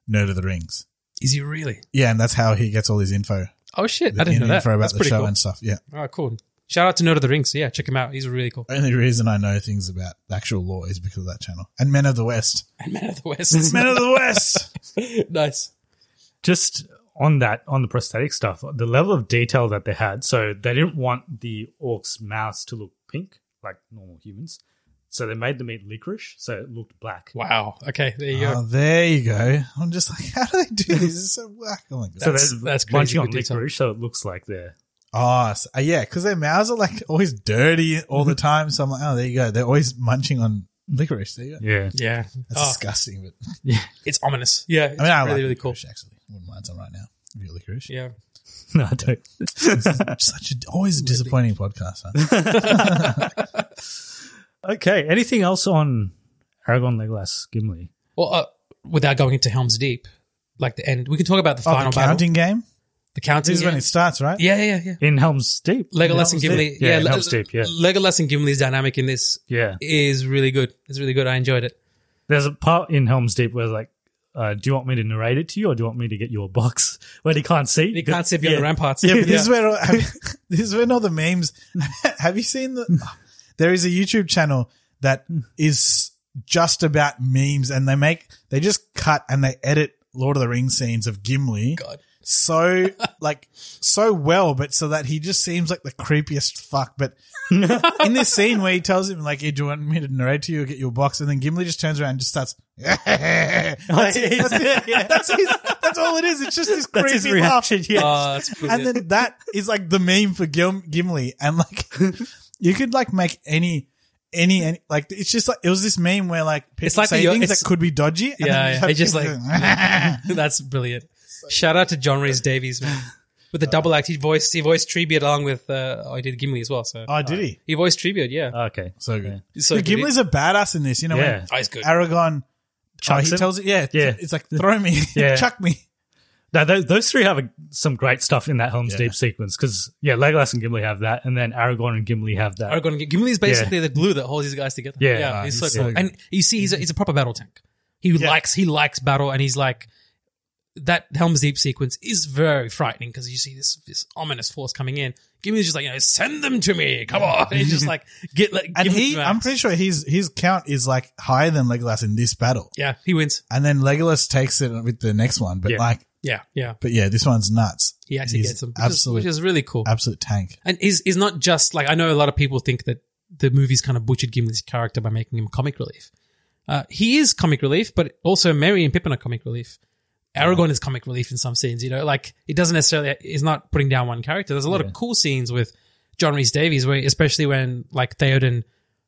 Speaker 2: Nerd of the Rings.
Speaker 4: Is he really?
Speaker 2: Yeah, and that's how he gets all his info.
Speaker 4: Oh shit!
Speaker 2: The
Speaker 4: I didn't know
Speaker 2: in-
Speaker 4: that.
Speaker 2: Info about
Speaker 4: That's
Speaker 2: the
Speaker 4: pretty
Speaker 2: show
Speaker 4: cool.
Speaker 2: and stuff. Yeah.
Speaker 4: Oh, cool. Shout out to Nerd of the Rings. Yeah, check him out. He's really cool.
Speaker 2: Only reason I know things about the actual law is because of that channel and Men of the West.
Speaker 4: And Men of the West.
Speaker 2: Men of the West.
Speaker 4: nice.
Speaker 3: Just on that, on the prosthetic stuff, the level of detail that they had. So they didn't want the orc's mouths to look pink like normal humans. So they made them eat licorice, so it looked black.
Speaker 4: Wow. Okay, there you
Speaker 2: Oh,
Speaker 4: go.
Speaker 2: there you go. I'm just like, how do they do this? This is so whack. Oh my god.
Speaker 3: so that's, that's crazy. on licorice, so it looks like they're
Speaker 2: Oh, so, uh, yeah, because their mouths are like always dirty all the time. So I'm like, oh, there you go. They're always munching on licorice. There you go.
Speaker 3: Yeah.
Speaker 4: Yeah.
Speaker 2: That's
Speaker 4: Oh.
Speaker 2: disgusting. But
Speaker 3: Yeah.
Speaker 4: It's ominous. Yeah, it's
Speaker 2: I mean, I
Speaker 4: really,
Speaker 2: like
Speaker 4: really cool.
Speaker 2: licorice, actually. Wouldn't mind some right now. If you licorice.
Speaker 4: Yeah.
Speaker 3: No, I don't.
Speaker 2: Such a, always a disappointing podcast. Huh?
Speaker 3: okay. Anything else on Aragon, Legolas, Gimli?
Speaker 4: Well, uh, without going into Helm's Deep, like the end, we can talk about the
Speaker 2: Oh,
Speaker 4: final
Speaker 2: the counting
Speaker 4: battle.
Speaker 2: game.
Speaker 4: The counting.
Speaker 2: This is when
Speaker 4: yeah.
Speaker 2: it starts, right?
Speaker 4: yeah, yeah, yeah.
Speaker 3: In Helm's Deep.
Speaker 4: Legolas
Speaker 3: Helm's
Speaker 4: and Gimli.
Speaker 3: Deep. Yeah, in
Speaker 4: Le-
Speaker 3: Helm's Deep. Yeah.
Speaker 4: Legolas and Gimli's dynamic in this
Speaker 3: Yeah.
Speaker 4: is really good. It's really good. I enjoyed it.
Speaker 3: There's a part in Helm's Deep where, like, uh, do you want me to narrate it to you or do you want me to get you a box when he can't see?
Speaker 4: You can't see beyond the ramparts.
Speaker 2: Yeah, but this is where all, this is when all the memes. Have you seen the? There is a YouTube channel that is just about memes, and they make they just cut and they edit Lord of the Rings scenes of Gimli.
Speaker 4: God.
Speaker 2: So like so well, but so that he just seems like the creepiest fuck. But in this scene where he tells him like, hey, "Do you want me to narrate to you or get you a box?" and then Gimli just turns around and just starts. that's, that's- that's his- that's all it is. It's just this creepy
Speaker 3: That's his
Speaker 2: laugh
Speaker 3: reaction. Yeah.
Speaker 4: Oh, that's
Speaker 2: and
Speaker 4: brilliant.
Speaker 2: then that is like the meme for Gim- Gimli, and like you could like make any. Any, any, like it's just like it was this meme where like people
Speaker 4: It's like
Speaker 2: say
Speaker 4: the yo-
Speaker 2: things
Speaker 4: it's-
Speaker 2: that could be dodgy. and
Speaker 4: yeah,
Speaker 2: then
Speaker 4: yeah. It's just like
Speaker 2: have-
Speaker 4: that's brilliant. Shout out to John Rhys Davies, man. With the double act, he voiced he voiced Treebeard along with uh, oh, he did Gimli as well. So
Speaker 2: oh, did he?
Speaker 4: he voiced Treebeard, yeah.
Speaker 3: Okay.
Speaker 2: So good.
Speaker 4: So
Speaker 2: But
Speaker 4: good.
Speaker 2: Gimli's a badass in this, you know.
Speaker 3: Yeah.
Speaker 2: when
Speaker 4: oh, he's good.
Speaker 2: Aragon, oh,
Speaker 3: Chucks
Speaker 2: he
Speaker 3: him?
Speaker 2: tells it, yeah,
Speaker 3: Yeah.
Speaker 2: it's like throw me,
Speaker 3: Yeah.
Speaker 2: chuck me.
Speaker 3: Now, those, those three have a, some great stuff in that Helm's
Speaker 2: Yeah.
Speaker 3: Deep sequence because, yeah, Legolas and Gimli have that, and then Aragorn and Gimli have that.
Speaker 4: Aragon, Gimli is basically the glue that holds these guys together.
Speaker 3: Yeah.
Speaker 4: yeah
Speaker 3: Ah,
Speaker 4: he's so
Speaker 3: he's
Speaker 4: cool.
Speaker 3: so good.
Speaker 4: And you see, he's a, he's a proper battle tank. He
Speaker 2: Yeah.
Speaker 4: likes he likes battle, and he's like that Helm's Deep sequence is very frightening because you see this this ominous force coming in. Gimli's just like, you know, send them to me. Come on, he's just like get like,
Speaker 2: And
Speaker 4: give them
Speaker 2: he,
Speaker 4: to me.
Speaker 2: I'm pretty sure his his count is like higher than Legolas in this battle,
Speaker 4: yeah, he wins.
Speaker 2: and then Legolas takes it with the next one. But
Speaker 3: Yeah.
Speaker 2: like,
Speaker 4: Yeah, yeah,
Speaker 2: but yeah, this one's nuts.
Speaker 4: he actually
Speaker 2: He's
Speaker 4: gets him, which,
Speaker 2: absolute,
Speaker 4: is, which is really cool.
Speaker 2: absolute tank.
Speaker 4: and is is not just like I know a lot of people think that the movie's kind of butchered Gimli's character by making him comic relief. Uh, he is comic relief, but also Merry and Pippin are comic relief. Aragorn is comic relief in some scenes, you know, like it doesn't necessarily is not putting down one character. There's a lot of cool scenes with John Rhys Davies, where especially when like Theoden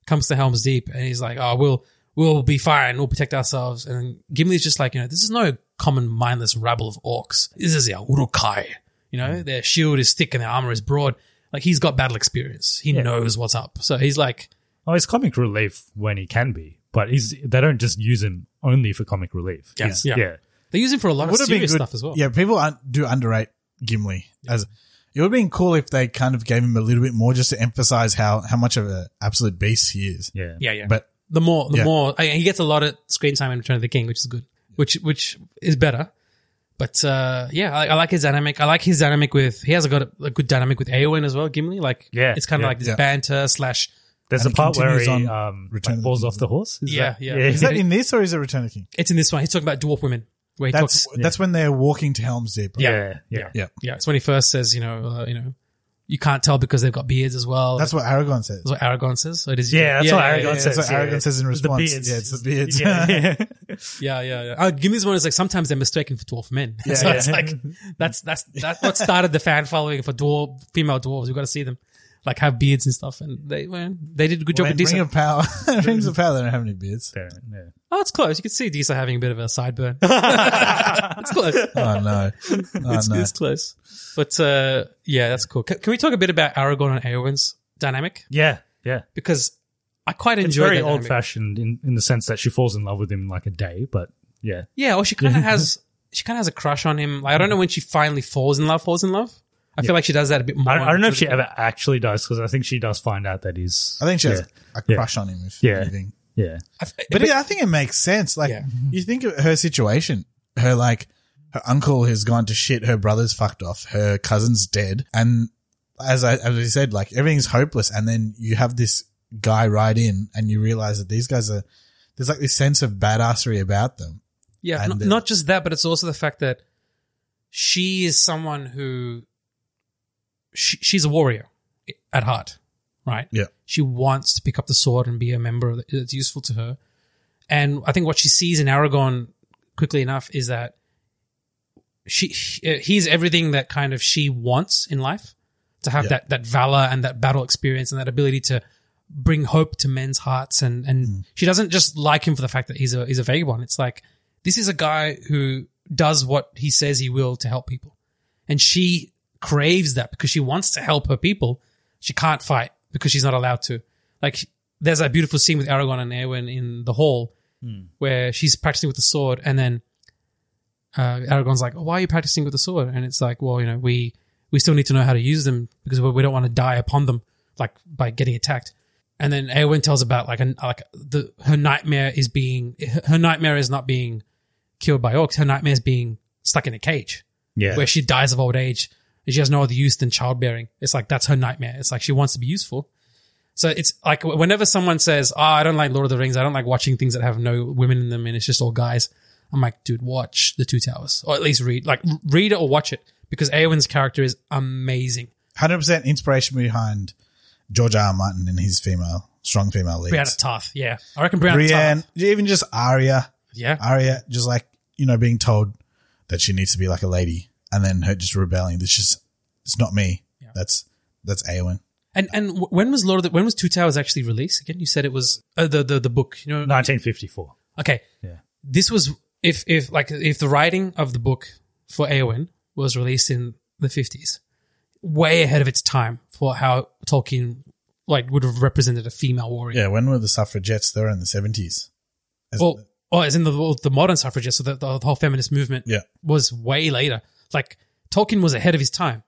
Speaker 4: comes to Helm's Deep and he's like, "Oh, we'll we'll be fine. We'll protect ourselves." And Gimli's just like, you know, this is no common mindless rabble of orcs. This is the Urukai. You know,
Speaker 2: Mm.
Speaker 4: their shield is thick and their armor is broad. Like he's got battle experience. He knows what's up. So he's like,
Speaker 3: Oh, he's comic relief when he can be, but he's they don't just use him only for comic relief.
Speaker 4: Yeah,
Speaker 3: He's-
Speaker 4: yeah. they use him for a lot of
Speaker 2: Would've been
Speaker 4: serious
Speaker 2: good-
Speaker 4: stuff as well.
Speaker 2: Yeah, people un- do underrate Gimli as it would have been cool if they kind of gave him a little bit more just to emphasize how how much of an absolute beast he is.
Speaker 3: yeah,
Speaker 4: yeah, yeah.
Speaker 2: But
Speaker 4: the more the
Speaker 2: Yeah.
Speaker 4: more I, he gets a lot of screen time in Return of the King, which is good, which which is better. But uh, yeah, I, I like his dynamic. I like his dynamic with he has got a, a good dynamic with Aowen as well. Gimli, like
Speaker 3: Yeah,
Speaker 4: it's kind of
Speaker 3: yeah.
Speaker 4: like this
Speaker 2: Yeah.
Speaker 4: banter slash
Speaker 3: There's a
Speaker 2: And it
Speaker 3: part where he
Speaker 2: continues on
Speaker 3: um,
Speaker 2: Return of the
Speaker 3: falls
Speaker 2: King.
Speaker 3: off the horse. Is
Speaker 4: Yeah,
Speaker 3: that-
Speaker 4: yeah.
Speaker 2: is that in this or is it Return of the King?
Speaker 4: It's in this one. He's talking about dwarf women. Where he
Speaker 2: That's
Speaker 4: talks,
Speaker 2: that's when they're walking to Helm's Deep. right?
Speaker 3: yeah,
Speaker 4: Yeah.
Speaker 3: yeah, yeah.
Speaker 2: yeah.
Speaker 4: yeah, it's when he first says, you know, uh, you know, you can't tell because they've got beards as well.
Speaker 2: That's what Aragon says.
Speaker 4: that's what Aragorn says. So it is,
Speaker 3: Yeah, that's what Aragorn
Speaker 4: yeah,
Speaker 3: says.
Speaker 2: that's what
Speaker 3: yeah.
Speaker 2: Aragorn says in
Speaker 3: The
Speaker 2: response.
Speaker 3: beards.
Speaker 2: Yeah, it's the beards.
Speaker 3: Yeah, yeah.
Speaker 4: Yeah, yeah, yeah. Uh, Gimli's one is like sometimes they're mistaken for dwarf men.
Speaker 2: Yeah,
Speaker 4: so it's
Speaker 3: yeah.
Speaker 4: like that's that's that's what started the fan following for dwarf female dwarves. We've got to see them like have beards and stuff, and they well, they did a good job
Speaker 2: Well,
Speaker 4: with
Speaker 2: in Ring
Speaker 4: Disa.
Speaker 2: of Power, Rings of Power, they don't have any beards.
Speaker 3: There, yeah.
Speaker 4: oh, it's close. You can see Disa having a bit of a sideburn. it's close.
Speaker 2: Oh no, oh
Speaker 4: it's,
Speaker 2: no.
Speaker 4: it's close. But uh, yeah, that's cool. Can, can we talk a bit about Aragorn and Eowyn's dynamic?
Speaker 3: yeah, yeah.
Speaker 4: Because I quite
Speaker 3: It's
Speaker 4: enjoy
Speaker 3: very
Speaker 4: that dynamic.
Speaker 3: old fashioned in, in the sense that she falls in love with him in like a day, but yeah,
Speaker 4: Yeah, or she kind of has. she kind of has a crush on him. Like I don't know when she finally falls in love. Falls in love. I feel like she does that a bit more.
Speaker 3: I, I don't know if she ever actually does because I think she does find out that he's.
Speaker 2: I think she has
Speaker 3: Yeah.
Speaker 2: a crush on him, if
Speaker 3: Yeah.
Speaker 2: anything.
Speaker 3: Yeah.
Speaker 2: But, Mm-hmm. yeah, I think it makes sense. Like you think of her situation, her like her uncle has gone to shit, her brother's fucked off, her cousin's dead, and as I as we said, like everything's hopeless. And then you have this guy ride in, and you realize that these guys are there's like this sense of badassery about them.
Speaker 4: Yeah,
Speaker 2: And
Speaker 4: not,
Speaker 2: the-
Speaker 4: not just that, but it's also the fact that she is someone who she, she's a warrior at heart, right?
Speaker 2: Yeah.
Speaker 4: She wants to pick up the sword and be a member of the, that's useful to her. And I think what she sees in Aragon quickly enough is that she he- uh, he's everything that kind of she wants in life to have
Speaker 3: Yeah.
Speaker 4: that that valor and that battle experience and that ability to bring hope to men's hearts and and she doesn't just like him for the fact that he's a he's a vagabond it's like this is a guy who does what he says he will to help people and she craves that because she wants to help her people she can't fight because she's not allowed to like there's that beautiful scene with Aragorn and Eowyn in the hall
Speaker 3: Hmm.
Speaker 4: where she's practicing with the sword and then uh, Aragorn's like, "Why are you practicing with the sword?" And it's like, "Well, you know, we we still need to know how to use them because we, we don't want to die upon them, like by getting attacked." And then Eowyn tells about like an like the her nightmare is being her- her nightmare is not being killed by orcs. Her nightmare is being stuck in a cage,
Speaker 3: Yeah.
Speaker 4: where she dies of old age and she has no other use than childbearing. It's like that's her nightmare. It's like she wants to be useful. So it's like wh- whenever someone says, "Oh, I don't like Lord of the Rings. I don't like watching things that have no women in them and it's just all guys." I'm like, "Dude, watch The Two Towers or at least read like r- read it or watch it because Eowyn's character is amazing.
Speaker 2: Hundred percent inspiration behind George R. R. Martin and his female strong female leads.
Speaker 4: Brianna Tarth, yeah. I reckon Brianna Tarth.
Speaker 2: Brienne, even just Arya.
Speaker 4: Yeah.
Speaker 2: Arya, just like, you know, being told that she needs to be like a lady and then her just rebelling. This just, it's not me. That's, that's Aowen.
Speaker 4: And and wh- when was Lord of the when was Two Towers actually released again? You said it was uh, the the the book, you know,
Speaker 3: 1954.
Speaker 4: Okay.
Speaker 3: Yeah.
Speaker 4: This was if if like if the writing of the book for Eowyn was released in the 50s, way ahead of its time for how Tolkien like would have represented a female warrior.
Speaker 2: Yeah. When were the suffragettes? They were in the 70s. As-
Speaker 4: well, oh, as in the the modern suffragettes, so the, the whole feminist movement
Speaker 2: Yeah.
Speaker 4: was way later. Like Tolkien was ahead of his time.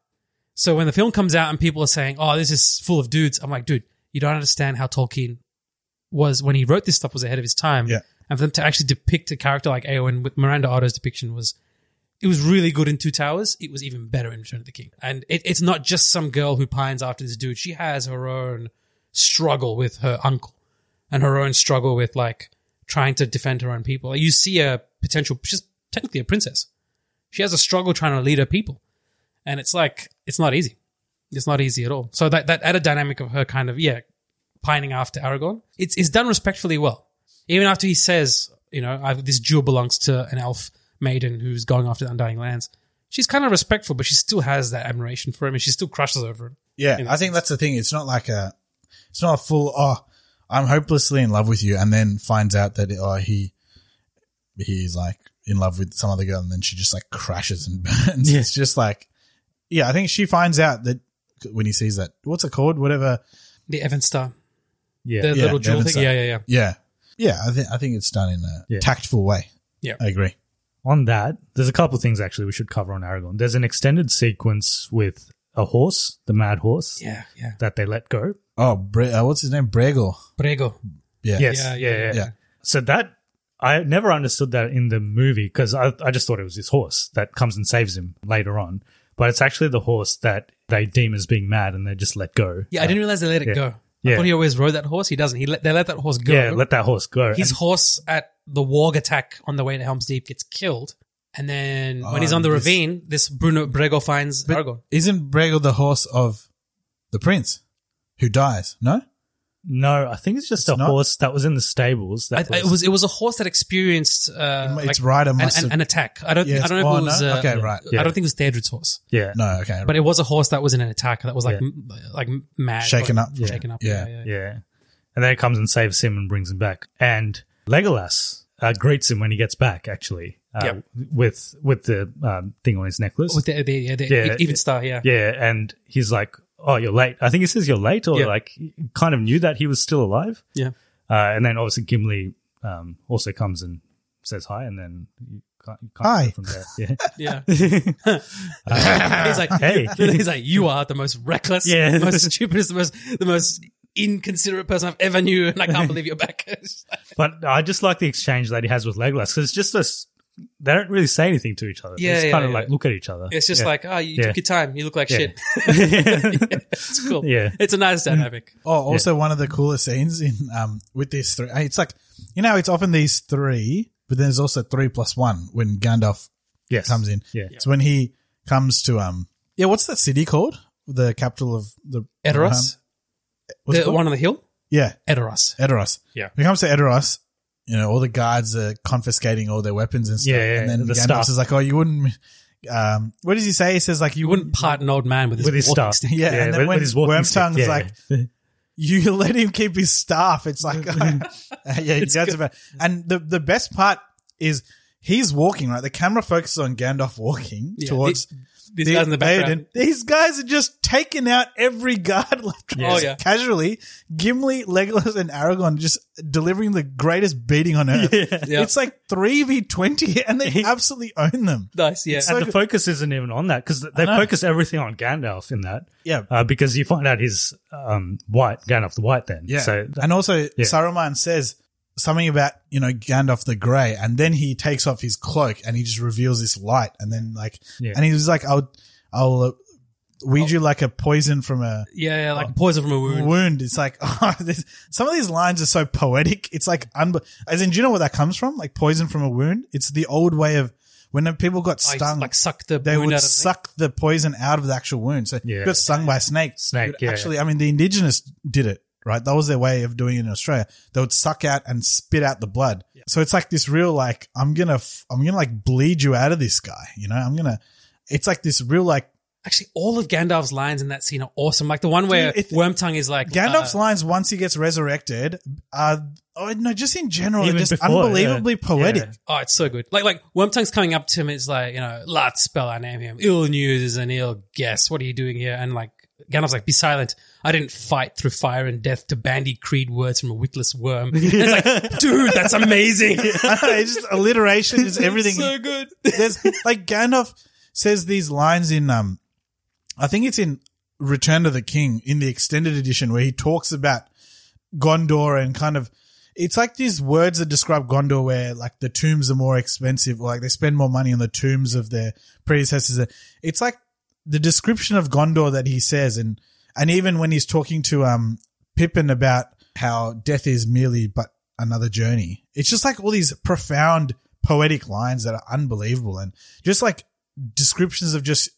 Speaker 4: So when the film comes out and people are saying, "Oh, this is full of dudes," I'm like, "Dude, you don't understand how Tolkien was when he wrote this stuff was ahead of his time."
Speaker 2: Yeah.
Speaker 4: And for them to actually depict a character like Eowyn with Miranda Otto's depiction was, it was really good in Two Towers. It was even better in Return of the King. And it, it's not just some girl who pines after this dude. She has her own struggle with her uncle and her own struggle with like trying to defend her own people. Like, you see a potential, she's technically a princess. She has a struggle trying to lead her people. And it's like, it's not easy. It's not easy at all. So that, that added dynamic of her kind of, yeah, pining after Aragorn, it's, it's done respectfully well. Even after he says, you know, I've, this jewel belongs to an elf maiden who's going after the Undying Lands. She's kind of respectful, but she still has that admiration for him and she still crushes over him.
Speaker 2: Yeah, I think that's the thing. It's not like a, it's not a full. Oh, I'm hopelessly in love with you, and then finds out that oh he, he's like in love with some other girl, and then she just like crashes and burns. It's just like, yeah, I think she finds out that when he sees that, what's it called? Whatever.
Speaker 4: The Evan Star.
Speaker 3: Yeah,
Speaker 4: The little jewel
Speaker 2: Devon's
Speaker 4: thing.
Speaker 2: like-
Speaker 4: Yeah, yeah, yeah.
Speaker 2: yeah, yeah. I think I think it's done in a
Speaker 3: Yeah.
Speaker 2: tactful way.
Speaker 4: Yeah.
Speaker 2: I agree.
Speaker 3: On that, there's a couple of things actually we should cover on Aragon. There's an extended sequence with a horse, the mad horse.
Speaker 4: Yeah, yeah.
Speaker 3: That they let go.
Speaker 2: Oh, Bre- uh, what's his name? Bregor.
Speaker 4: Brego.
Speaker 2: Yeah.
Speaker 3: Yes.
Speaker 4: Yeah,
Speaker 3: Yeah,
Speaker 4: yeah,
Speaker 3: yeah,
Speaker 4: yeah. Yeah.
Speaker 3: So that I never understood that in the movie because I, I just thought it was this horse that comes and saves him later on, but it's actually the horse that they deem as being mad and they just let go.
Speaker 4: Yeah, I didn't realize they let it
Speaker 3: Yeah.
Speaker 4: go. I
Speaker 3: Yeah.
Speaker 4: thought he always rode that horse. He doesn't. He let, they let that horse go.
Speaker 3: Uh, Yeah, let that horse go.
Speaker 4: His
Speaker 3: And-
Speaker 4: horse at the Warg attack on the way to Helm's Deep gets killed. And then when he's
Speaker 2: Oh,
Speaker 4: on the
Speaker 2: this-
Speaker 4: ravine, this Bruno Brego finds Aragorn.
Speaker 2: Isn't Bregor the horse of the prince who dies? No.
Speaker 3: no, I think it's just a
Speaker 2: not?
Speaker 3: horse that was in the stables.
Speaker 4: I,
Speaker 3: That
Speaker 4: I- it was it was a horse that experienced uh,
Speaker 2: It's
Speaker 4: like
Speaker 2: rider
Speaker 4: an,
Speaker 2: must
Speaker 4: an-
Speaker 2: have-
Speaker 4: an attack. I don't
Speaker 2: Yes.
Speaker 4: I don't know if
Speaker 2: Oh,
Speaker 4: it was
Speaker 2: no?
Speaker 4: uh,
Speaker 2: Okay, right.
Speaker 4: I
Speaker 2: Yeah.
Speaker 4: don't think it was Theodred's horse,
Speaker 3: yeah.
Speaker 2: No. Okay.
Speaker 4: but it was a horse that was in an attack that was like
Speaker 3: Yeah.
Speaker 4: m- like mad,
Speaker 2: Shaken
Speaker 4: like,
Speaker 2: up. Yeah.
Speaker 4: shaken up.
Speaker 2: Yeah.
Speaker 4: yeah, yeah.
Speaker 3: Yeah. And then it comes and saves him and brings him back. And Legolas uh, greets him when he gets back, actually, uh,
Speaker 4: Yep.
Speaker 3: with with the um, thing on his necklace.
Speaker 4: With the, the, yeah, the even star, yeah,
Speaker 3: Yeah. And he's like, oh, you're late. I think he says you're late or
Speaker 4: Yeah.
Speaker 3: like kind of knew that he was still alive.
Speaker 4: Yeah.
Speaker 3: Uh, and then obviously Gimli um, also comes and says hi. And then can't, you can't
Speaker 2: Hi.
Speaker 3: go from there. Yeah.
Speaker 4: Yeah.
Speaker 3: Uh,
Speaker 4: he's like,
Speaker 3: hey.
Speaker 4: He's like, you are the most reckless,
Speaker 3: Yeah.
Speaker 4: most stupidest, the most, the most inconsiderate person I've ever knew, and I can't believe you're back. It's like-
Speaker 3: But I just like the exchange that he has with Legolas because it's just this. They don't really say anything to each other.
Speaker 4: Yeah,
Speaker 3: they just
Speaker 4: yeah,
Speaker 3: kind of
Speaker 4: yeah.
Speaker 3: like look at each other.
Speaker 4: it's just
Speaker 3: Yeah.
Speaker 4: like, oh, you
Speaker 3: Yeah.
Speaker 4: took your time. You look like
Speaker 3: Yeah.
Speaker 4: shit. Yeah, it's cool.
Speaker 3: Yeah.
Speaker 4: It's a nice dynamic.
Speaker 2: Oh, also one of the coolest scenes in um with these three. It's like you know, it's often these three, but then there's also three plus one when Gandalf
Speaker 3: Yes.
Speaker 2: comes in.
Speaker 3: Yeah.
Speaker 2: So when he comes to um yeah, what's that city called? The capital of the
Speaker 4: Edoras?
Speaker 2: Uh-huh. What's it
Speaker 4: the
Speaker 2: called?
Speaker 4: one on the hill?
Speaker 2: Yeah,
Speaker 4: Edoras.
Speaker 2: Edoras.
Speaker 4: Yeah.
Speaker 2: When it comes to Edoras, you know, all the guards are confiscating all their weapons and stuff.
Speaker 3: Yeah, yeah,
Speaker 2: and then
Speaker 3: the
Speaker 2: Gandalf
Speaker 3: stuff.
Speaker 2: is like, "Oh, you wouldn't." Um, what does he say? He says like, "You,
Speaker 4: You wouldn't part an old man with his,
Speaker 3: With his
Speaker 4: walking
Speaker 3: staff.
Speaker 4: stick.
Speaker 2: Yeah,
Speaker 3: Yeah,
Speaker 2: and then
Speaker 3: with-
Speaker 2: when
Speaker 3: with his walking stick,
Speaker 2: Wormtongue's
Speaker 3: yeah.
Speaker 2: like, you let him keep his staff. It's like, uh, yeah,
Speaker 3: It's
Speaker 2: that's
Speaker 3: good.
Speaker 2: about. And the the best part is he's walking. Right, the camera focuses on Gandalf walking
Speaker 4: Yeah,
Speaker 2: towards.
Speaker 4: the- these guys in the
Speaker 2: they
Speaker 4: background.
Speaker 2: didn't- These guys are just taking out every guard left
Speaker 4: Yeah.
Speaker 2: just
Speaker 4: Oh, yeah.
Speaker 2: casually. Gimli, Legolas, and Aragorn just delivering the greatest beating on earth.
Speaker 4: Yeah.
Speaker 2: It's like 3v20, and they absolutely own them.
Speaker 4: Nice, yeah.
Speaker 2: It's so
Speaker 3: and the
Speaker 2: good.
Speaker 3: focus isn't even on that because they
Speaker 2: know.
Speaker 3: focus everything on Gandalf in that.
Speaker 2: Yeah.
Speaker 3: Uh, because you find out he's um, white, Gandalf the White then.
Speaker 2: Yeah.
Speaker 3: So
Speaker 2: and also,
Speaker 3: Yeah.
Speaker 2: Saruman says something about, you know, Gandalf the Grey, and then he takes off his cloak and he just reveals this light. And then, like,
Speaker 3: Yeah.
Speaker 2: and he was like, I'll, I'll uh,
Speaker 4: Oh.
Speaker 2: weed you like a poison from a
Speaker 4: Yeah, yeah, like poison from a wound.
Speaker 2: wound. It's like, oh, this, some of these lines are so poetic. It's like, unbe- as in, do you know where that comes from? Like, poison from a wound? It's the old way of when people got
Speaker 4: I
Speaker 2: stung.
Speaker 4: like suck the
Speaker 2: they
Speaker 4: wound
Speaker 2: would
Speaker 4: out of the thing.
Speaker 2: suck the poison out of the actual wound. So
Speaker 3: Yeah.
Speaker 2: you got stung by a snake.
Speaker 3: Snake,
Speaker 2: You'd
Speaker 3: yeah.
Speaker 2: Actually, I mean, the indigenous did it, right? That was their way of doing it in Australia. They would suck out and spit out the blood. So it's like this real, like, I'm going to, f- I'm going to like bleed you out of this guy. You know, I'm going to, it's like this real, like,
Speaker 4: Actually, all of Gandalf's lines in that scene are awesome. Like the one where
Speaker 2: Dude, it-
Speaker 4: Wormtongue is like
Speaker 2: Gandalf's
Speaker 4: uh,
Speaker 2: lines once he gets resurrected are, oh, no, just in general,
Speaker 3: Even
Speaker 2: they're just
Speaker 3: before,
Speaker 2: unbelievably
Speaker 3: yeah.
Speaker 2: poetic.
Speaker 3: Yeah.
Speaker 4: Oh, it's so good. Like, like Wormtongue's coming up to him. It's like, you know, let's spell our name him. Ill news is an ill guess. What are you doing here? And like, Gandalf's like, be silent. I didn't fight through fire and death to bandy creed words from a witless worm. And it's like, dude, that's amazing.
Speaker 2: it's just alliteration, just everything.
Speaker 4: so good.
Speaker 2: there's like Gandalf says these lines in um I think it's in Return to the King in the extended edition where he talks about Gondor and kind of it's like these words that describe Gondor where like the tombs are more expensive or like they spend more money on the tombs of their predecessors. It's like the description of Gondor that he says and and even when he's talking to um Pippin about how death is merely but another journey. It's just like all these profound poetic lines that are unbelievable and just like descriptions of just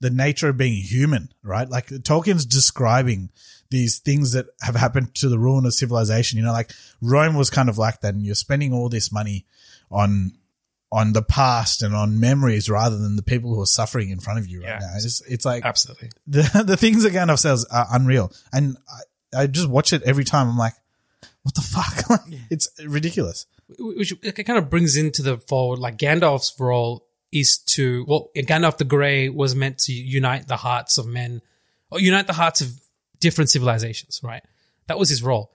Speaker 2: the nature of being human, right? Like Tolkien's describing these things that have happened to the ruin of civilization. You know, like Rome was kind of like that, and you're spending all this money on on the past and on memories rather than the people who are suffering in front of you right
Speaker 4: Yeah.
Speaker 2: now. It's, just, it's like
Speaker 4: Absolutely.
Speaker 2: the the things that Gandalf says are unreal, and I, I just watch it every time. I'm like, what the fuck? Like, It's ridiculous.
Speaker 4: which it kind of brings into the fold like Gandalf's role is to well Gandalf the Grey was meant to unite the hearts of men or unite the hearts of different civilizations, right? That was his role.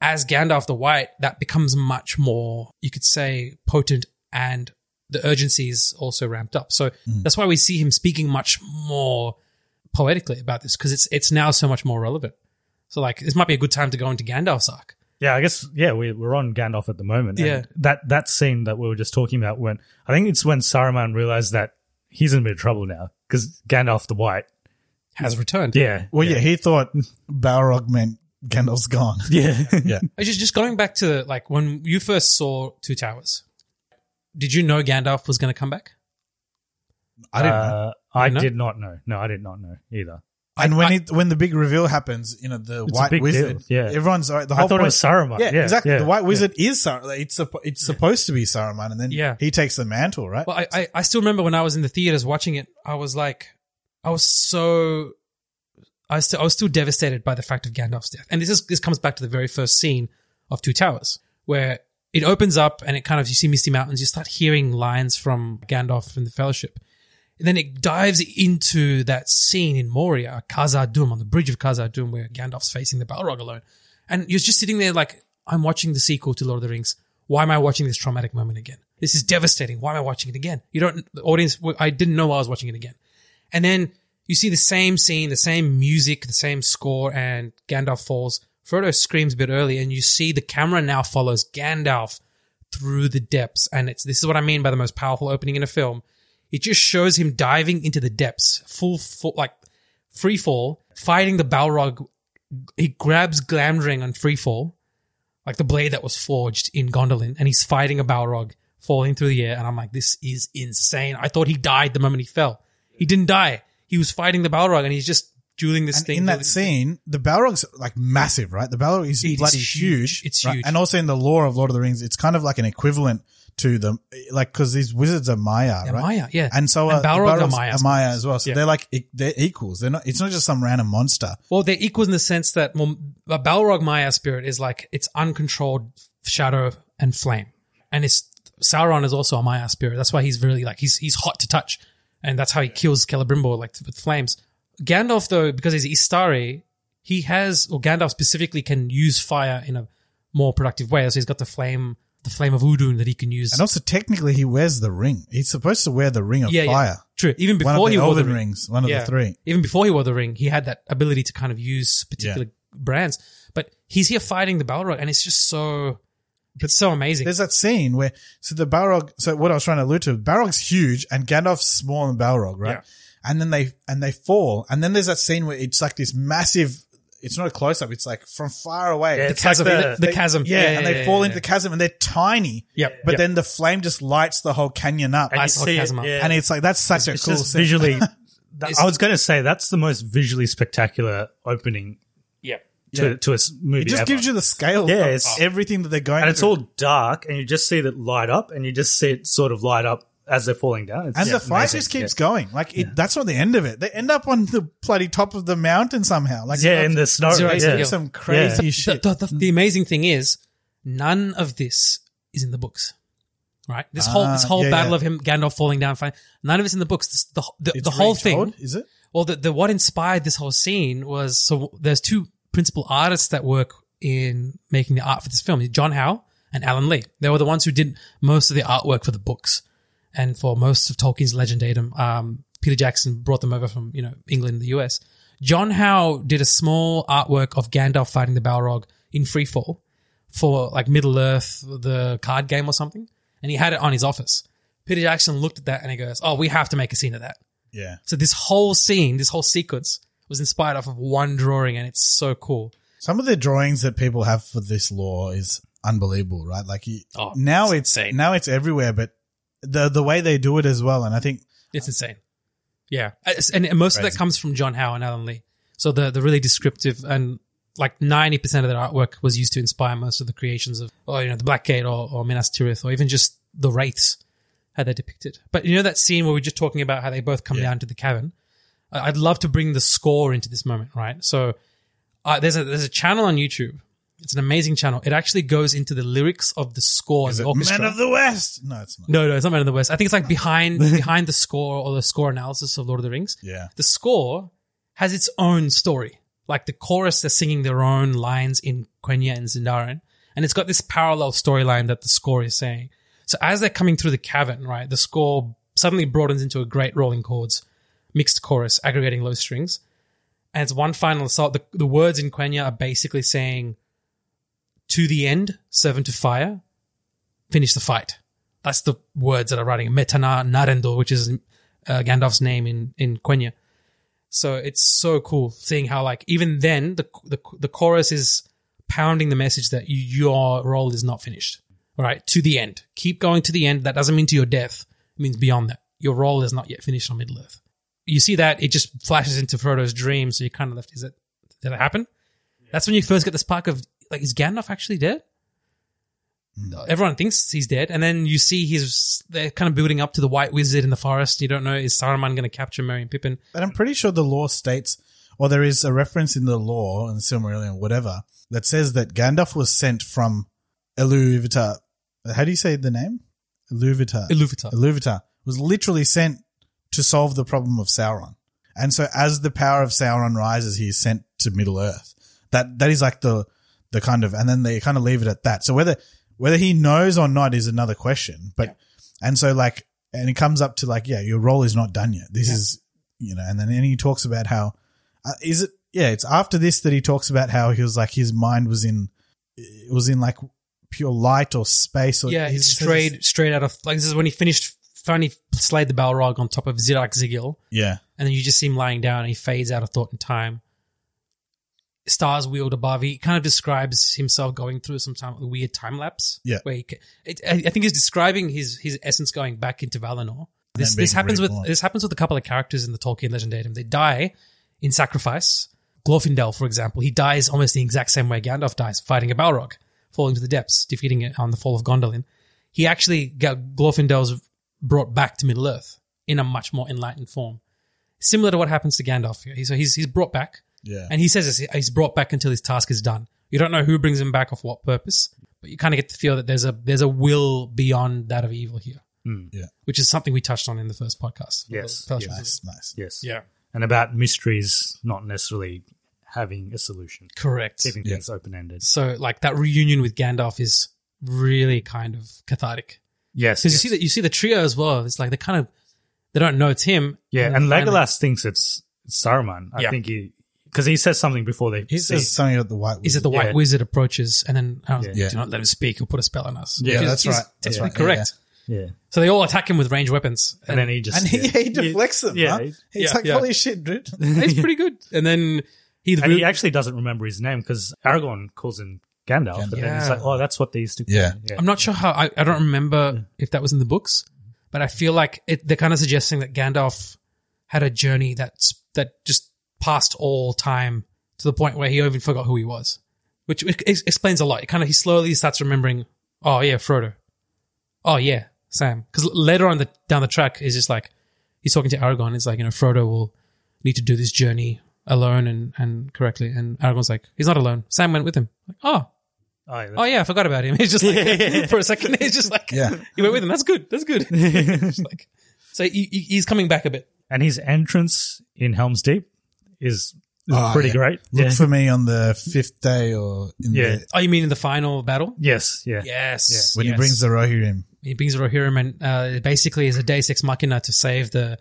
Speaker 4: As Gandalf the White, that becomes much more, you could say, potent and the urgency is also ramped up. So that's why we see him speaking much more poetically about this because it's it's now so much more relevant. So like this might be a good time to go into Gandalf's arc.
Speaker 3: Yeah, I guess yeah, we we're on Gandalf at the moment. and
Speaker 4: Yeah.
Speaker 3: that that scene that we were just talking about when I think it's when Saruman realized that he's in a bit of trouble now because Gandalf the White.
Speaker 4: Has returned.
Speaker 3: Yeah,
Speaker 2: Well, yeah, he thought Balrog meant Gandalf's gone.
Speaker 3: yeah,
Speaker 2: yeah.
Speaker 4: I Just, just going back to like when you first saw Two Towers, did you know Gandalf was going to come back?
Speaker 2: I didn't know.
Speaker 3: Uh, I
Speaker 4: Didn't know?
Speaker 3: did not know. No, I did not know either.
Speaker 2: And when it, when the big reveal happens, you know the
Speaker 3: It's a
Speaker 2: White
Speaker 3: big
Speaker 2: Wizard.
Speaker 3: deal, yeah.
Speaker 2: everyone's all right. The
Speaker 3: I
Speaker 2: whole
Speaker 3: thought it
Speaker 2: point-
Speaker 3: was Saruman.
Speaker 2: Yeah,
Speaker 3: Yeah,
Speaker 2: exactly.
Speaker 3: yeah,
Speaker 2: the White
Speaker 3: yeah.
Speaker 2: Wizard is Saruman. It's suppo- it's supposed to be Saruman, and then
Speaker 4: Yeah.
Speaker 2: he takes the mantle, right?
Speaker 4: Well, I, I, I still remember when I was in the theaters watching it, I was like, I was so, I was, still, I was still devastated by the fact of Gandalf's death. And this is, this comes back to the very first scene of Two Towers, where it opens up and it kind of, you see Misty Mountains, you start hearing lines from Gandalf and the Fellowship. And then it dives into that scene in Moria, Khazad Dûm, on the bridge of Khazad Dûm, where Gandalf's facing the Balrog alone. And you're just sitting there like, I'm watching the sequel to Lord of the Rings. Why am I watching this traumatic moment again? This is devastating. Why am I watching it again? You don't, the audience, I didn't know I was watching it again. And then you see the same scene, the same music, the same score, and Gandalf falls. Frodo screams a bit early, and you see the camera now follows Gandalf through the depths. And it's this is what I mean by the most powerful opening in a film. It just shows him diving into the depths, full, full like free fall, fighting the Balrog. He grabs Glamdring on free fall, like the blade that was forged in Gondolin, and he's fighting a Balrog falling through the air. And I'm like, this is insane. I thought he died the moment he fell. He didn't die. He was fighting the Balrog, and he's just dueling this
Speaker 2: And
Speaker 4: thing.
Speaker 2: in
Speaker 4: dueling
Speaker 2: that
Speaker 4: this
Speaker 2: scene, the Balrog's like massive, right? The Balrog is
Speaker 4: It is
Speaker 2: bloody
Speaker 4: huge.
Speaker 2: huge.
Speaker 4: It's
Speaker 2: right?
Speaker 4: huge.
Speaker 2: And also in the lore of Lord of the Rings, it's kind of like an equivalent to them, like because these wizards are Maya,
Speaker 4: Yeah,
Speaker 2: right?
Speaker 4: Maya, yeah.
Speaker 2: And so
Speaker 4: And
Speaker 2: uh, the
Speaker 4: Balrog are
Speaker 2: Balrogs
Speaker 4: Maya,
Speaker 2: are Maya as well. So
Speaker 4: Yeah.
Speaker 2: they're like e- they're equals. They're not. It's not just some random monster.
Speaker 4: Well, they're equals in the sense that well, a Balrog Maya spirit is like it's uncontrolled shadow and flame, and it's Sauron is also a Maya spirit. That's why he's really like he's he's hot to touch, and that's how he kills Celebrimbor like with flames. Gandalf though, because he's Istari, he has or Gandalf specifically can use fire in a more productive way. So he's got the flame, the flame of Udun that he can use.
Speaker 2: And also technically, he wears the ring. He's supposed to wear the ring of
Speaker 4: Yeah, yeah.
Speaker 2: fire.
Speaker 4: True. Even before
Speaker 2: One of the
Speaker 4: he wore the
Speaker 2: Elven
Speaker 4: ring.
Speaker 2: rings, one of the three.
Speaker 4: Even before he wore the ring, he had that ability to kind of use particular brands. But he's here fighting the Balrog, and it's just so it's so amazing.
Speaker 2: There's that scene where so the Balrog. So what I was trying to allude to, Balrog's huge and Gandalf's small than Balrog, right?
Speaker 4: Yeah.
Speaker 2: And then they and they fall, and then there's that scene where it's like this massive. It's not a close up. It's like from far away.
Speaker 4: Yeah,
Speaker 2: It's
Speaker 4: the chasm,
Speaker 2: like
Speaker 4: the- the chasm.
Speaker 2: Yeah,
Speaker 4: Yeah,
Speaker 2: and
Speaker 4: yeah,
Speaker 2: they
Speaker 4: yeah,
Speaker 2: fall
Speaker 4: yeah,
Speaker 2: into
Speaker 4: yeah.
Speaker 2: the chasm, and they're tiny.
Speaker 4: Yep.
Speaker 2: But
Speaker 4: Yep.
Speaker 2: then the flame just lights the whole canyon up.
Speaker 4: And you see it, yeah.
Speaker 2: and it's like that's such a
Speaker 3: it's
Speaker 2: cool
Speaker 3: just
Speaker 2: scene.
Speaker 3: visually.
Speaker 4: It's-
Speaker 3: I was going to say that's the most visually spectacular opening
Speaker 4: yeah.
Speaker 3: to
Speaker 2: Yeah.
Speaker 3: to a s- movie.
Speaker 2: It just
Speaker 3: ever.
Speaker 2: gives you the scale.
Speaker 3: Yeah,
Speaker 2: of
Speaker 3: it's-
Speaker 2: everything that they're going.
Speaker 3: and it's
Speaker 2: through.
Speaker 3: all dark, and you just see that light up, and you just see it sort of light up as they're falling down. It's
Speaker 2: And the fight
Speaker 3: amazing.
Speaker 2: just keeps
Speaker 3: Yeah.
Speaker 2: going. Like it, that's not the end of it. They end up on the bloody top of the mountain somehow. Like
Speaker 3: Yeah, in the snow.
Speaker 2: They
Speaker 3: Yeah.
Speaker 2: do some crazy
Speaker 4: The-
Speaker 2: shit.
Speaker 4: The, the- the amazing thing is, none of this is in the books. Right, this whole this
Speaker 2: Ah,
Speaker 4: whole
Speaker 2: yeah,
Speaker 4: battle
Speaker 2: yeah.
Speaker 4: of him Gandalf falling down, fine. None of it's in the books. This, the the,
Speaker 2: It's
Speaker 4: the whole
Speaker 2: retold,
Speaker 4: thing
Speaker 2: is it?
Speaker 4: Well, the, the what inspired this whole scene was so there's two principal artists that work in making the art for this film: John Howe and Alan Lee. They were the ones who did most of the artwork for the books and for most of Tolkien's legendatum. Um, Peter Jackson brought them over from you know England, and the US. John Howe did a small artwork of Gandalf fighting the Balrog in free fall for like Middle Earth, the card game or something, and he had it on his office. Peter Jackson looked at that and he goes, "Oh, we have to make a scene of that."
Speaker 2: Yeah.
Speaker 4: So this whole scene, this whole sequence was inspired off of one drawing and it's so cool.
Speaker 2: Some of the drawings that people have for this law is unbelievable, right? Like you,
Speaker 4: Oh,
Speaker 2: now
Speaker 4: it's
Speaker 2: it's
Speaker 4: insane.
Speaker 2: now it's everywhere, but the the way they do it as well, and I think
Speaker 4: It's insane. Yeah. It's- And most of that
Speaker 2: Crazy.
Speaker 4: comes from John Howe and Alan Lee. So the, the really descriptive and like 90% of that artwork was used to inspire most of the creations of, oh, you know, the Black Gate or, or Minas Tirith or even just the Wraiths, how they're depicted. But you know that scene where we are just talking about how they both come down to the cavern? I- I'd love to bring the score into this moment, right? So uh, there's a there's a channel on YouTube. It's an amazing channel. It actually goes into the lyrics of the score
Speaker 2: is
Speaker 4: and
Speaker 2: it
Speaker 4: the orchestra.
Speaker 2: Men of the West? No, it's not.
Speaker 4: No, no, it's not Man of the West. I think it's like behind behind the score or the score analysis of Lord of the Rings.
Speaker 2: Yeah.
Speaker 4: The score has its own story. Like the chorus, they're singing their own lines in Quenya and Sindarin. And it's got this parallel storyline that the score is saying. So as they're coming through the cavern, right, the score suddenly broadens into a great rolling chords, mixed chorus, aggregating low strings. And it's one final assault. The, the words in Quenya are basically saying, to the end, servant to fire, finish the fight. That's the words that are writing. Metana Narendor, which is uh, Gandalf's name in in Quenya. So it's so cool seeing how like even then the the the chorus is pounding the message that you, your role is not finished. All right, to the end. Keep going to the end. That doesn't mean to your death. It means beyond that. Your role is not yet finished on Middle Earth. You see that it just flashes into Frodo's dream. So you're kind of left. Is it? Did it happen? That's when you first get the spark of like, is Gandalf actually dead? everyone thinks he's dead, and then you see he's they're kind of building up to the White Wizard in the forest. You don't know is Saruman going to capture Merry and Pippin?
Speaker 2: And I'm pretty sure the law states, or there is a reference in the law in Silmarillion, whatever, that says that Gandalf was sent from Iluvatar. How do you say the name? Iluvatar.
Speaker 4: Iluvatar.
Speaker 2: Iluvatar was literally sent to solve the problem of Sauron. And so, as the power of Sauron rises, he is sent to Middle Earth. That that is like the the kind of, and then they kind of leave it at that. So whether whether he knows or not is another question. But And so like, and it comes up to like, yeah, your role is not done yet. This is, you know, and then and he talks about how, uh, is it? Yeah, it's after this that he talks about how he was like his mind was in, it was in like pure light or space or
Speaker 4: yeah,
Speaker 2: he
Speaker 4: he's
Speaker 2: says-
Speaker 4: straight straight out of like this is when he finished finally slayed the Balrog on top of Zidak Zigil,
Speaker 2: Yeah,
Speaker 4: and then you just see him lying down and he fades out of thought and time. Stars wheeled above. He kind of describes himself going through some time, weird time lapse.
Speaker 2: Yeah.
Speaker 4: where he, ca- it, I I think he's describing his his essence going back into Valinor.
Speaker 2: And
Speaker 4: This
Speaker 2: then
Speaker 4: this
Speaker 2: being
Speaker 4: happens with
Speaker 2: reborn.
Speaker 4: this happens with a couple of characters in the Tolkien Legendatum. They die in sacrifice. Glorfindel, for example, he dies almost the exact same way Gandalf dies, fighting a Balrog, falling to the depths, defeating it on the fall of Gondolin. He actually got Glorfindel's brought back to Middle Earth in a much more enlightened form, similar to what happens to Gandalf. here. He- So he's he's brought back,
Speaker 2: Yeah.
Speaker 4: and he says this, he's brought back until his task is done. You don't know who brings him back or for what purpose, but you kind of get the feel that there's a there's a will beyond that of evil here,
Speaker 2: yeah.
Speaker 4: which is something we touched on in the first podcast.
Speaker 3: Hmm, Yes.
Speaker 4: The first
Speaker 3: yes.
Speaker 4: episode.
Speaker 3: Yes.
Speaker 4: Yeah.
Speaker 3: And about mysteries not necessarily having a solution.
Speaker 4: Correct.
Speaker 3: Keeping
Speaker 4: Yeah.
Speaker 3: things open ended.
Speaker 4: So like that reunion with Gandalf is really kind of cathartic.
Speaker 3: Yes,
Speaker 4: because
Speaker 3: yes.
Speaker 4: you see that you see the trio as well. It's like they kind of they don't know it's him.
Speaker 3: Yeah, and
Speaker 4: then-
Speaker 3: Legolas thinks it's it's Saruman. I
Speaker 4: Yeah.
Speaker 3: think he because he says something before they.
Speaker 4: He
Speaker 3: see
Speaker 2: says something about the white.
Speaker 4: is it the White
Speaker 3: Yeah.
Speaker 4: Wizard approaches and then uh,
Speaker 3: Yeah.
Speaker 4: do not let him speak. He'll put a spell on us.
Speaker 2: Yeah,
Speaker 4: Which is-
Speaker 2: that's
Speaker 4: is-
Speaker 2: right.
Speaker 4: That's
Speaker 2: Yeah,
Speaker 4: right.
Speaker 2: yeah,
Speaker 4: Correct.
Speaker 3: Yeah.
Speaker 4: So they all attack him with ranged weapons,
Speaker 3: And then he just-
Speaker 2: And he,
Speaker 3: Yeah.
Speaker 2: he deflects them.
Speaker 3: Yeah.
Speaker 2: huh? He's like, holy shit, dude.
Speaker 4: He's pretty good. And then he
Speaker 3: and he actually doesn't remember his name because Aragorn calls him Gandalf, and then
Speaker 4: Yeah.
Speaker 3: he's like, "Oh, that's what they used to." call
Speaker 2: Yeah.
Speaker 3: me."
Speaker 4: I'm not sure how I, I don't remember if that was in the books, but I feel like it, they're kind of suggesting that Gandalf had a journey that's that just passed all time to the point where he even forgot who he was, which ex- explains a lot. It kind of he slowly starts remembering. Oh yeah, Frodo. Oh yeah, Sam. Because later on the down the track is just like he's talking to Aragorn. It's like you know Frodo will need to do this journey alone and and correctly. And Aragorn's like he's not alone. Sam went with him. Like oh
Speaker 3: Oh, yeah,
Speaker 4: Oh yeah, I forgot about him. It's just like for a second, it's just like
Speaker 2: Yeah.
Speaker 4: you went with him. That's good. That's good. It's like so, he, he- he's coming back a bit.
Speaker 3: and his entrance in Helm's Deep is, is
Speaker 2: Oh,
Speaker 3: pretty
Speaker 2: yeah.
Speaker 3: great.
Speaker 2: Look
Speaker 3: yeah.
Speaker 2: for me on the fifth day or in
Speaker 3: Yeah.
Speaker 2: the,
Speaker 4: Oh, you mean in the final battle?
Speaker 3: Yes. Yeah.
Speaker 4: Yes.
Speaker 2: when
Speaker 4: yes.
Speaker 2: he brings the Rohirrim.
Speaker 4: he brings Rohirrim and uh, basically is a Deus Ex Machina to save the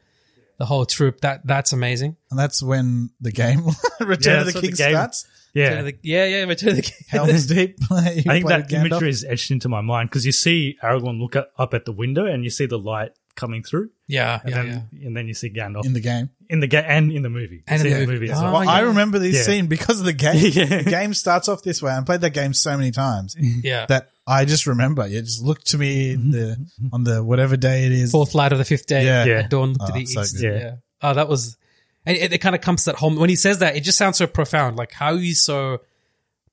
Speaker 4: the whole troop. That that's amazing.
Speaker 2: And that's when the game Return
Speaker 3: Yeah,
Speaker 2: of the
Speaker 3: that's what the
Speaker 2: King
Speaker 3: game-
Speaker 2: starts.
Speaker 3: Yeah.
Speaker 4: Return of the- yeah, yeah. Return of the King.
Speaker 2: Helm's Deep. I
Speaker 3: I think that imagery is etched into my mind because you see Aragorn look at, up at the window and you see the light coming through,
Speaker 4: yeah,
Speaker 3: and
Speaker 4: yeah, yeah.
Speaker 3: then and then you see Gandalf
Speaker 2: in the game.
Speaker 3: in the ga- and in the movie,
Speaker 4: And in
Speaker 3: See
Speaker 4: the movie.
Speaker 3: as well.
Speaker 4: Oh,
Speaker 2: Well, I remember this
Speaker 3: Yeah.
Speaker 2: scene because of the game.
Speaker 3: Yeah.
Speaker 2: The game starts off this way. I played that game so many times
Speaker 4: Yeah.
Speaker 2: that I just remember. It just looked to me in the, on the whatever day it is.
Speaker 4: Fourth light of the fifth day.
Speaker 2: Yeah.
Speaker 3: Yeah.
Speaker 4: At dawn looked
Speaker 2: Oh,
Speaker 4: to the
Speaker 2: so
Speaker 4: east.
Speaker 2: good.
Speaker 4: Yeah.
Speaker 3: Yeah.
Speaker 4: Oh, that was, and it, it kind of comes to that home when he says that. It just sounds so profound. Like how he's so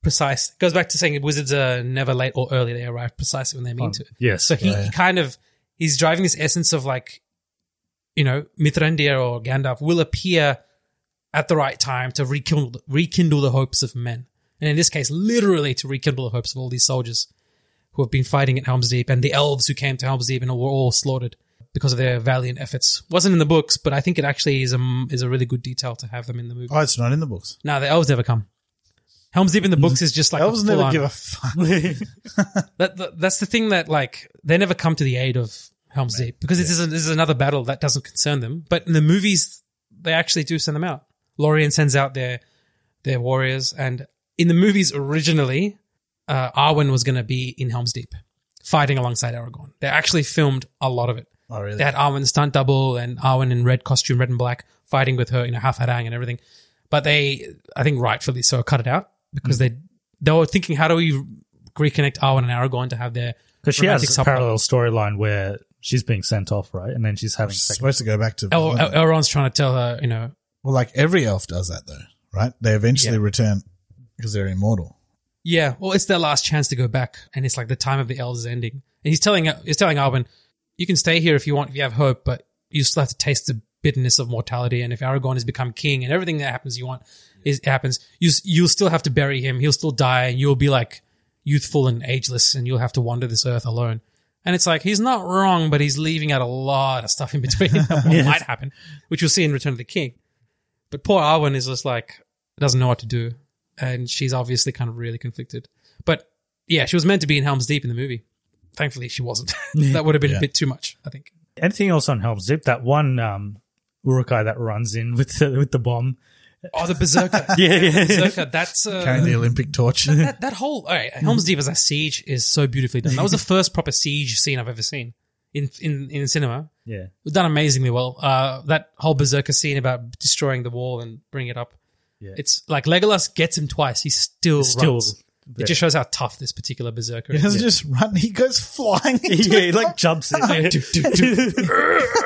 Speaker 4: precise. It goes back to saying wizards are never late or early. They arrive precisely when they mean
Speaker 3: Um,
Speaker 4: to.
Speaker 3: yes.
Speaker 4: So he,
Speaker 2: Yeah.
Speaker 4: he kind of he's driving this essence of like, you know, Mithrandir or Gandalf will appear at the right time to rekindle rekindle the hopes of men, and in this case, literally to rekindle the hopes of all these soldiers who have been fighting at Helm's Deep and the elves who came to Helm's Deep and were all slaughtered because of their valiant efforts. Wasn't in the books, but I think it actually is a is a really good detail to have them in the movie.
Speaker 2: Oh, it's not in the books.
Speaker 4: No, the elves never come. Helm's Deep in the books is just like a
Speaker 2: Elves never
Speaker 4: full-on-
Speaker 2: give a fuck.
Speaker 4: that, that- that's the thing that like they never come to the aid of Helm's Deep because this is a, this is another battle that doesn't concern them. But in the movies, they actually do send them out. Lorien sends out their their warriors, and in the movies originally, uh, Arwen was going to be in Helm's Deep fighting alongside Aragorn. They actually filmed a lot of it.
Speaker 2: Oh, really?
Speaker 4: They had Arwen stunt double and Arwen in red costume, red and black, fighting with her in a half harang and everything. But they, I think rightfully so, cut it out because they they were thinking, how do we reconnect Arwen and Aragorn to have their
Speaker 3: Because she
Speaker 4: romantic
Speaker 3: has a
Speaker 4: subplot?
Speaker 3: parallel storyline where she's being sent off, right? And then she's having
Speaker 2: She's
Speaker 3: sex.
Speaker 2: supposed to go back to.
Speaker 4: El- El- Elrond's trying to tell her, you know,
Speaker 2: well, like every elf does that though, right? They eventually
Speaker 4: Yeah.
Speaker 2: return because they're immortal.
Speaker 4: yeah, well, it's their last chance to go back, and it's like the time of the elves is ending. And he's telling uh, he's telling Arwen, you can stay here if you want, if you have hope, but you still have to taste the bitterness of mortality. And if Aragorn has become king, and everything that happens you want is happens, you s- you'll still have to bury him. He'll still die, and you'll be like youthful and ageless, and you'll have to wander this earth alone. And it's like he's not wrong, but he's leaving out a lot of stuff in between that what might happen, which you'll see in Return of the King. But poor Arwen is just like doesn't know what to do, and she's obviously kind of really conflicted. But yeah, she was meant to be in Helm's Deep in the movie, Thankfully, she wasn't. that would have been
Speaker 3: Yeah.
Speaker 4: a bit too much, I think.
Speaker 3: Anything else on Helm's Deep? That one um, Urukai that runs in with the, with the bomb.
Speaker 4: Oh, the Berserker.
Speaker 3: yeah, yeah.
Speaker 4: Berserker, that's, uh,
Speaker 2: Carrying the Olympic torch.
Speaker 4: That, that whole all right, Helm's Deep as a siege is so beautifully done. That was the first proper siege scene I've ever seen in in in cinema.
Speaker 3: Yeah.
Speaker 4: It was done amazingly well. Uh, that whole Berserker scene about destroying the wall and bringing it up.
Speaker 3: Yeah.
Speaker 4: It's like Legolas gets him twice. He still
Speaker 3: Still-
Speaker 4: runs.
Speaker 3: yeah.
Speaker 4: It just shows how tough this particular Berserker
Speaker 2: He
Speaker 4: is.
Speaker 2: doesn't just run, he goes flying. Into
Speaker 3: Yeah, he, like, jumps in.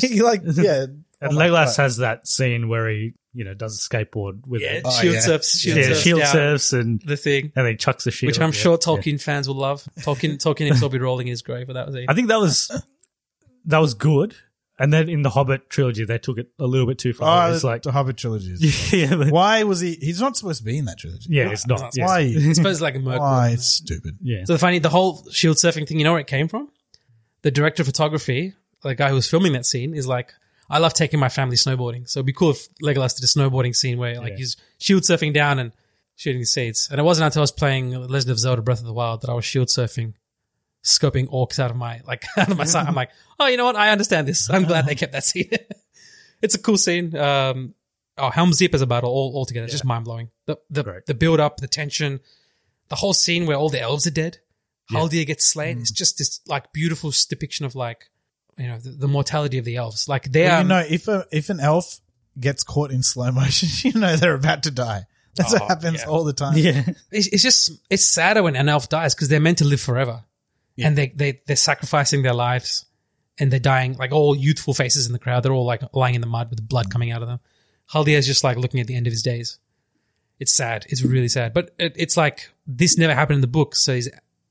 Speaker 2: he like, yeah.
Speaker 4: Oh
Speaker 3: And Legolas has that scene where he, you know, does a skateboard with
Speaker 4: Yeah,
Speaker 3: it.
Speaker 4: shield Oh, yeah. surfs- shield
Speaker 3: yeah,
Speaker 4: surfs
Speaker 3: shield
Speaker 4: down
Speaker 3: surfs and
Speaker 4: the thing.
Speaker 3: and he chucks the shield,
Speaker 4: which I'm
Speaker 3: yeah,
Speaker 4: sure
Speaker 3: yeah.
Speaker 4: Tolkien fans will love. Tolkien Tolkien himself will be rolling in his grave. But that was it.
Speaker 3: I think that was that was good. And then in the Hobbit trilogy, they took it a little bit too far.
Speaker 2: Oh,
Speaker 3: it's like
Speaker 2: the Hobbit trilogy. Is
Speaker 3: yeah,
Speaker 2: why was he? He's not supposed to be in that trilogy.
Speaker 3: Yeah, it's not. Yeah.
Speaker 2: Why?
Speaker 4: I suppose like a Merc
Speaker 2: Why? It's stupid.
Speaker 3: Yeah.
Speaker 4: So the funny, the whole shield surfing thing, you know where it came from? The director of photography, the guy who was filming that scene, is like, I love taking my family snowboarding. So it'd be cool if Legolas did a snowboarding scene where like
Speaker 3: Yeah.
Speaker 4: he's shield surfing down and shooting seeds. And it wasn't until I was playing Legend of Zelda Breath of the Wild that I was shield surfing, scoping orcs out of my like out of my sight. I'm like, oh, you know what? I understand this. I'm glad they kept that scene. it's a cool scene. Um, oh, Helm's Deep is a battle all altogether. It's just mind blowing. The the, the build up, the tension, the whole scene where all the elves are dead,
Speaker 3: Yeah.
Speaker 4: Haldir gets
Speaker 2: Mm.
Speaker 4: slain. It's just this like beautiful s- depiction of like you know the, the mortality of the elves. Like they
Speaker 2: Well,
Speaker 3: Um,
Speaker 4: are
Speaker 2: you know, if a, if an elf gets caught in slow motion, you know they're about to die. That's
Speaker 4: Oh,
Speaker 2: what happens all the time.
Speaker 4: It's, it's just it's sadder when an elf dies because they're meant to live forever, and they they they're sacrificing their lives, and they're dying like all youthful faces in the crowd. They're all like lying in the mud with the blood coming out of them. Haldir is just like looking at the end of his days. It's sad. It's really sad. But it, it's like this never happened in the book, so he's,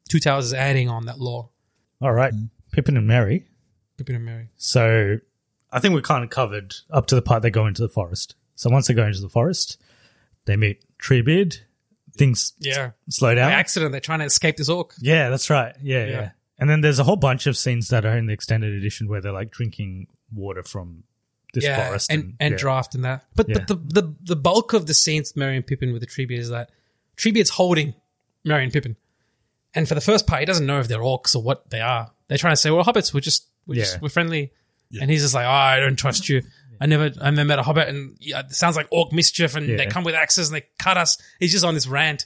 Speaker 4: Two Towers is adding on that lore.
Speaker 3: All right, Pippin and Mary.
Speaker 4: Pippin and Mary.
Speaker 3: So I think we're kind of covered up to the part they go into the forest. So once they go into the forest, they meet Treebeard. Things
Speaker 4: Yeah.
Speaker 3: slow down.
Speaker 4: By accident, they're trying to escape this orc.
Speaker 3: Yeah, that's right. Yeah, yeah,
Speaker 4: Yeah.
Speaker 3: And then there's a whole bunch of scenes that are in the extended edition where they're like drinking water from this forest
Speaker 4: and, and,
Speaker 3: yeah.
Speaker 4: draft and that. But
Speaker 3: Yeah.
Speaker 4: but the, the the bulk of the scenes with Merry and Pippin with the Treebeard is that Treebeard's holding Merry and Pippin, and for the first part, he doesn't know if they're orcs or what they are. They're trying to say, "Well, hobbits, we're just we're,
Speaker 3: Yeah.
Speaker 4: just, we're friendly," and he's just like, oh, "I don't trust you." I never, I never met a hobbit, and yeah, it sounds like orc mischief, and they
Speaker 3: Yeah.
Speaker 4: come with axes and they cut us. He's just on this rant,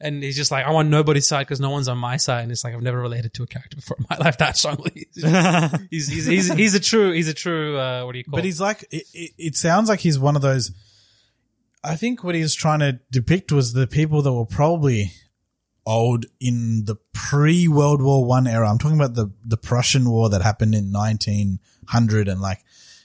Speaker 4: and he's just like, "I'm on nobody's side because no one's on my side," and it's like I've never related to a character before in my life that strongly. he's, he's, he's, he's a true, he's a true, uh, what do you call?
Speaker 2: But he's like, it, it, it sounds like he's one of those. I think what he was trying to depict was the people that were probably old in the pre World War One era. I'm talking about the the Prussian War that happened in 1900, and like,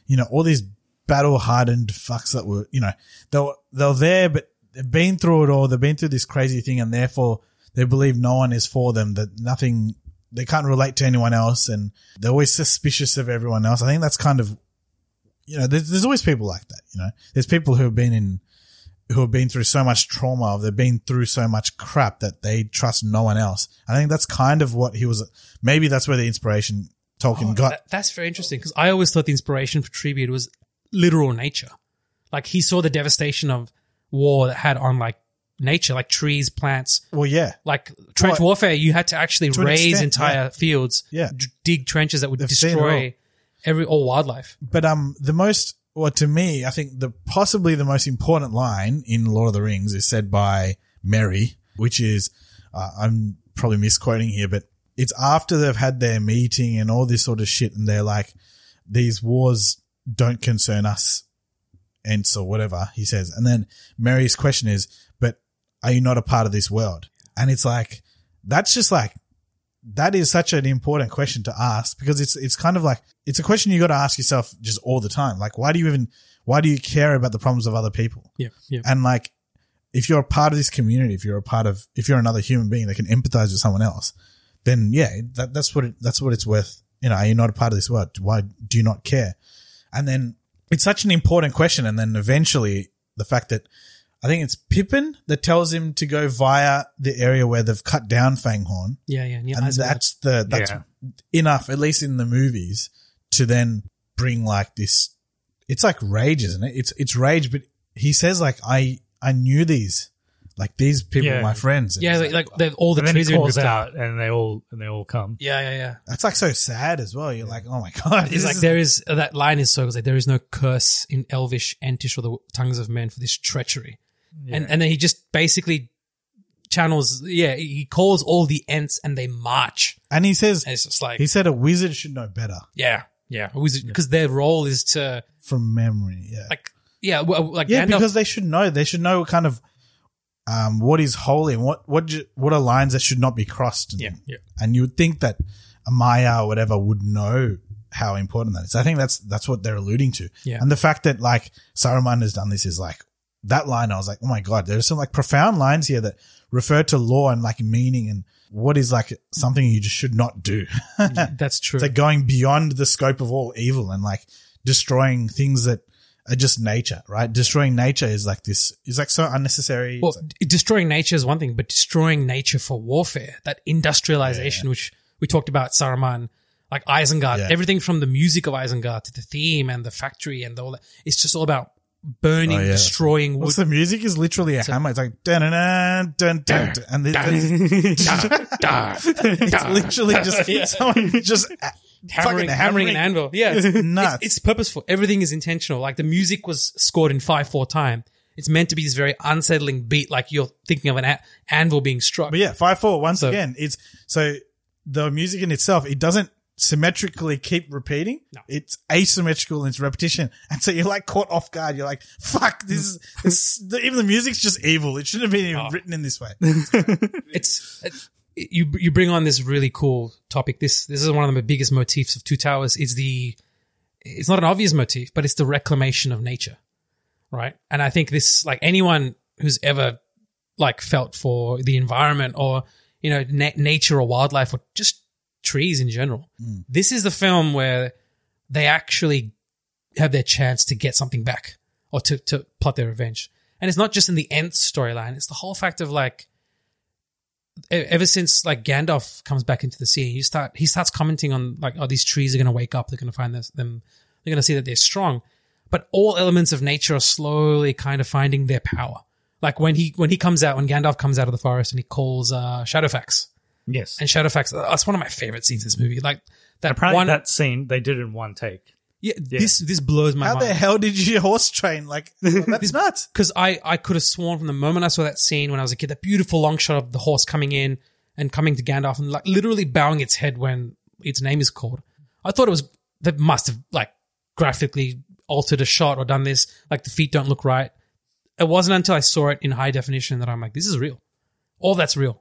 Speaker 2: you know, all these battle hardened fucks that were, you know, they were they're there, but they've been through it all. They've been through this crazy thing, and therefore they believe no one is for them. That nothing. They can't relate to anyone else, and they're always suspicious of everyone else. I think that's kind of you know, there's, there's always people like that. You know, there's people who have been in, who have been through so much trauma, they've been through so much crap that they trust no one else. I think that's kind of what he was. Maybe that's where the inspiration Tolkien got.
Speaker 4: Oh, That- that's very interesting because I always thought the inspiration for Treebeard was literal nature. Like he saw the devastation of war that had on like nature, like trees, plants.
Speaker 2: Well, yeah,
Speaker 4: Like trench
Speaker 2: Well,
Speaker 4: warfare, you had to actually
Speaker 2: to an
Speaker 4: raise
Speaker 2: extent,
Speaker 4: entire
Speaker 2: yeah.
Speaker 4: fields,
Speaker 2: Yeah.
Speaker 4: d- dig trenches that would
Speaker 2: They've seen it
Speaker 4: destroy every all wildlife.
Speaker 2: but um, the most, well, to me, I think the possibly the most important line in Lord of the Rings is said by Merry, which is, uh, I'm probably misquoting here, but it's after they've had their meeting and all this sort of shit, and they're like, these wars don't concern us, and so whatever he says, and then Mary's question is, but are you not a part of this world? And it's like, that's just like that is such an important question to ask because it's it's kind of like it's a question you got to ask yourself just all the time. Like, why do you even why do you care about the problems of other people?
Speaker 4: Yeah, yeah.
Speaker 2: And like, if you're a part of this community, if you're a part of if you're another human being that can empathize with someone else, then yeah, that, that's what it, that's what it's worth. You know, are you not a part of this world? Why do you not care? And then it's such an important question. And then eventually, the fact that I think it's Pippin that tells him to go via the area where they've cut down Fanghorn
Speaker 4: Yeah, yeah, yeah.
Speaker 2: and
Speaker 4: as well.
Speaker 2: that's the that's
Speaker 4: Yeah.
Speaker 2: enough, at least in the movies, to then bring like this. It's like rage, isn't it? It's it's rage, but he says like I I knew these, Like these people are my friends.
Speaker 4: Yeah, like, like they're- all the
Speaker 3: and then
Speaker 4: trees
Speaker 3: he
Speaker 4: are in
Speaker 3: calls
Speaker 4: ripped
Speaker 3: out, and they all and they all come.
Speaker 4: Yeah, yeah, yeah.
Speaker 2: That's like so sad as well. You're like, oh my god,
Speaker 4: It's like there is uh, that line is so good. Like there is no curse in Elvish, Entish, or the tongues of men for this treachery, and
Speaker 3: Yeah.
Speaker 4: and then he just basically channels. Yeah, he calls all the ents and they march.
Speaker 2: And he says,
Speaker 4: And it's just like
Speaker 2: he said a wizard should know better
Speaker 4: yeah, yeah, because their role is to
Speaker 2: from memory. Yeah,
Speaker 4: like yeah, well, like
Speaker 2: yeah,
Speaker 4: Gandalf-
Speaker 2: because they should know. They should know what kind of um, what is holy and what what ju- what are lines that should not be crossed. And,
Speaker 4: Yeah, yeah.
Speaker 2: And you would think that a Maya or whatever would know how important that is. I think that's that's what they're alluding to.
Speaker 4: Yeah.
Speaker 2: And the fact that like Saruman has done this is like that line. I was like, oh my god, there's some like profound lines here that refer to law and like meaning and what is like something you just should not do.
Speaker 4: that's true.
Speaker 2: It's like going beyond the scope of all evil and like destroying things that are just nature, right? Destroying nature is like this is like so unnecessary.
Speaker 4: Well, d- destroying nature is one thing, but destroying nature for warfare, that industrialization, which we talked about, Saruman, like Isengard,
Speaker 2: Yeah.
Speaker 4: everything from the music of Isengard to the theme and the factory and all that, it's just all about burning,
Speaker 2: Oh, yeah.
Speaker 4: destroying wood.
Speaker 2: What's the music is literally a hammer. It's like dun dun dun dun, dun and it's, it's literally just
Speaker 4: Yeah.
Speaker 2: someone just a-
Speaker 4: Hammering,
Speaker 2: fucking
Speaker 4: hammering an anvil. Yeah. It's, it's-
Speaker 2: nuts.
Speaker 4: It's, purposeful. Everything is intentional. Like the music was scored in 5 4 time. It's meant to be this very unsettling beat, like you're thinking of an a- anvil being struck.
Speaker 2: But yeah, five four once
Speaker 4: So-
Speaker 2: again. It's so the music in itself it doesn't symmetrically keep repeating. It's asymmetrical in its repetition, and so you're like caught off guard. You're like, "Fuck, this is this, the, even the music's just evil. It shouldn't have been
Speaker 4: Oh.
Speaker 2: even written in this way."
Speaker 4: it's it- you you bring on this really cool topic. This this is one of the biggest motifs of Two Towers. Is the it's not an obvious motif, but it's the reclamation of nature, right? And I think this like anyone who's ever like felt for the environment or you know na- nature or wildlife or just trees in general. This is the film where they actually have their chance to get something back or to to plot their revenge. And it's not just in the end storyline; it's the whole fact of like e- ever since like Gandalf comes back into the scene, you start he starts commenting on like, oh, these trees are going to wake up. They're going to find this, them. They're going to see that they're strong. But all elements of nature are slowly kind of finding their power. Like when he when he comes out, when Gandalf comes out of the forest and he calls uh, Shadowfax.
Speaker 3: Yes.
Speaker 4: And Shadowfax, uh, that's one of my favorite scenes in this movie. Like that
Speaker 3: Apparently,
Speaker 4: one.
Speaker 3: that scene they did in one take.
Speaker 4: yeah, this this blows my
Speaker 2: How
Speaker 4: mind.
Speaker 2: the hell did you horse train? Like that's nuts.
Speaker 4: because I, I could have sworn from the moment I saw that scene when I was a kid, that beautiful long shot of the horse coming in and coming to Gandalf and like literally bowing its head when its name is called. I thought it was they must have like graphically altered a shot or done this. Like the feet don't look right. It wasn't until I saw it in high definition that I'm like, this is real. All that's real.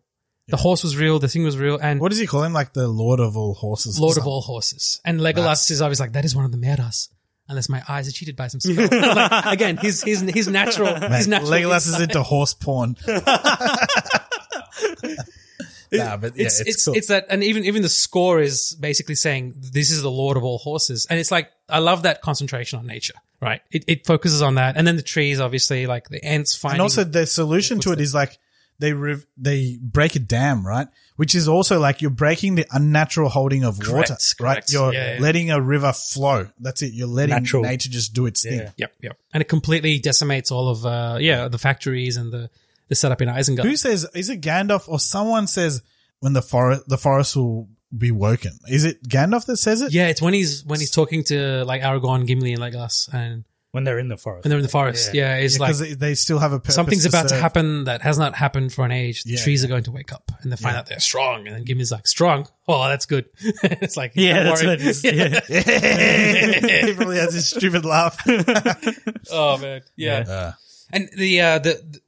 Speaker 4: The horse was real. The thing was real. And
Speaker 2: What does he call him? Like the Lord of all horses. or
Speaker 4: Lord of
Speaker 2: something?
Speaker 4: all horses. And Legolas is always like, that is one of the Meras. Unless my eyes are cheated by some spell. Like, again, his his his natural his
Speaker 2: Mate,
Speaker 4: natural
Speaker 2: Legolas is
Speaker 4: insight.
Speaker 2: into horse porn. nah, but yeah,
Speaker 4: it's
Speaker 2: it's,
Speaker 4: it's it's,
Speaker 2: cool.
Speaker 4: that, and even even the score is basically saying this is the Lord of all horses, and it's like I love that concentration on nature, right? It, it focuses on that, and then the trees, obviously, like the ants finding.
Speaker 2: and also the solution to it is like they rev- they break a dam, right? Which is also like you're breaking the unnatural holding of water,
Speaker 4: Correct,
Speaker 2: right?
Speaker 4: correct.
Speaker 2: You're
Speaker 4: Yeah, yeah.
Speaker 2: letting a river flow. That's it. You're letting
Speaker 3: Natural.
Speaker 2: nature just do its thing.
Speaker 4: yep, yep, and it completely decimates all of uh yeah the factories and the the setup in Isengard.
Speaker 2: Who says is it Gandalf or someone says when the forest the forest will be woken? Is it Gandalf that says it?
Speaker 4: yeah, it's when he's when he's talking to like Aragorn, Gimli, and Legolas, and
Speaker 3: When they're in the forest.
Speaker 4: when they're in the forest. Yeah, it's like
Speaker 2: because they still have a purpose.
Speaker 4: something's about to
Speaker 2: serve.
Speaker 4: happen that has not happened for an age. The
Speaker 2: Yeah,
Speaker 4: trees
Speaker 2: yeah.
Speaker 4: are going to wake up and they find out they're strong. And then Gimli's like, strong? Oh, that's good. it's like,
Speaker 3: Yeah,
Speaker 4: "Don't
Speaker 3: that's
Speaker 4: worry."
Speaker 3: what it is. Yeah.
Speaker 2: he probably has this stupid laugh.
Speaker 4: oh, man. Yeah.
Speaker 2: Yeah.
Speaker 4: And the, uh, the, the-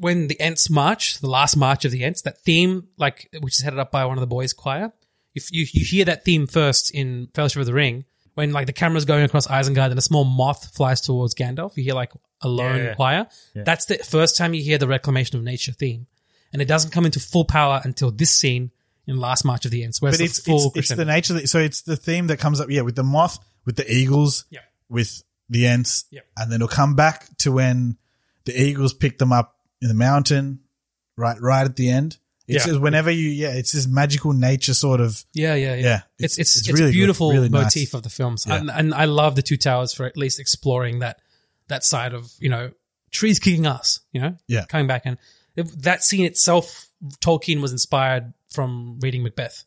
Speaker 4: when the Ents march, the last march of the Ents, that theme, like, which is headed up by one of the boys' choir, if you, you hear that theme first in Fellowship of the Ring, when like the camera's going across Isengard and a small moth flies towards Gandalf, you hear like a lone
Speaker 3: Yeah.
Speaker 4: choir.
Speaker 3: Yeah.
Speaker 4: That's the first time you hear the reclamation of nature theme. and it doesn't come into full power until this scene in Last March of the Ends, where
Speaker 2: but
Speaker 4: it's,
Speaker 2: it's
Speaker 4: the full
Speaker 2: it's, it's
Speaker 4: crescendo.
Speaker 2: the nature that so it's the theme that comes up yeah with the moth with the eagles
Speaker 4: Yep.
Speaker 2: with the ants
Speaker 4: Yep.
Speaker 2: and then it'll come back to when the eagles pick them up in the mountain right right at the end it's
Speaker 4: Yeah.
Speaker 2: just whenever you yeah it's this magical nature sort of
Speaker 4: yeah, yeah, yeah.
Speaker 2: Yeah,
Speaker 4: It's
Speaker 2: it's-
Speaker 4: it's it's,
Speaker 2: it's really
Speaker 4: a
Speaker 2: good,
Speaker 4: beautiful
Speaker 2: really nice.
Speaker 4: motif of the films,
Speaker 2: Yeah.
Speaker 4: and, and I love the Two Towers for at least exploring that that side of you know trees kicking us, you know,
Speaker 2: Yeah.
Speaker 4: coming back and it- that scene itself, Tolkien was inspired from reading Macbeth.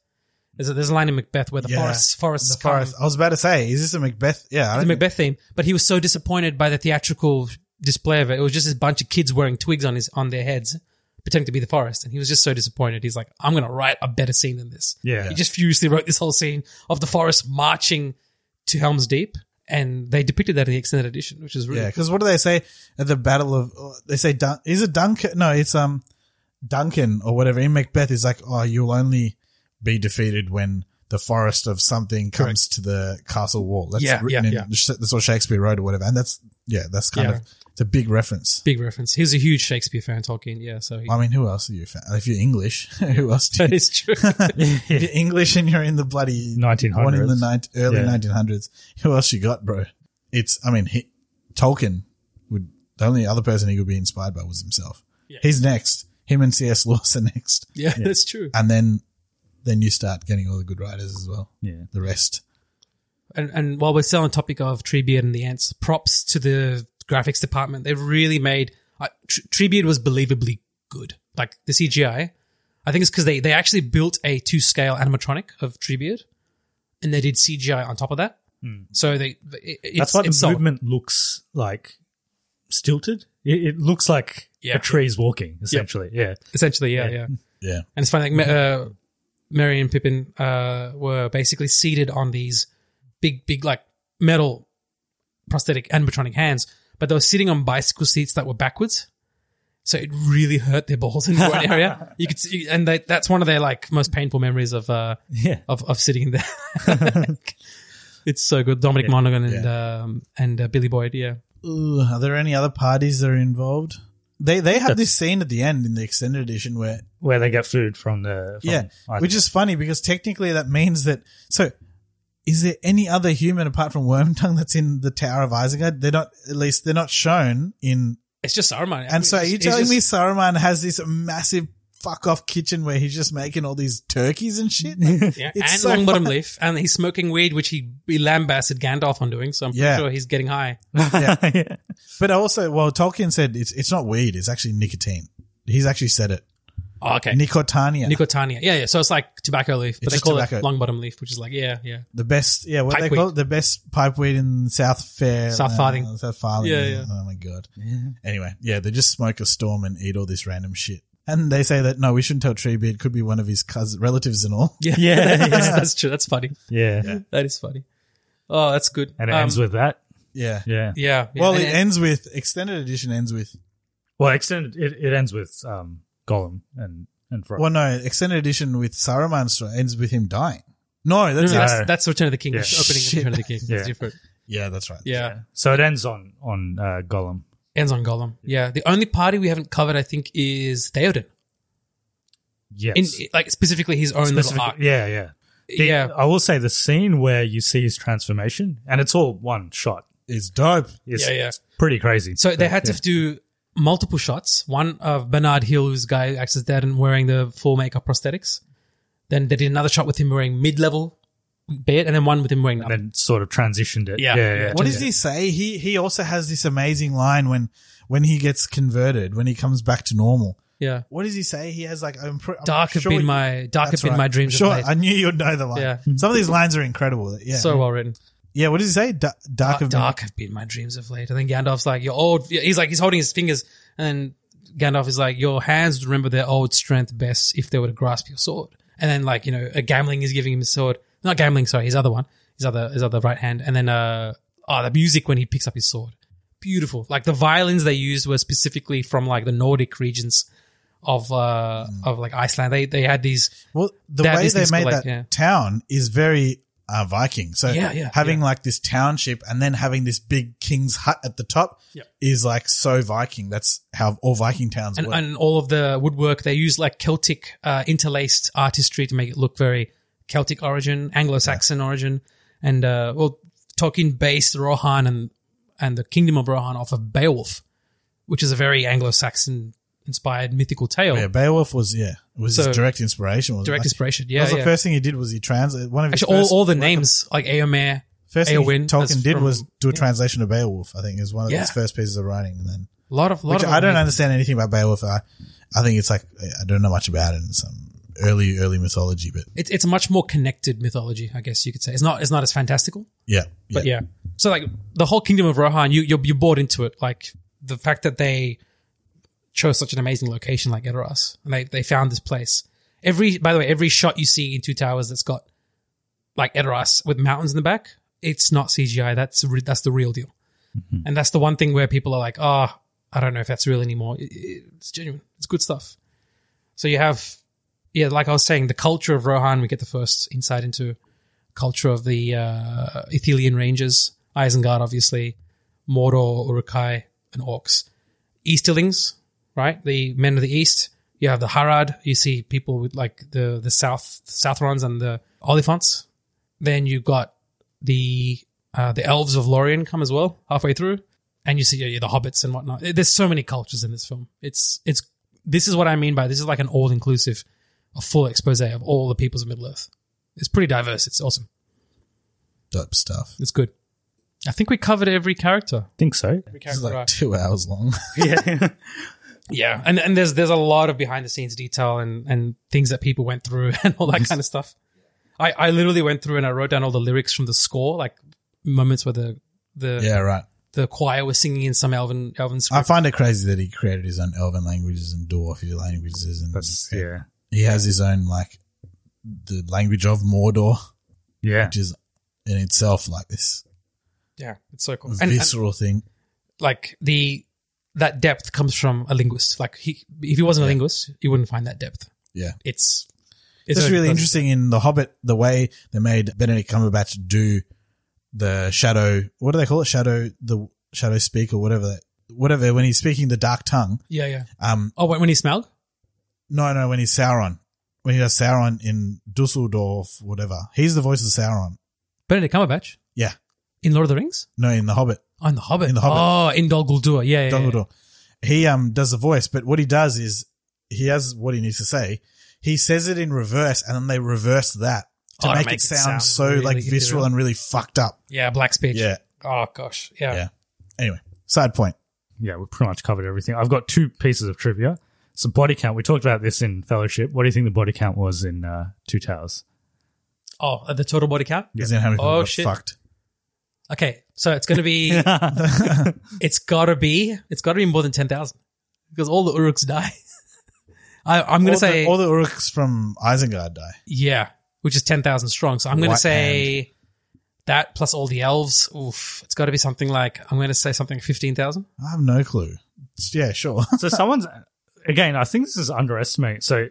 Speaker 4: There's a, there's a line in Macbeth where the
Speaker 2: Yeah,
Speaker 4: forests forests
Speaker 2: the forest.
Speaker 4: come-
Speaker 2: I was about to say, is this a Macbeth? Yeah, I
Speaker 4: the
Speaker 2: don't-
Speaker 4: Macbeth theme, but he was so disappointed by the theatrical display of it. It was just a bunch of kids wearing twigs on his on their heads, pretending to be the forest, and he was just so disappointed. He's like, "I'm gonna write a better scene than this."
Speaker 3: Yeah.
Speaker 4: he just furiously wrote this whole scene of the forest marching to Helm's Deep, and they depicted that in the extended edition, which is really
Speaker 2: yeah. Because what do they say at the Battle of? They say Dun- is it Duncan? No, it's um Duncan or whatever in Macbeth. Is like, oh, you'll only be defeated when the forest of something comes to the castle wall. That's
Speaker 4: Yeah,
Speaker 2: written
Speaker 4: yeah,
Speaker 2: in
Speaker 4: yeah.
Speaker 2: that's what Shakespeare wrote or whatever. And that's yeah, that's kind
Speaker 4: Yeah.
Speaker 2: of it's a big reference.
Speaker 4: big reference. He's a huge Shakespeare fan, Tolkien. Yeah, so he,
Speaker 2: I mean, who else are you? Fan? If you're English, who else? Do you-
Speaker 4: That is true.
Speaker 2: if you're English and you're in the bloody
Speaker 3: 1900s.
Speaker 2: one in the nine early
Speaker 3: Yeah.
Speaker 2: 1900s, who else you got, bro? It's I mean, he, Tolkien would the only other person he could be inspired by was himself. He's next. Him and C.S. Lewis are next.
Speaker 4: Yeah, Yeah. that's true.
Speaker 2: And then, then you start getting all the good writers as well.
Speaker 3: Yeah,
Speaker 2: the rest.
Speaker 4: and, and while we're still on the topic of Treebeard and the ants, props to the graphics department. They really made uh, Tr- Treebeard was believably good. Like the CGI, I think it's because they they actually built a two scale animatronic of Treebeard, and they did CGI on top of that.
Speaker 3: Hmm.
Speaker 4: So they they- it, it's,
Speaker 3: That's why the
Speaker 4: it's solid.
Speaker 3: movement looks like stilted. It, it looks like
Speaker 4: Yeah.
Speaker 3: a tree's walking, essentially. Yeah.
Speaker 4: Essentially, yeah, yeah.
Speaker 3: Yeah.
Speaker 2: Yeah.
Speaker 4: And it's funny, like, Ma-
Speaker 2: Mm-hmm.
Speaker 4: uh, Mary and Pippin uh, were basically seated on these big, big, like, metal prosthetic animatronic hands, but they were sitting on bicycle seats that were backwards. So it really hurt their balls in one area. You could, see, and they, that's one of their like most painful memories of uh,
Speaker 3: Yeah.
Speaker 4: of of sitting in there. it's so good, Dominic
Speaker 2: Yeah.
Speaker 4: Monaghan and um, and uh, Billy Boyd. Yeah,
Speaker 2: Ooh, are there any other parties that are involved? They they have this scene at the end in the extended edition where
Speaker 3: Where they get food from the. From
Speaker 2: yeah,
Speaker 3: I-
Speaker 2: which is funny because technically that means that. So, is there any other human apart from Wormtongue that's in the Tower of Isengard? They're not. At least they're not shown in.
Speaker 4: it's just Saruman.
Speaker 2: And so, are
Speaker 4: It's-
Speaker 2: you
Speaker 4: it's
Speaker 2: telling
Speaker 4: just-
Speaker 2: me Saruman has this massive fuck off kitchen where he's just making all these turkeys and shit? Like,
Speaker 4: Yeah,
Speaker 2: it's
Speaker 4: and
Speaker 2: so
Speaker 4: Longbottom
Speaker 2: fun-
Speaker 4: Leaf, and he's smoking weed, which he, he lambasted Gandalf on doing. So I'm pretty
Speaker 2: Yeah.
Speaker 4: sure he's getting high.
Speaker 2: yeah. But also, well, Tolkien said it's it's not weed. It's actually nicotine. He's actually said it.
Speaker 4: Oh, okay.
Speaker 2: Nicotania.
Speaker 4: Nicotania, yeah, yeah. So it's like tobacco leaf, but
Speaker 2: It's
Speaker 4: they
Speaker 2: just
Speaker 4: call it
Speaker 2: tobacco.
Speaker 4: Longbottom Leaf, which is like, yeah, yeah.
Speaker 2: The best, yeah, what
Speaker 4: Pipe
Speaker 2: they
Speaker 4: weed.
Speaker 2: call it, the best pipe weed in South Fair,
Speaker 4: South Farthing.
Speaker 2: uh, South Farthing.
Speaker 4: Yeah, yeah.
Speaker 2: Oh my god. Anyway, yeah, they just smoke a storm and eat all this random shit. And they say that no, we shouldn't tell Treebeard. Could be one of his cousins, relatives, and all.
Speaker 4: Yeah, that's, that's true. That's funny.
Speaker 3: Yeah.
Speaker 4: That is funny. Oh, that's good.
Speaker 3: And it
Speaker 4: Um,
Speaker 3: ends with that.
Speaker 2: yeah,
Speaker 3: Yeah.
Speaker 4: yeah. yeah.
Speaker 2: Well,
Speaker 4: And
Speaker 2: it ends with extended edition ends with.
Speaker 3: Well, extended. It, it ends with um, Gollum and and Frodo.
Speaker 2: Well, no, extended edition with Saruman sto- ends with him dying. No, that's
Speaker 4: No,
Speaker 2: it.
Speaker 4: that's, that's Return of the King.
Speaker 3: Yeah.
Speaker 4: It's opening of
Speaker 2: Shit.
Speaker 4: Return of the King.
Speaker 3: Yeah.
Speaker 4: It's different.
Speaker 2: yeah, that's right.
Speaker 4: Yeah.
Speaker 3: So it ends on on uh, Gollum.
Speaker 4: Ends on Gollum. Yeah. The only party we haven't covered, I think, is Theoden.
Speaker 3: Yes.
Speaker 4: In, like, specifically his own
Speaker 3: Specific-
Speaker 4: little arc.
Speaker 3: Yeah, yeah. The-
Speaker 4: Yeah.
Speaker 3: I will say the scene where you see his transformation, and it's all one shot.
Speaker 2: It's dope.
Speaker 3: It's,
Speaker 4: Yeah, yeah.
Speaker 3: it's pretty crazy.
Speaker 4: So they
Speaker 3: But,
Speaker 4: had
Speaker 3: yeah.
Speaker 4: to do multiple shots. One of Bernard Hill, who's the guy who acts as dad and wearing the full makeup prosthetics. Then they did another shot with him wearing mid level beard, and then one with him wearing.
Speaker 3: and then sort of transitioned it.
Speaker 4: Yeah.
Speaker 3: Yeah. yeah,
Speaker 2: What does he say? He he also has this amazing line when when he gets converted, when he comes back to normal.
Speaker 4: yeah,
Speaker 2: What does he say? He has like I'm, pre- I'm
Speaker 4: dark have
Speaker 2: sure
Speaker 4: been
Speaker 2: you-
Speaker 4: my dark have
Speaker 2: That's
Speaker 4: been
Speaker 2: right.
Speaker 4: my dreams. of
Speaker 2: Sure,
Speaker 4: late.
Speaker 2: I knew you'd know the line.
Speaker 4: Yeah.
Speaker 2: Some of these lines are incredible. Yeah,
Speaker 4: so well written.
Speaker 2: yeah. What does he say? Da- dark,
Speaker 4: Dark,
Speaker 2: of
Speaker 4: Uh, dark have been my dreams of late. And then Gandalf's like, "Your old." He's like, he's holding his fingers, and Gandalf is like, "Your hands remember their old strength best if they were to grasp your sword." And then like you know, a gambling is giving him his sword. Not gambling, sorry, his other one, his other his other right hand. And then uh, oh, the music when he picks up his sword, beautiful. Like the violins they used were specifically from like the Nordic regions of uh of like Iceland. They they had these.
Speaker 2: Well, the
Speaker 4: They had
Speaker 2: way
Speaker 4: these
Speaker 2: they
Speaker 4: things
Speaker 2: made
Speaker 4: called,
Speaker 2: that
Speaker 4: like, yeah.
Speaker 2: town is very uh, Viking. So
Speaker 4: Yeah, yeah,
Speaker 2: having like this township and then having this big king's hut at the top
Speaker 4: Yep.
Speaker 2: is like so Viking. That's how all Viking towns
Speaker 4: and,
Speaker 2: work.
Speaker 4: and all of the woodwork they use like celtic uh, interlaced artistry to make it look very celtic origin anglo-saxon origin and uh, well tolkien based rohan and and the kingdom of rohan off of beowulf which is a very anglo-saxon inspired mythical tale
Speaker 2: yeah, Beowulf was yeah, it was
Speaker 4: So-
Speaker 2: his direct inspiration. wasn't it?
Speaker 4: direct
Speaker 2: Like,
Speaker 4: inspiration
Speaker 2: that
Speaker 4: yeah,
Speaker 2: was
Speaker 4: yeah.
Speaker 2: the first thing he did was he translated one of his
Speaker 4: actually all,
Speaker 2: first,
Speaker 4: all the names like Eomer,
Speaker 2: first thing
Speaker 4: Eowyn
Speaker 2: Tolkien
Speaker 4: that's
Speaker 2: did
Speaker 4: from-
Speaker 2: was do a
Speaker 4: yeah.
Speaker 2: translation of Beowulf. I think is one of
Speaker 4: Yeah.
Speaker 2: his first pieces of writing, and then
Speaker 4: lot of lot
Speaker 2: Which
Speaker 4: of
Speaker 2: I don't
Speaker 4: amazing-
Speaker 2: understand anything about Beowulf. I, I think it's like I don't know much about it. It's some early early mythology, but
Speaker 4: It's it's a much more connected mythology, I guess you could say. It's not it's not as fantastical,
Speaker 2: yeah,
Speaker 4: but yeah. So like the whole kingdom of Rohan, you you're, you're bought into it. Like the fact that they chose such an amazing location like Edoras, and they they found this place. Every by the way, every shot you see in Two Towers that's got like Edoras with mountains in the back, it's not CGI. That's re- that's the real deal, and that's the one thing where people are like, oh, I don't know if that's real anymore. It- it- it's genuine. It's good stuff. So you have, yeah, like I was saying, the culture of Rohan. We get the first insight into culture of the uh, Ithilian Rangers, Isengard, obviously, Mordor, Urukai, and Orcs. Easterlings, right? The men of the East. You have the Harad. You see people with like the the South Southrons and the Oliphants. Then you've got the uh, the Elves of Lorien come as well halfway through, and you see yeah, yeah, the Hobbits and whatnot. There's so many cultures in this film. It's it's this is what I mean by this is like an all inclusive, a full expose of all the peoples of Middle Earth. It's pretty diverse. It's awesome.
Speaker 2: dope stuff.
Speaker 4: It's good. I think we covered every character.
Speaker 3: think so.
Speaker 2: This is like two hours long.
Speaker 3: yeah.
Speaker 4: Yeah, and and there's there's a lot of behind the scenes detail and and things that people went through and all that kind of stuff. I I literally went through and I wrote down all the lyrics from the score, like moments where the the
Speaker 2: yeah, right.
Speaker 4: the choir was singing in some elven elven script.
Speaker 2: I find it crazy that he created his own Elven languages and Dwarfish languages, and
Speaker 3: That's yeah.
Speaker 2: he has his own like the language of Mordor,
Speaker 3: Yeah.
Speaker 2: which is in itself like this
Speaker 4: yeah, it's so cool.
Speaker 2: Mm.
Speaker 4: And- and-
Speaker 2: visceral thing.
Speaker 4: like the that depth comes from a linguist. Like he, if he wasn't a linguist, you wouldn't find that depth.
Speaker 2: Yeah,
Speaker 4: It's
Speaker 2: it's
Speaker 4: a-
Speaker 2: really interesting in The Hobbit the way they made Benedict Cumberbatch do the shadow. What do they call it? Shadow the shadow speak or whatever. That, whatever when he's speaking the dark tongue.
Speaker 4: Yeah, yeah.
Speaker 2: Um,
Speaker 4: Oh, when, when he smelled,
Speaker 2: No, no, when he's Sauron. When he does Sauron in Dusseldorf, whatever. He's the voice of Sauron.
Speaker 4: Benedict Cumberbatch
Speaker 2: Yeah.
Speaker 4: in Lord of the Rings,
Speaker 2: No, in The Hobbit.
Speaker 4: oh, in the Hobbit,
Speaker 2: In The Hobbit.
Speaker 4: oh, in Dol Guldur, yeah, yeah, yeah.
Speaker 2: Dumbledore. He um does the voice, but what he does is he has what he needs to say. He says it in reverse and then they reverse that to
Speaker 4: Oh, to
Speaker 2: make,
Speaker 4: make
Speaker 2: it
Speaker 4: it
Speaker 2: sound,
Speaker 4: sound
Speaker 2: so
Speaker 4: really
Speaker 2: like visceral
Speaker 4: ethereal.
Speaker 2: and really fucked up.
Speaker 4: yeah, Black Speech,
Speaker 2: Yeah.
Speaker 4: Oh gosh, yeah.
Speaker 2: Yeah. Anyway, side point.
Speaker 3: yeah, we pretty much covered everything. I've got two pieces of trivia. So body count, we talked about this in Fellowship. What do you think the body count was in uh, Two Towers?
Speaker 4: Oh, uh, the total body count.
Speaker 2: Because then how many people
Speaker 4: Oh,
Speaker 2: got
Speaker 4: shit.
Speaker 2: fucked?
Speaker 4: Okay, so it's gonna be, it's gotta be, it's gotta be more than ten thousand because all the Uruks die. I, I'm gonna
Speaker 2: all
Speaker 4: say
Speaker 2: the, all the Uruks from Isengard die.
Speaker 4: Yeah, which is 10,000 strong. So I'm going to
Speaker 2: White
Speaker 4: say that plus all the elves. Oof, it's got to be something like, I'm going to say something 15,000.
Speaker 2: I have no clue. It's- yeah, sure.
Speaker 3: So someone's again, I think this is underestimated. So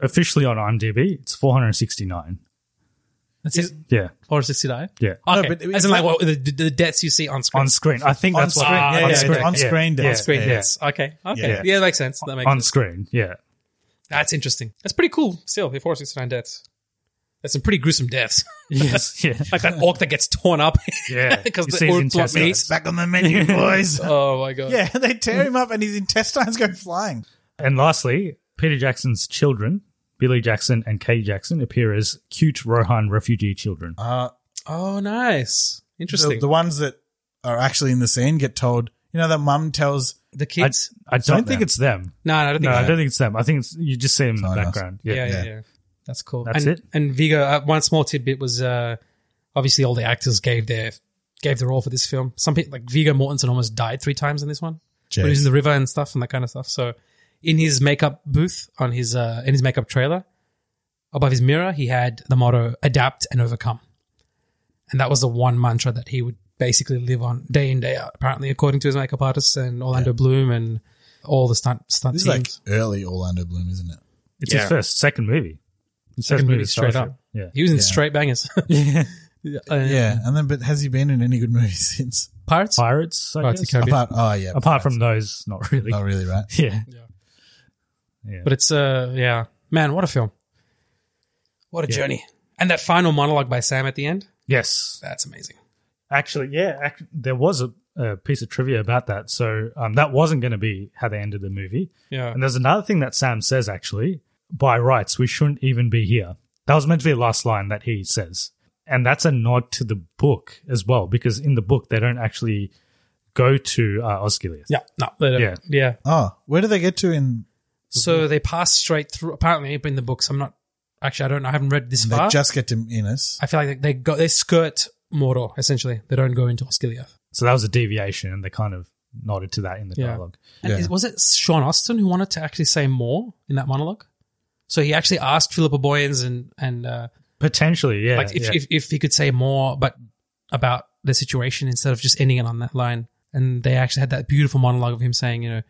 Speaker 3: officially on IMDb, it's 469.
Speaker 4: That's it.
Speaker 3: Yeah,
Speaker 4: Or 60 die?
Speaker 3: yeah.
Speaker 4: Okay.
Speaker 2: but
Speaker 4: As
Speaker 2: it's
Speaker 4: in, like,
Speaker 2: like-
Speaker 4: what, the, the deaths you see on screen.
Speaker 3: On screen, I think
Speaker 2: On
Speaker 3: that's
Speaker 2: screen,
Speaker 3: what
Speaker 2: yeah,
Speaker 3: on
Speaker 2: yeah,
Speaker 3: screen,
Speaker 2: it's on screen
Speaker 3: yeah,
Speaker 2: deaths.
Speaker 3: yeah,
Speaker 4: screen
Speaker 3: yeah.
Speaker 4: deathts. Okay. Okay.
Speaker 2: Yeah.
Speaker 4: Yeah. that makes sense. That makes
Speaker 3: on
Speaker 4: sense.
Speaker 3: screen. Yeah,
Speaker 4: That's interesting. That's pretty cool still, the 469 deaths. That's some pretty gruesome deaths.
Speaker 3: yes, yeah,
Speaker 4: like that orc that gets torn up.
Speaker 3: yeah.
Speaker 4: Because
Speaker 3: You
Speaker 4: the
Speaker 3: see his
Speaker 4: orc want meat.
Speaker 3: intestines.
Speaker 2: Back on the menu, boys.
Speaker 4: Oh, my God.
Speaker 2: Yeah, they tear him up and his intestines go flying.
Speaker 3: And lastly, Peter Jackson's children, Billy Jackson and Katie Jackson, appear as cute Rohan refugee children.
Speaker 2: Uh,
Speaker 4: Oh, nice.
Speaker 2: the,
Speaker 4: Interesting.
Speaker 2: the
Speaker 4: The,
Speaker 2: ones that are actually in the scene get told, you know, that mum tells,
Speaker 3: I,
Speaker 4: kids?
Speaker 3: I don't
Speaker 2: not
Speaker 3: think
Speaker 2: them.
Speaker 3: it's them.
Speaker 4: no, no, I don't
Speaker 3: No,
Speaker 4: think
Speaker 3: I
Speaker 4: so.
Speaker 3: don't think it's them. I think it's, you just see them in the
Speaker 2: Someone else.
Speaker 3: background. Yeah,
Speaker 4: yeah, yeah, yeah,
Speaker 2: yeah.
Speaker 4: That's cool.
Speaker 3: That's
Speaker 4: and,
Speaker 3: it.
Speaker 4: And Vigo, uh, one small tidbit was uh, obviously all the actors gave their gave their all for this film. Some people like Vigo Mortensen almost died three times in this one. When he was in the river and stuff and that kind of stuff. So in his makeup booth on his uh, in his makeup trailer above his mirror, he had the motto "Adapt and Overcome," and that was the one mantra that he would basically live on day in day out. Apparently, according to his makeup artists and Orlando Bloom and all the stunt stunt
Speaker 2: This is
Speaker 4: teams.
Speaker 2: like early Orlando Bloom, isn't it?
Speaker 3: It's
Speaker 4: Yeah.
Speaker 3: his first, second movie. His
Speaker 4: Second
Speaker 3: first
Speaker 4: movie
Speaker 3: is
Speaker 4: straight
Speaker 3: Fellowship.
Speaker 4: up.
Speaker 3: Yeah.
Speaker 4: He was in
Speaker 2: Yeah.
Speaker 4: straight bangers. yeah. Uh,
Speaker 2: yeah, and then but has he been in any good movies since?
Speaker 4: Pirates?
Speaker 3: Pirates, I
Speaker 4: Pirates of
Speaker 3: guess.
Speaker 4: the Caribbean.
Speaker 2: Apart, oh yeah,
Speaker 3: Apart from those, not really.
Speaker 2: not really, right?
Speaker 3: Yeah.
Speaker 4: But it's uh yeah. Man, what a film. What a
Speaker 3: Yeah.
Speaker 4: journey. And that final monologue by Sam at the end,
Speaker 3: Yes.
Speaker 4: that's amazing.
Speaker 3: Actually, yeah, act- there was a, a piece of trivia about that. So um, that wasn't going to be how they ended the movie.
Speaker 4: Yeah.
Speaker 3: Uh, And there's another thing that Sam says, actually. By rights, we shouldn't even be here. That was meant to be the last line that he says. And that's a nod to the book as well, because in the book, they don't actually go to uh, Osgiliath.
Speaker 4: Yeah, no, they don't-
Speaker 3: Yeah.
Speaker 4: yeah.
Speaker 2: Oh, where do they get to in?
Speaker 4: So they pass straight through. Apparently, in the books, I'm not actually. I don't. know. I haven't read this
Speaker 2: They
Speaker 4: far.
Speaker 2: just get to Minas.
Speaker 4: I feel like they go. They skirt Mordor essentially. They don't go into Osgiliath.
Speaker 3: So that was a deviation, and they kind of nodded to that in the
Speaker 4: Yeah.
Speaker 3: dialogue.
Speaker 4: And is- was it Sean Austin who wanted to actually say more in that monologue? So he actually asked Philippa Boyens and and uh,
Speaker 3: Potentially, yeah.
Speaker 4: like if,
Speaker 3: yeah.
Speaker 4: if if he could say more, but about the situation instead of just ending it on that line. And they actually had that beautiful monologue of him saying, you know,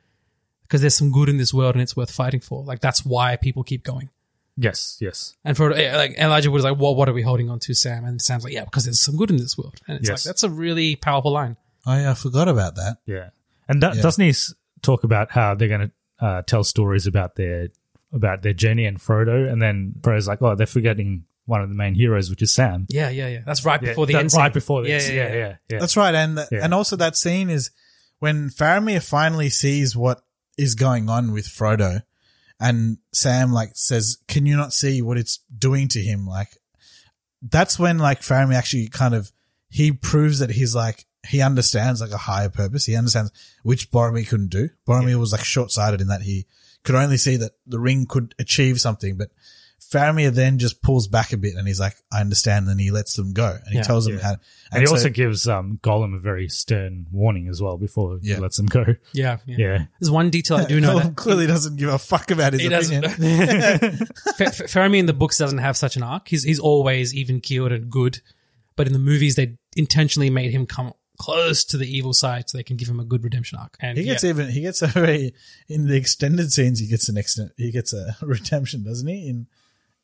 Speaker 4: because there's some good in this world and it's worth fighting for. Like that's why people keep going.
Speaker 3: yes, yes.
Speaker 4: And for eh, like Elijah Wood is like, well, what are we holding on to, Sam? And Sam's like, yeah, because there's some good in this world. And it's
Speaker 3: Yes.
Speaker 4: like that's a really powerful line.
Speaker 2: Oh, yeah, I forgot about that.
Speaker 3: Yeah, and that,
Speaker 2: Yeah.
Speaker 3: doesn't he s- talk about how they're going to uh, tell stories about their about their journey and Frodo, and then Frodo's like, oh, they're forgetting one of the main heroes, which is Sam.
Speaker 4: Yeah, yeah, yeah. That's right
Speaker 3: Yeah,
Speaker 4: before the
Speaker 3: that-
Speaker 4: end.
Speaker 3: right
Speaker 4: scene.
Speaker 3: before the
Speaker 4: yeah,
Speaker 3: end scene. Yeah, yeah, yeah.
Speaker 2: That's right. And
Speaker 3: Yeah.
Speaker 2: and also that scene is when Faramir finally sees what is going on with Frodo and Sam like says, Can you not see what it's doing to him? Like that's when like Faramir actually kind of he proves that he's like he understands like a higher purpose. He understands which Boromir couldn't do. Boromir was like short sighted in that he could only see that the ring could achieve something, but Faramir then just pulls back a bit and he's like, I understand. And he lets them go and he
Speaker 3: Yeah.
Speaker 2: tells them
Speaker 3: Yeah.
Speaker 2: how.
Speaker 3: And, he
Speaker 2: so-
Speaker 3: also gives um, Gollum a very stern warning as well before
Speaker 2: Yeah.
Speaker 3: he lets him go.
Speaker 4: Yeah, yeah.
Speaker 3: yeah.
Speaker 4: There's one detail I do know.
Speaker 2: Colin
Speaker 4: that
Speaker 2: clearly doesn't give a fuck about his
Speaker 4: He
Speaker 2: opinion.
Speaker 4: doesn't. Fa- Fa- Faramir in the books doesn't have such an arc. He's he's always even keeled and good, but in the movies they intentionally made him come close to the evil side so they can give him a good redemption arc. And
Speaker 2: he gets
Speaker 4: yeah,
Speaker 2: even he gets a very in the extended scenes he gets an extent he gets a redemption, doesn't he? In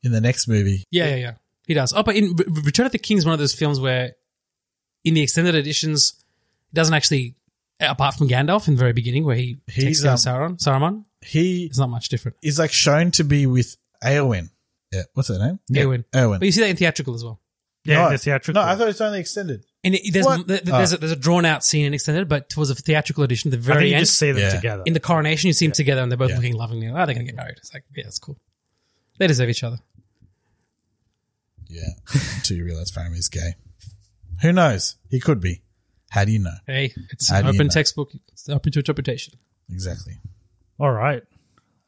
Speaker 2: in the next movie.
Speaker 4: yeah, yeah, yeah. He does. Oh, but in Re- Re- Return of the King is one of those films where, in the extended editions, it doesn't actually, apart from Gandalf in the very beginning where he takes
Speaker 2: He's,
Speaker 4: down
Speaker 2: um,
Speaker 4: Sauron. Saruman.
Speaker 2: He
Speaker 4: It's not much different.
Speaker 2: is like shown to be with Eowyn. Yeah. What's her name?
Speaker 4: Eowyn.
Speaker 2: Eowyn.
Speaker 4: But you see that in theatrical as well.
Speaker 3: Yeah,
Speaker 2: No,
Speaker 3: in the theatrical.
Speaker 2: No, I thought it's only extended.
Speaker 4: And it, there's
Speaker 2: What?
Speaker 4: th- th- there's,
Speaker 2: Oh.
Speaker 4: a, there's a drawn out scene in extended, but towards the theatrical edition, the
Speaker 3: I
Speaker 4: very
Speaker 3: think you
Speaker 4: end,
Speaker 3: just see them
Speaker 2: Yeah.
Speaker 3: together.
Speaker 4: in the coronation, you see them together and they're both
Speaker 2: Yeah.
Speaker 4: looking lovingly. Oh, they're going to get married. It's like, yeah, it's cool. They deserve each other.
Speaker 2: Yeah. Until you realize Faramir's gay. Who knows? He could be. How do you know?
Speaker 4: Hey, it's
Speaker 2: How
Speaker 4: an
Speaker 2: do you
Speaker 4: open
Speaker 2: know?
Speaker 4: textbook. It's open to interpretation.
Speaker 2: Exactly.
Speaker 3: All right.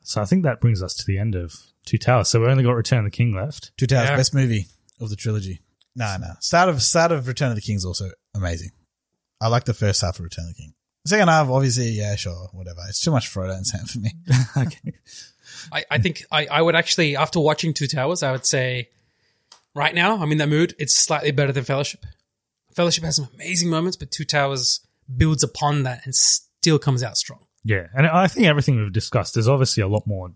Speaker 3: So I think that brings us to the end of Two Towers. So we only got Return of the King left.
Speaker 2: Two Towers,
Speaker 4: Yeah.
Speaker 2: best movie of the trilogy. Nah, nah. Start of start of Return of the King is also amazing. I like the first half of Return of the King. Second half, obviously, yeah, sure, whatever. It's too much Frodo and Sam for me. okay.
Speaker 4: I, I think I, I would actually, after watching Two Towers, I would say right now, I'm in that mood. It's slightly better than Fellowship. Fellowship has some amazing moments, but Two Towers builds upon that and still comes out strong.
Speaker 3: Yeah. And I think everything we've discussed, there's obviously a lot more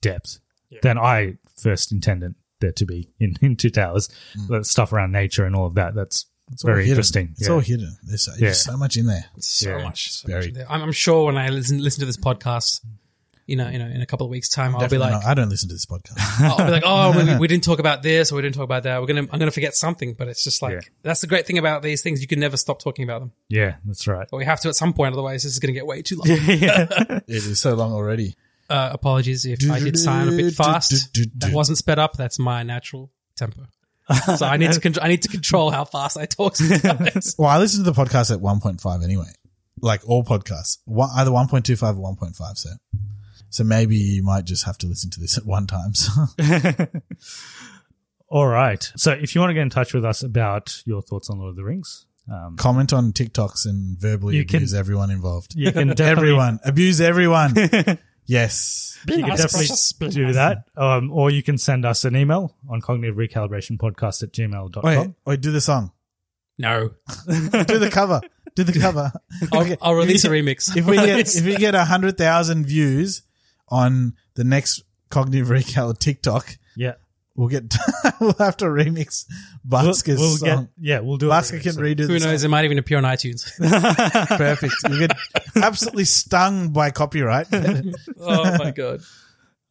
Speaker 3: depth than I first intended there to be in, in Two Towers. That stuff around nature and all of that. That's
Speaker 2: Mm. It's all
Speaker 3: very
Speaker 2: hidden.
Speaker 3: interesting.
Speaker 2: It's
Speaker 3: Yeah.
Speaker 2: all hidden. There's, there's
Speaker 3: Yeah.
Speaker 2: so much in there.
Speaker 4: So
Speaker 3: Yeah,
Speaker 4: much. So
Speaker 2: very-
Speaker 4: much in there. I'm, I'm sure when I listen, listen to this podcast, you know, you know, in a couple of weeks' time, I'll
Speaker 2: Definitely
Speaker 4: be like,
Speaker 2: not- I don't listen to this podcast.
Speaker 4: I'll be like, oh, we, we didn't talk about this or we didn't talk about that. We're gonna, I'm gonna forget something. But it's just like
Speaker 3: Yeah.
Speaker 4: that's the great thing about these things. You can never stop talking about them,
Speaker 3: Yeah, that's right.
Speaker 4: but we have to at some point. Otherwise, this is gonna get way too long.
Speaker 2: it is so long already.
Speaker 4: Uh, apologies if I did sign a bit fast. That wasn't sped up. That's my natural tempo. So I need to con- I need to control how fast I talk. sometimes.
Speaker 2: Well, I listen to the podcast at 1.5 anyway, like all podcasts, one, either 1.25 or 1.5. So, so maybe you might just have to listen to this at one time. So.
Speaker 3: All right. So if you want to get in touch with us about your thoughts on Lord of the Rings, um,
Speaker 2: comment on TikToks and verbally
Speaker 3: You can-
Speaker 2: abuse everyone involved.
Speaker 3: you can definitely
Speaker 2: everyone abuse everyone. yes.
Speaker 3: you can definitely do that. Um, or you can send us an email on cognitive recalibration podcast at gmail.com.
Speaker 2: Wait, Oh, wait. Do the song.
Speaker 4: No,
Speaker 2: Do the cover. Do the cover.
Speaker 4: I'll,
Speaker 2: Okay.
Speaker 4: I'll release a
Speaker 2: if we-
Speaker 4: remix.
Speaker 2: If we get if we get hundred thousand views on the next cognitive recal TikTok,
Speaker 3: Yeah.
Speaker 2: we'll get we'll have to remix
Speaker 3: We'll,
Speaker 2: Baska's
Speaker 3: we'll
Speaker 2: song.
Speaker 3: get, yeah, we'll do
Speaker 2: Baska
Speaker 3: it.
Speaker 2: um, can redo
Speaker 4: who
Speaker 2: the song.
Speaker 4: knows? It might even appear on iTunes.
Speaker 2: Perfect. You get absolutely stung by copyright.
Speaker 4: oh my god.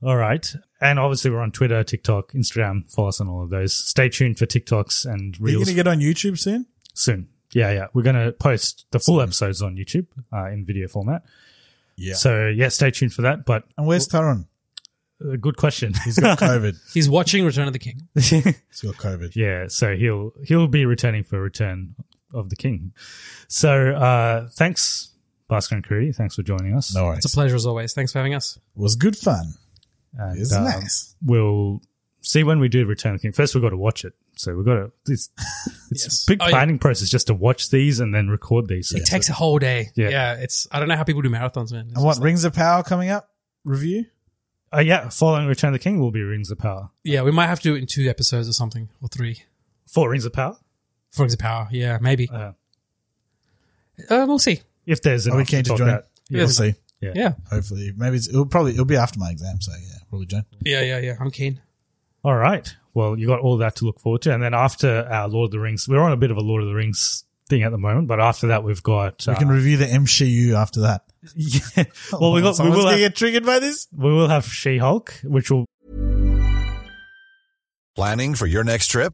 Speaker 3: All right. And obviously, we're on Twitter, TikTok, Instagram. Follow us on all of those. Stay tuned for TikToks and
Speaker 2: Are you
Speaker 3: reels
Speaker 2: gonna get on YouTube soon?
Speaker 3: soon. Yeah, yeah. We're going to post the full episodes on YouTube uh, in video format.
Speaker 2: Yeah.
Speaker 3: So, yeah, stay tuned for that. But
Speaker 2: And where's Taron?
Speaker 3: uh, good question.
Speaker 2: He's got COVID.
Speaker 4: He's watching Return of the King.
Speaker 2: He's got COVID.
Speaker 3: Yeah, so he'll he'll be returning for Return of the King. So uh thanks Bhaskar and Kuri, thanks for joining us.
Speaker 2: No
Speaker 4: It's a pleasure as always. Thanks for having us.
Speaker 2: was good fun.
Speaker 3: And,
Speaker 2: It's
Speaker 3: um,
Speaker 2: nice.
Speaker 3: We'll see when we do Return of the King. First, we've got to watch it. So we've got to. It's, it's a big
Speaker 4: Oh, yeah.
Speaker 3: planning process just to watch these and then record these.
Speaker 4: It takes a whole day.
Speaker 3: Yeah.
Speaker 4: Yeah. it's I don't know how people do marathons, man.
Speaker 2: And what Rings of Power coming up review?
Speaker 3: Uh, yeah, following Return of the King will be Rings of Power.
Speaker 4: Yeah, we might have to do it in two episodes or something or three.
Speaker 3: Four Rings of Power.
Speaker 4: Four Rings of Power. Yeah, maybe. Uh,
Speaker 3: Uh,
Speaker 4: we'll see.
Speaker 3: If there's
Speaker 2: Are
Speaker 3: an
Speaker 2: we keen to join?
Speaker 4: Yeah.
Speaker 2: We'll see.
Speaker 3: Yeah.
Speaker 4: Yeah.
Speaker 2: Hopefully, maybe it's, it'll probably it'll be after my exam, so yeah, probably join.
Speaker 4: Yeah, yeah, yeah. I'm keen.
Speaker 3: All right. Well, you got all that to look forward to, and then after our Lord of the Rings, we're on a bit of a Lord of the Rings thing at the moment, but after that, we've got
Speaker 2: We can
Speaker 3: uh,
Speaker 2: review the MCU E after that.
Speaker 3: yeah. Well, we got we
Speaker 2: Oh, Someone's
Speaker 3: will
Speaker 2: gonna
Speaker 3: have,
Speaker 2: get triggered by this.
Speaker 3: we will have She Hulk, which will
Speaker 7: Planning for your next trip?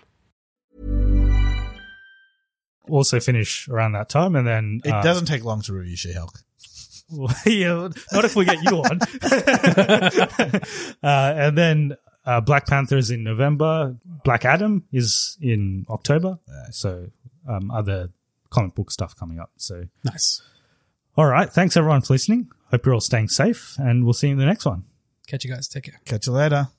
Speaker 3: also finish around that time, and then
Speaker 2: It
Speaker 3: uh,
Speaker 2: doesn't take long to review She Hulk.
Speaker 3: yeah, not if we get you on. uh, and then uh, Black Panther is in November. Black Adam is in October. So um, other comic book stuff coming up. So
Speaker 4: nice.
Speaker 3: All right. Thanks everyone for listening. Hope you're all staying safe, and we'll see you in the next one.
Speaker 4: Catch you guys. Take care.
Speaker 2: Catch you later.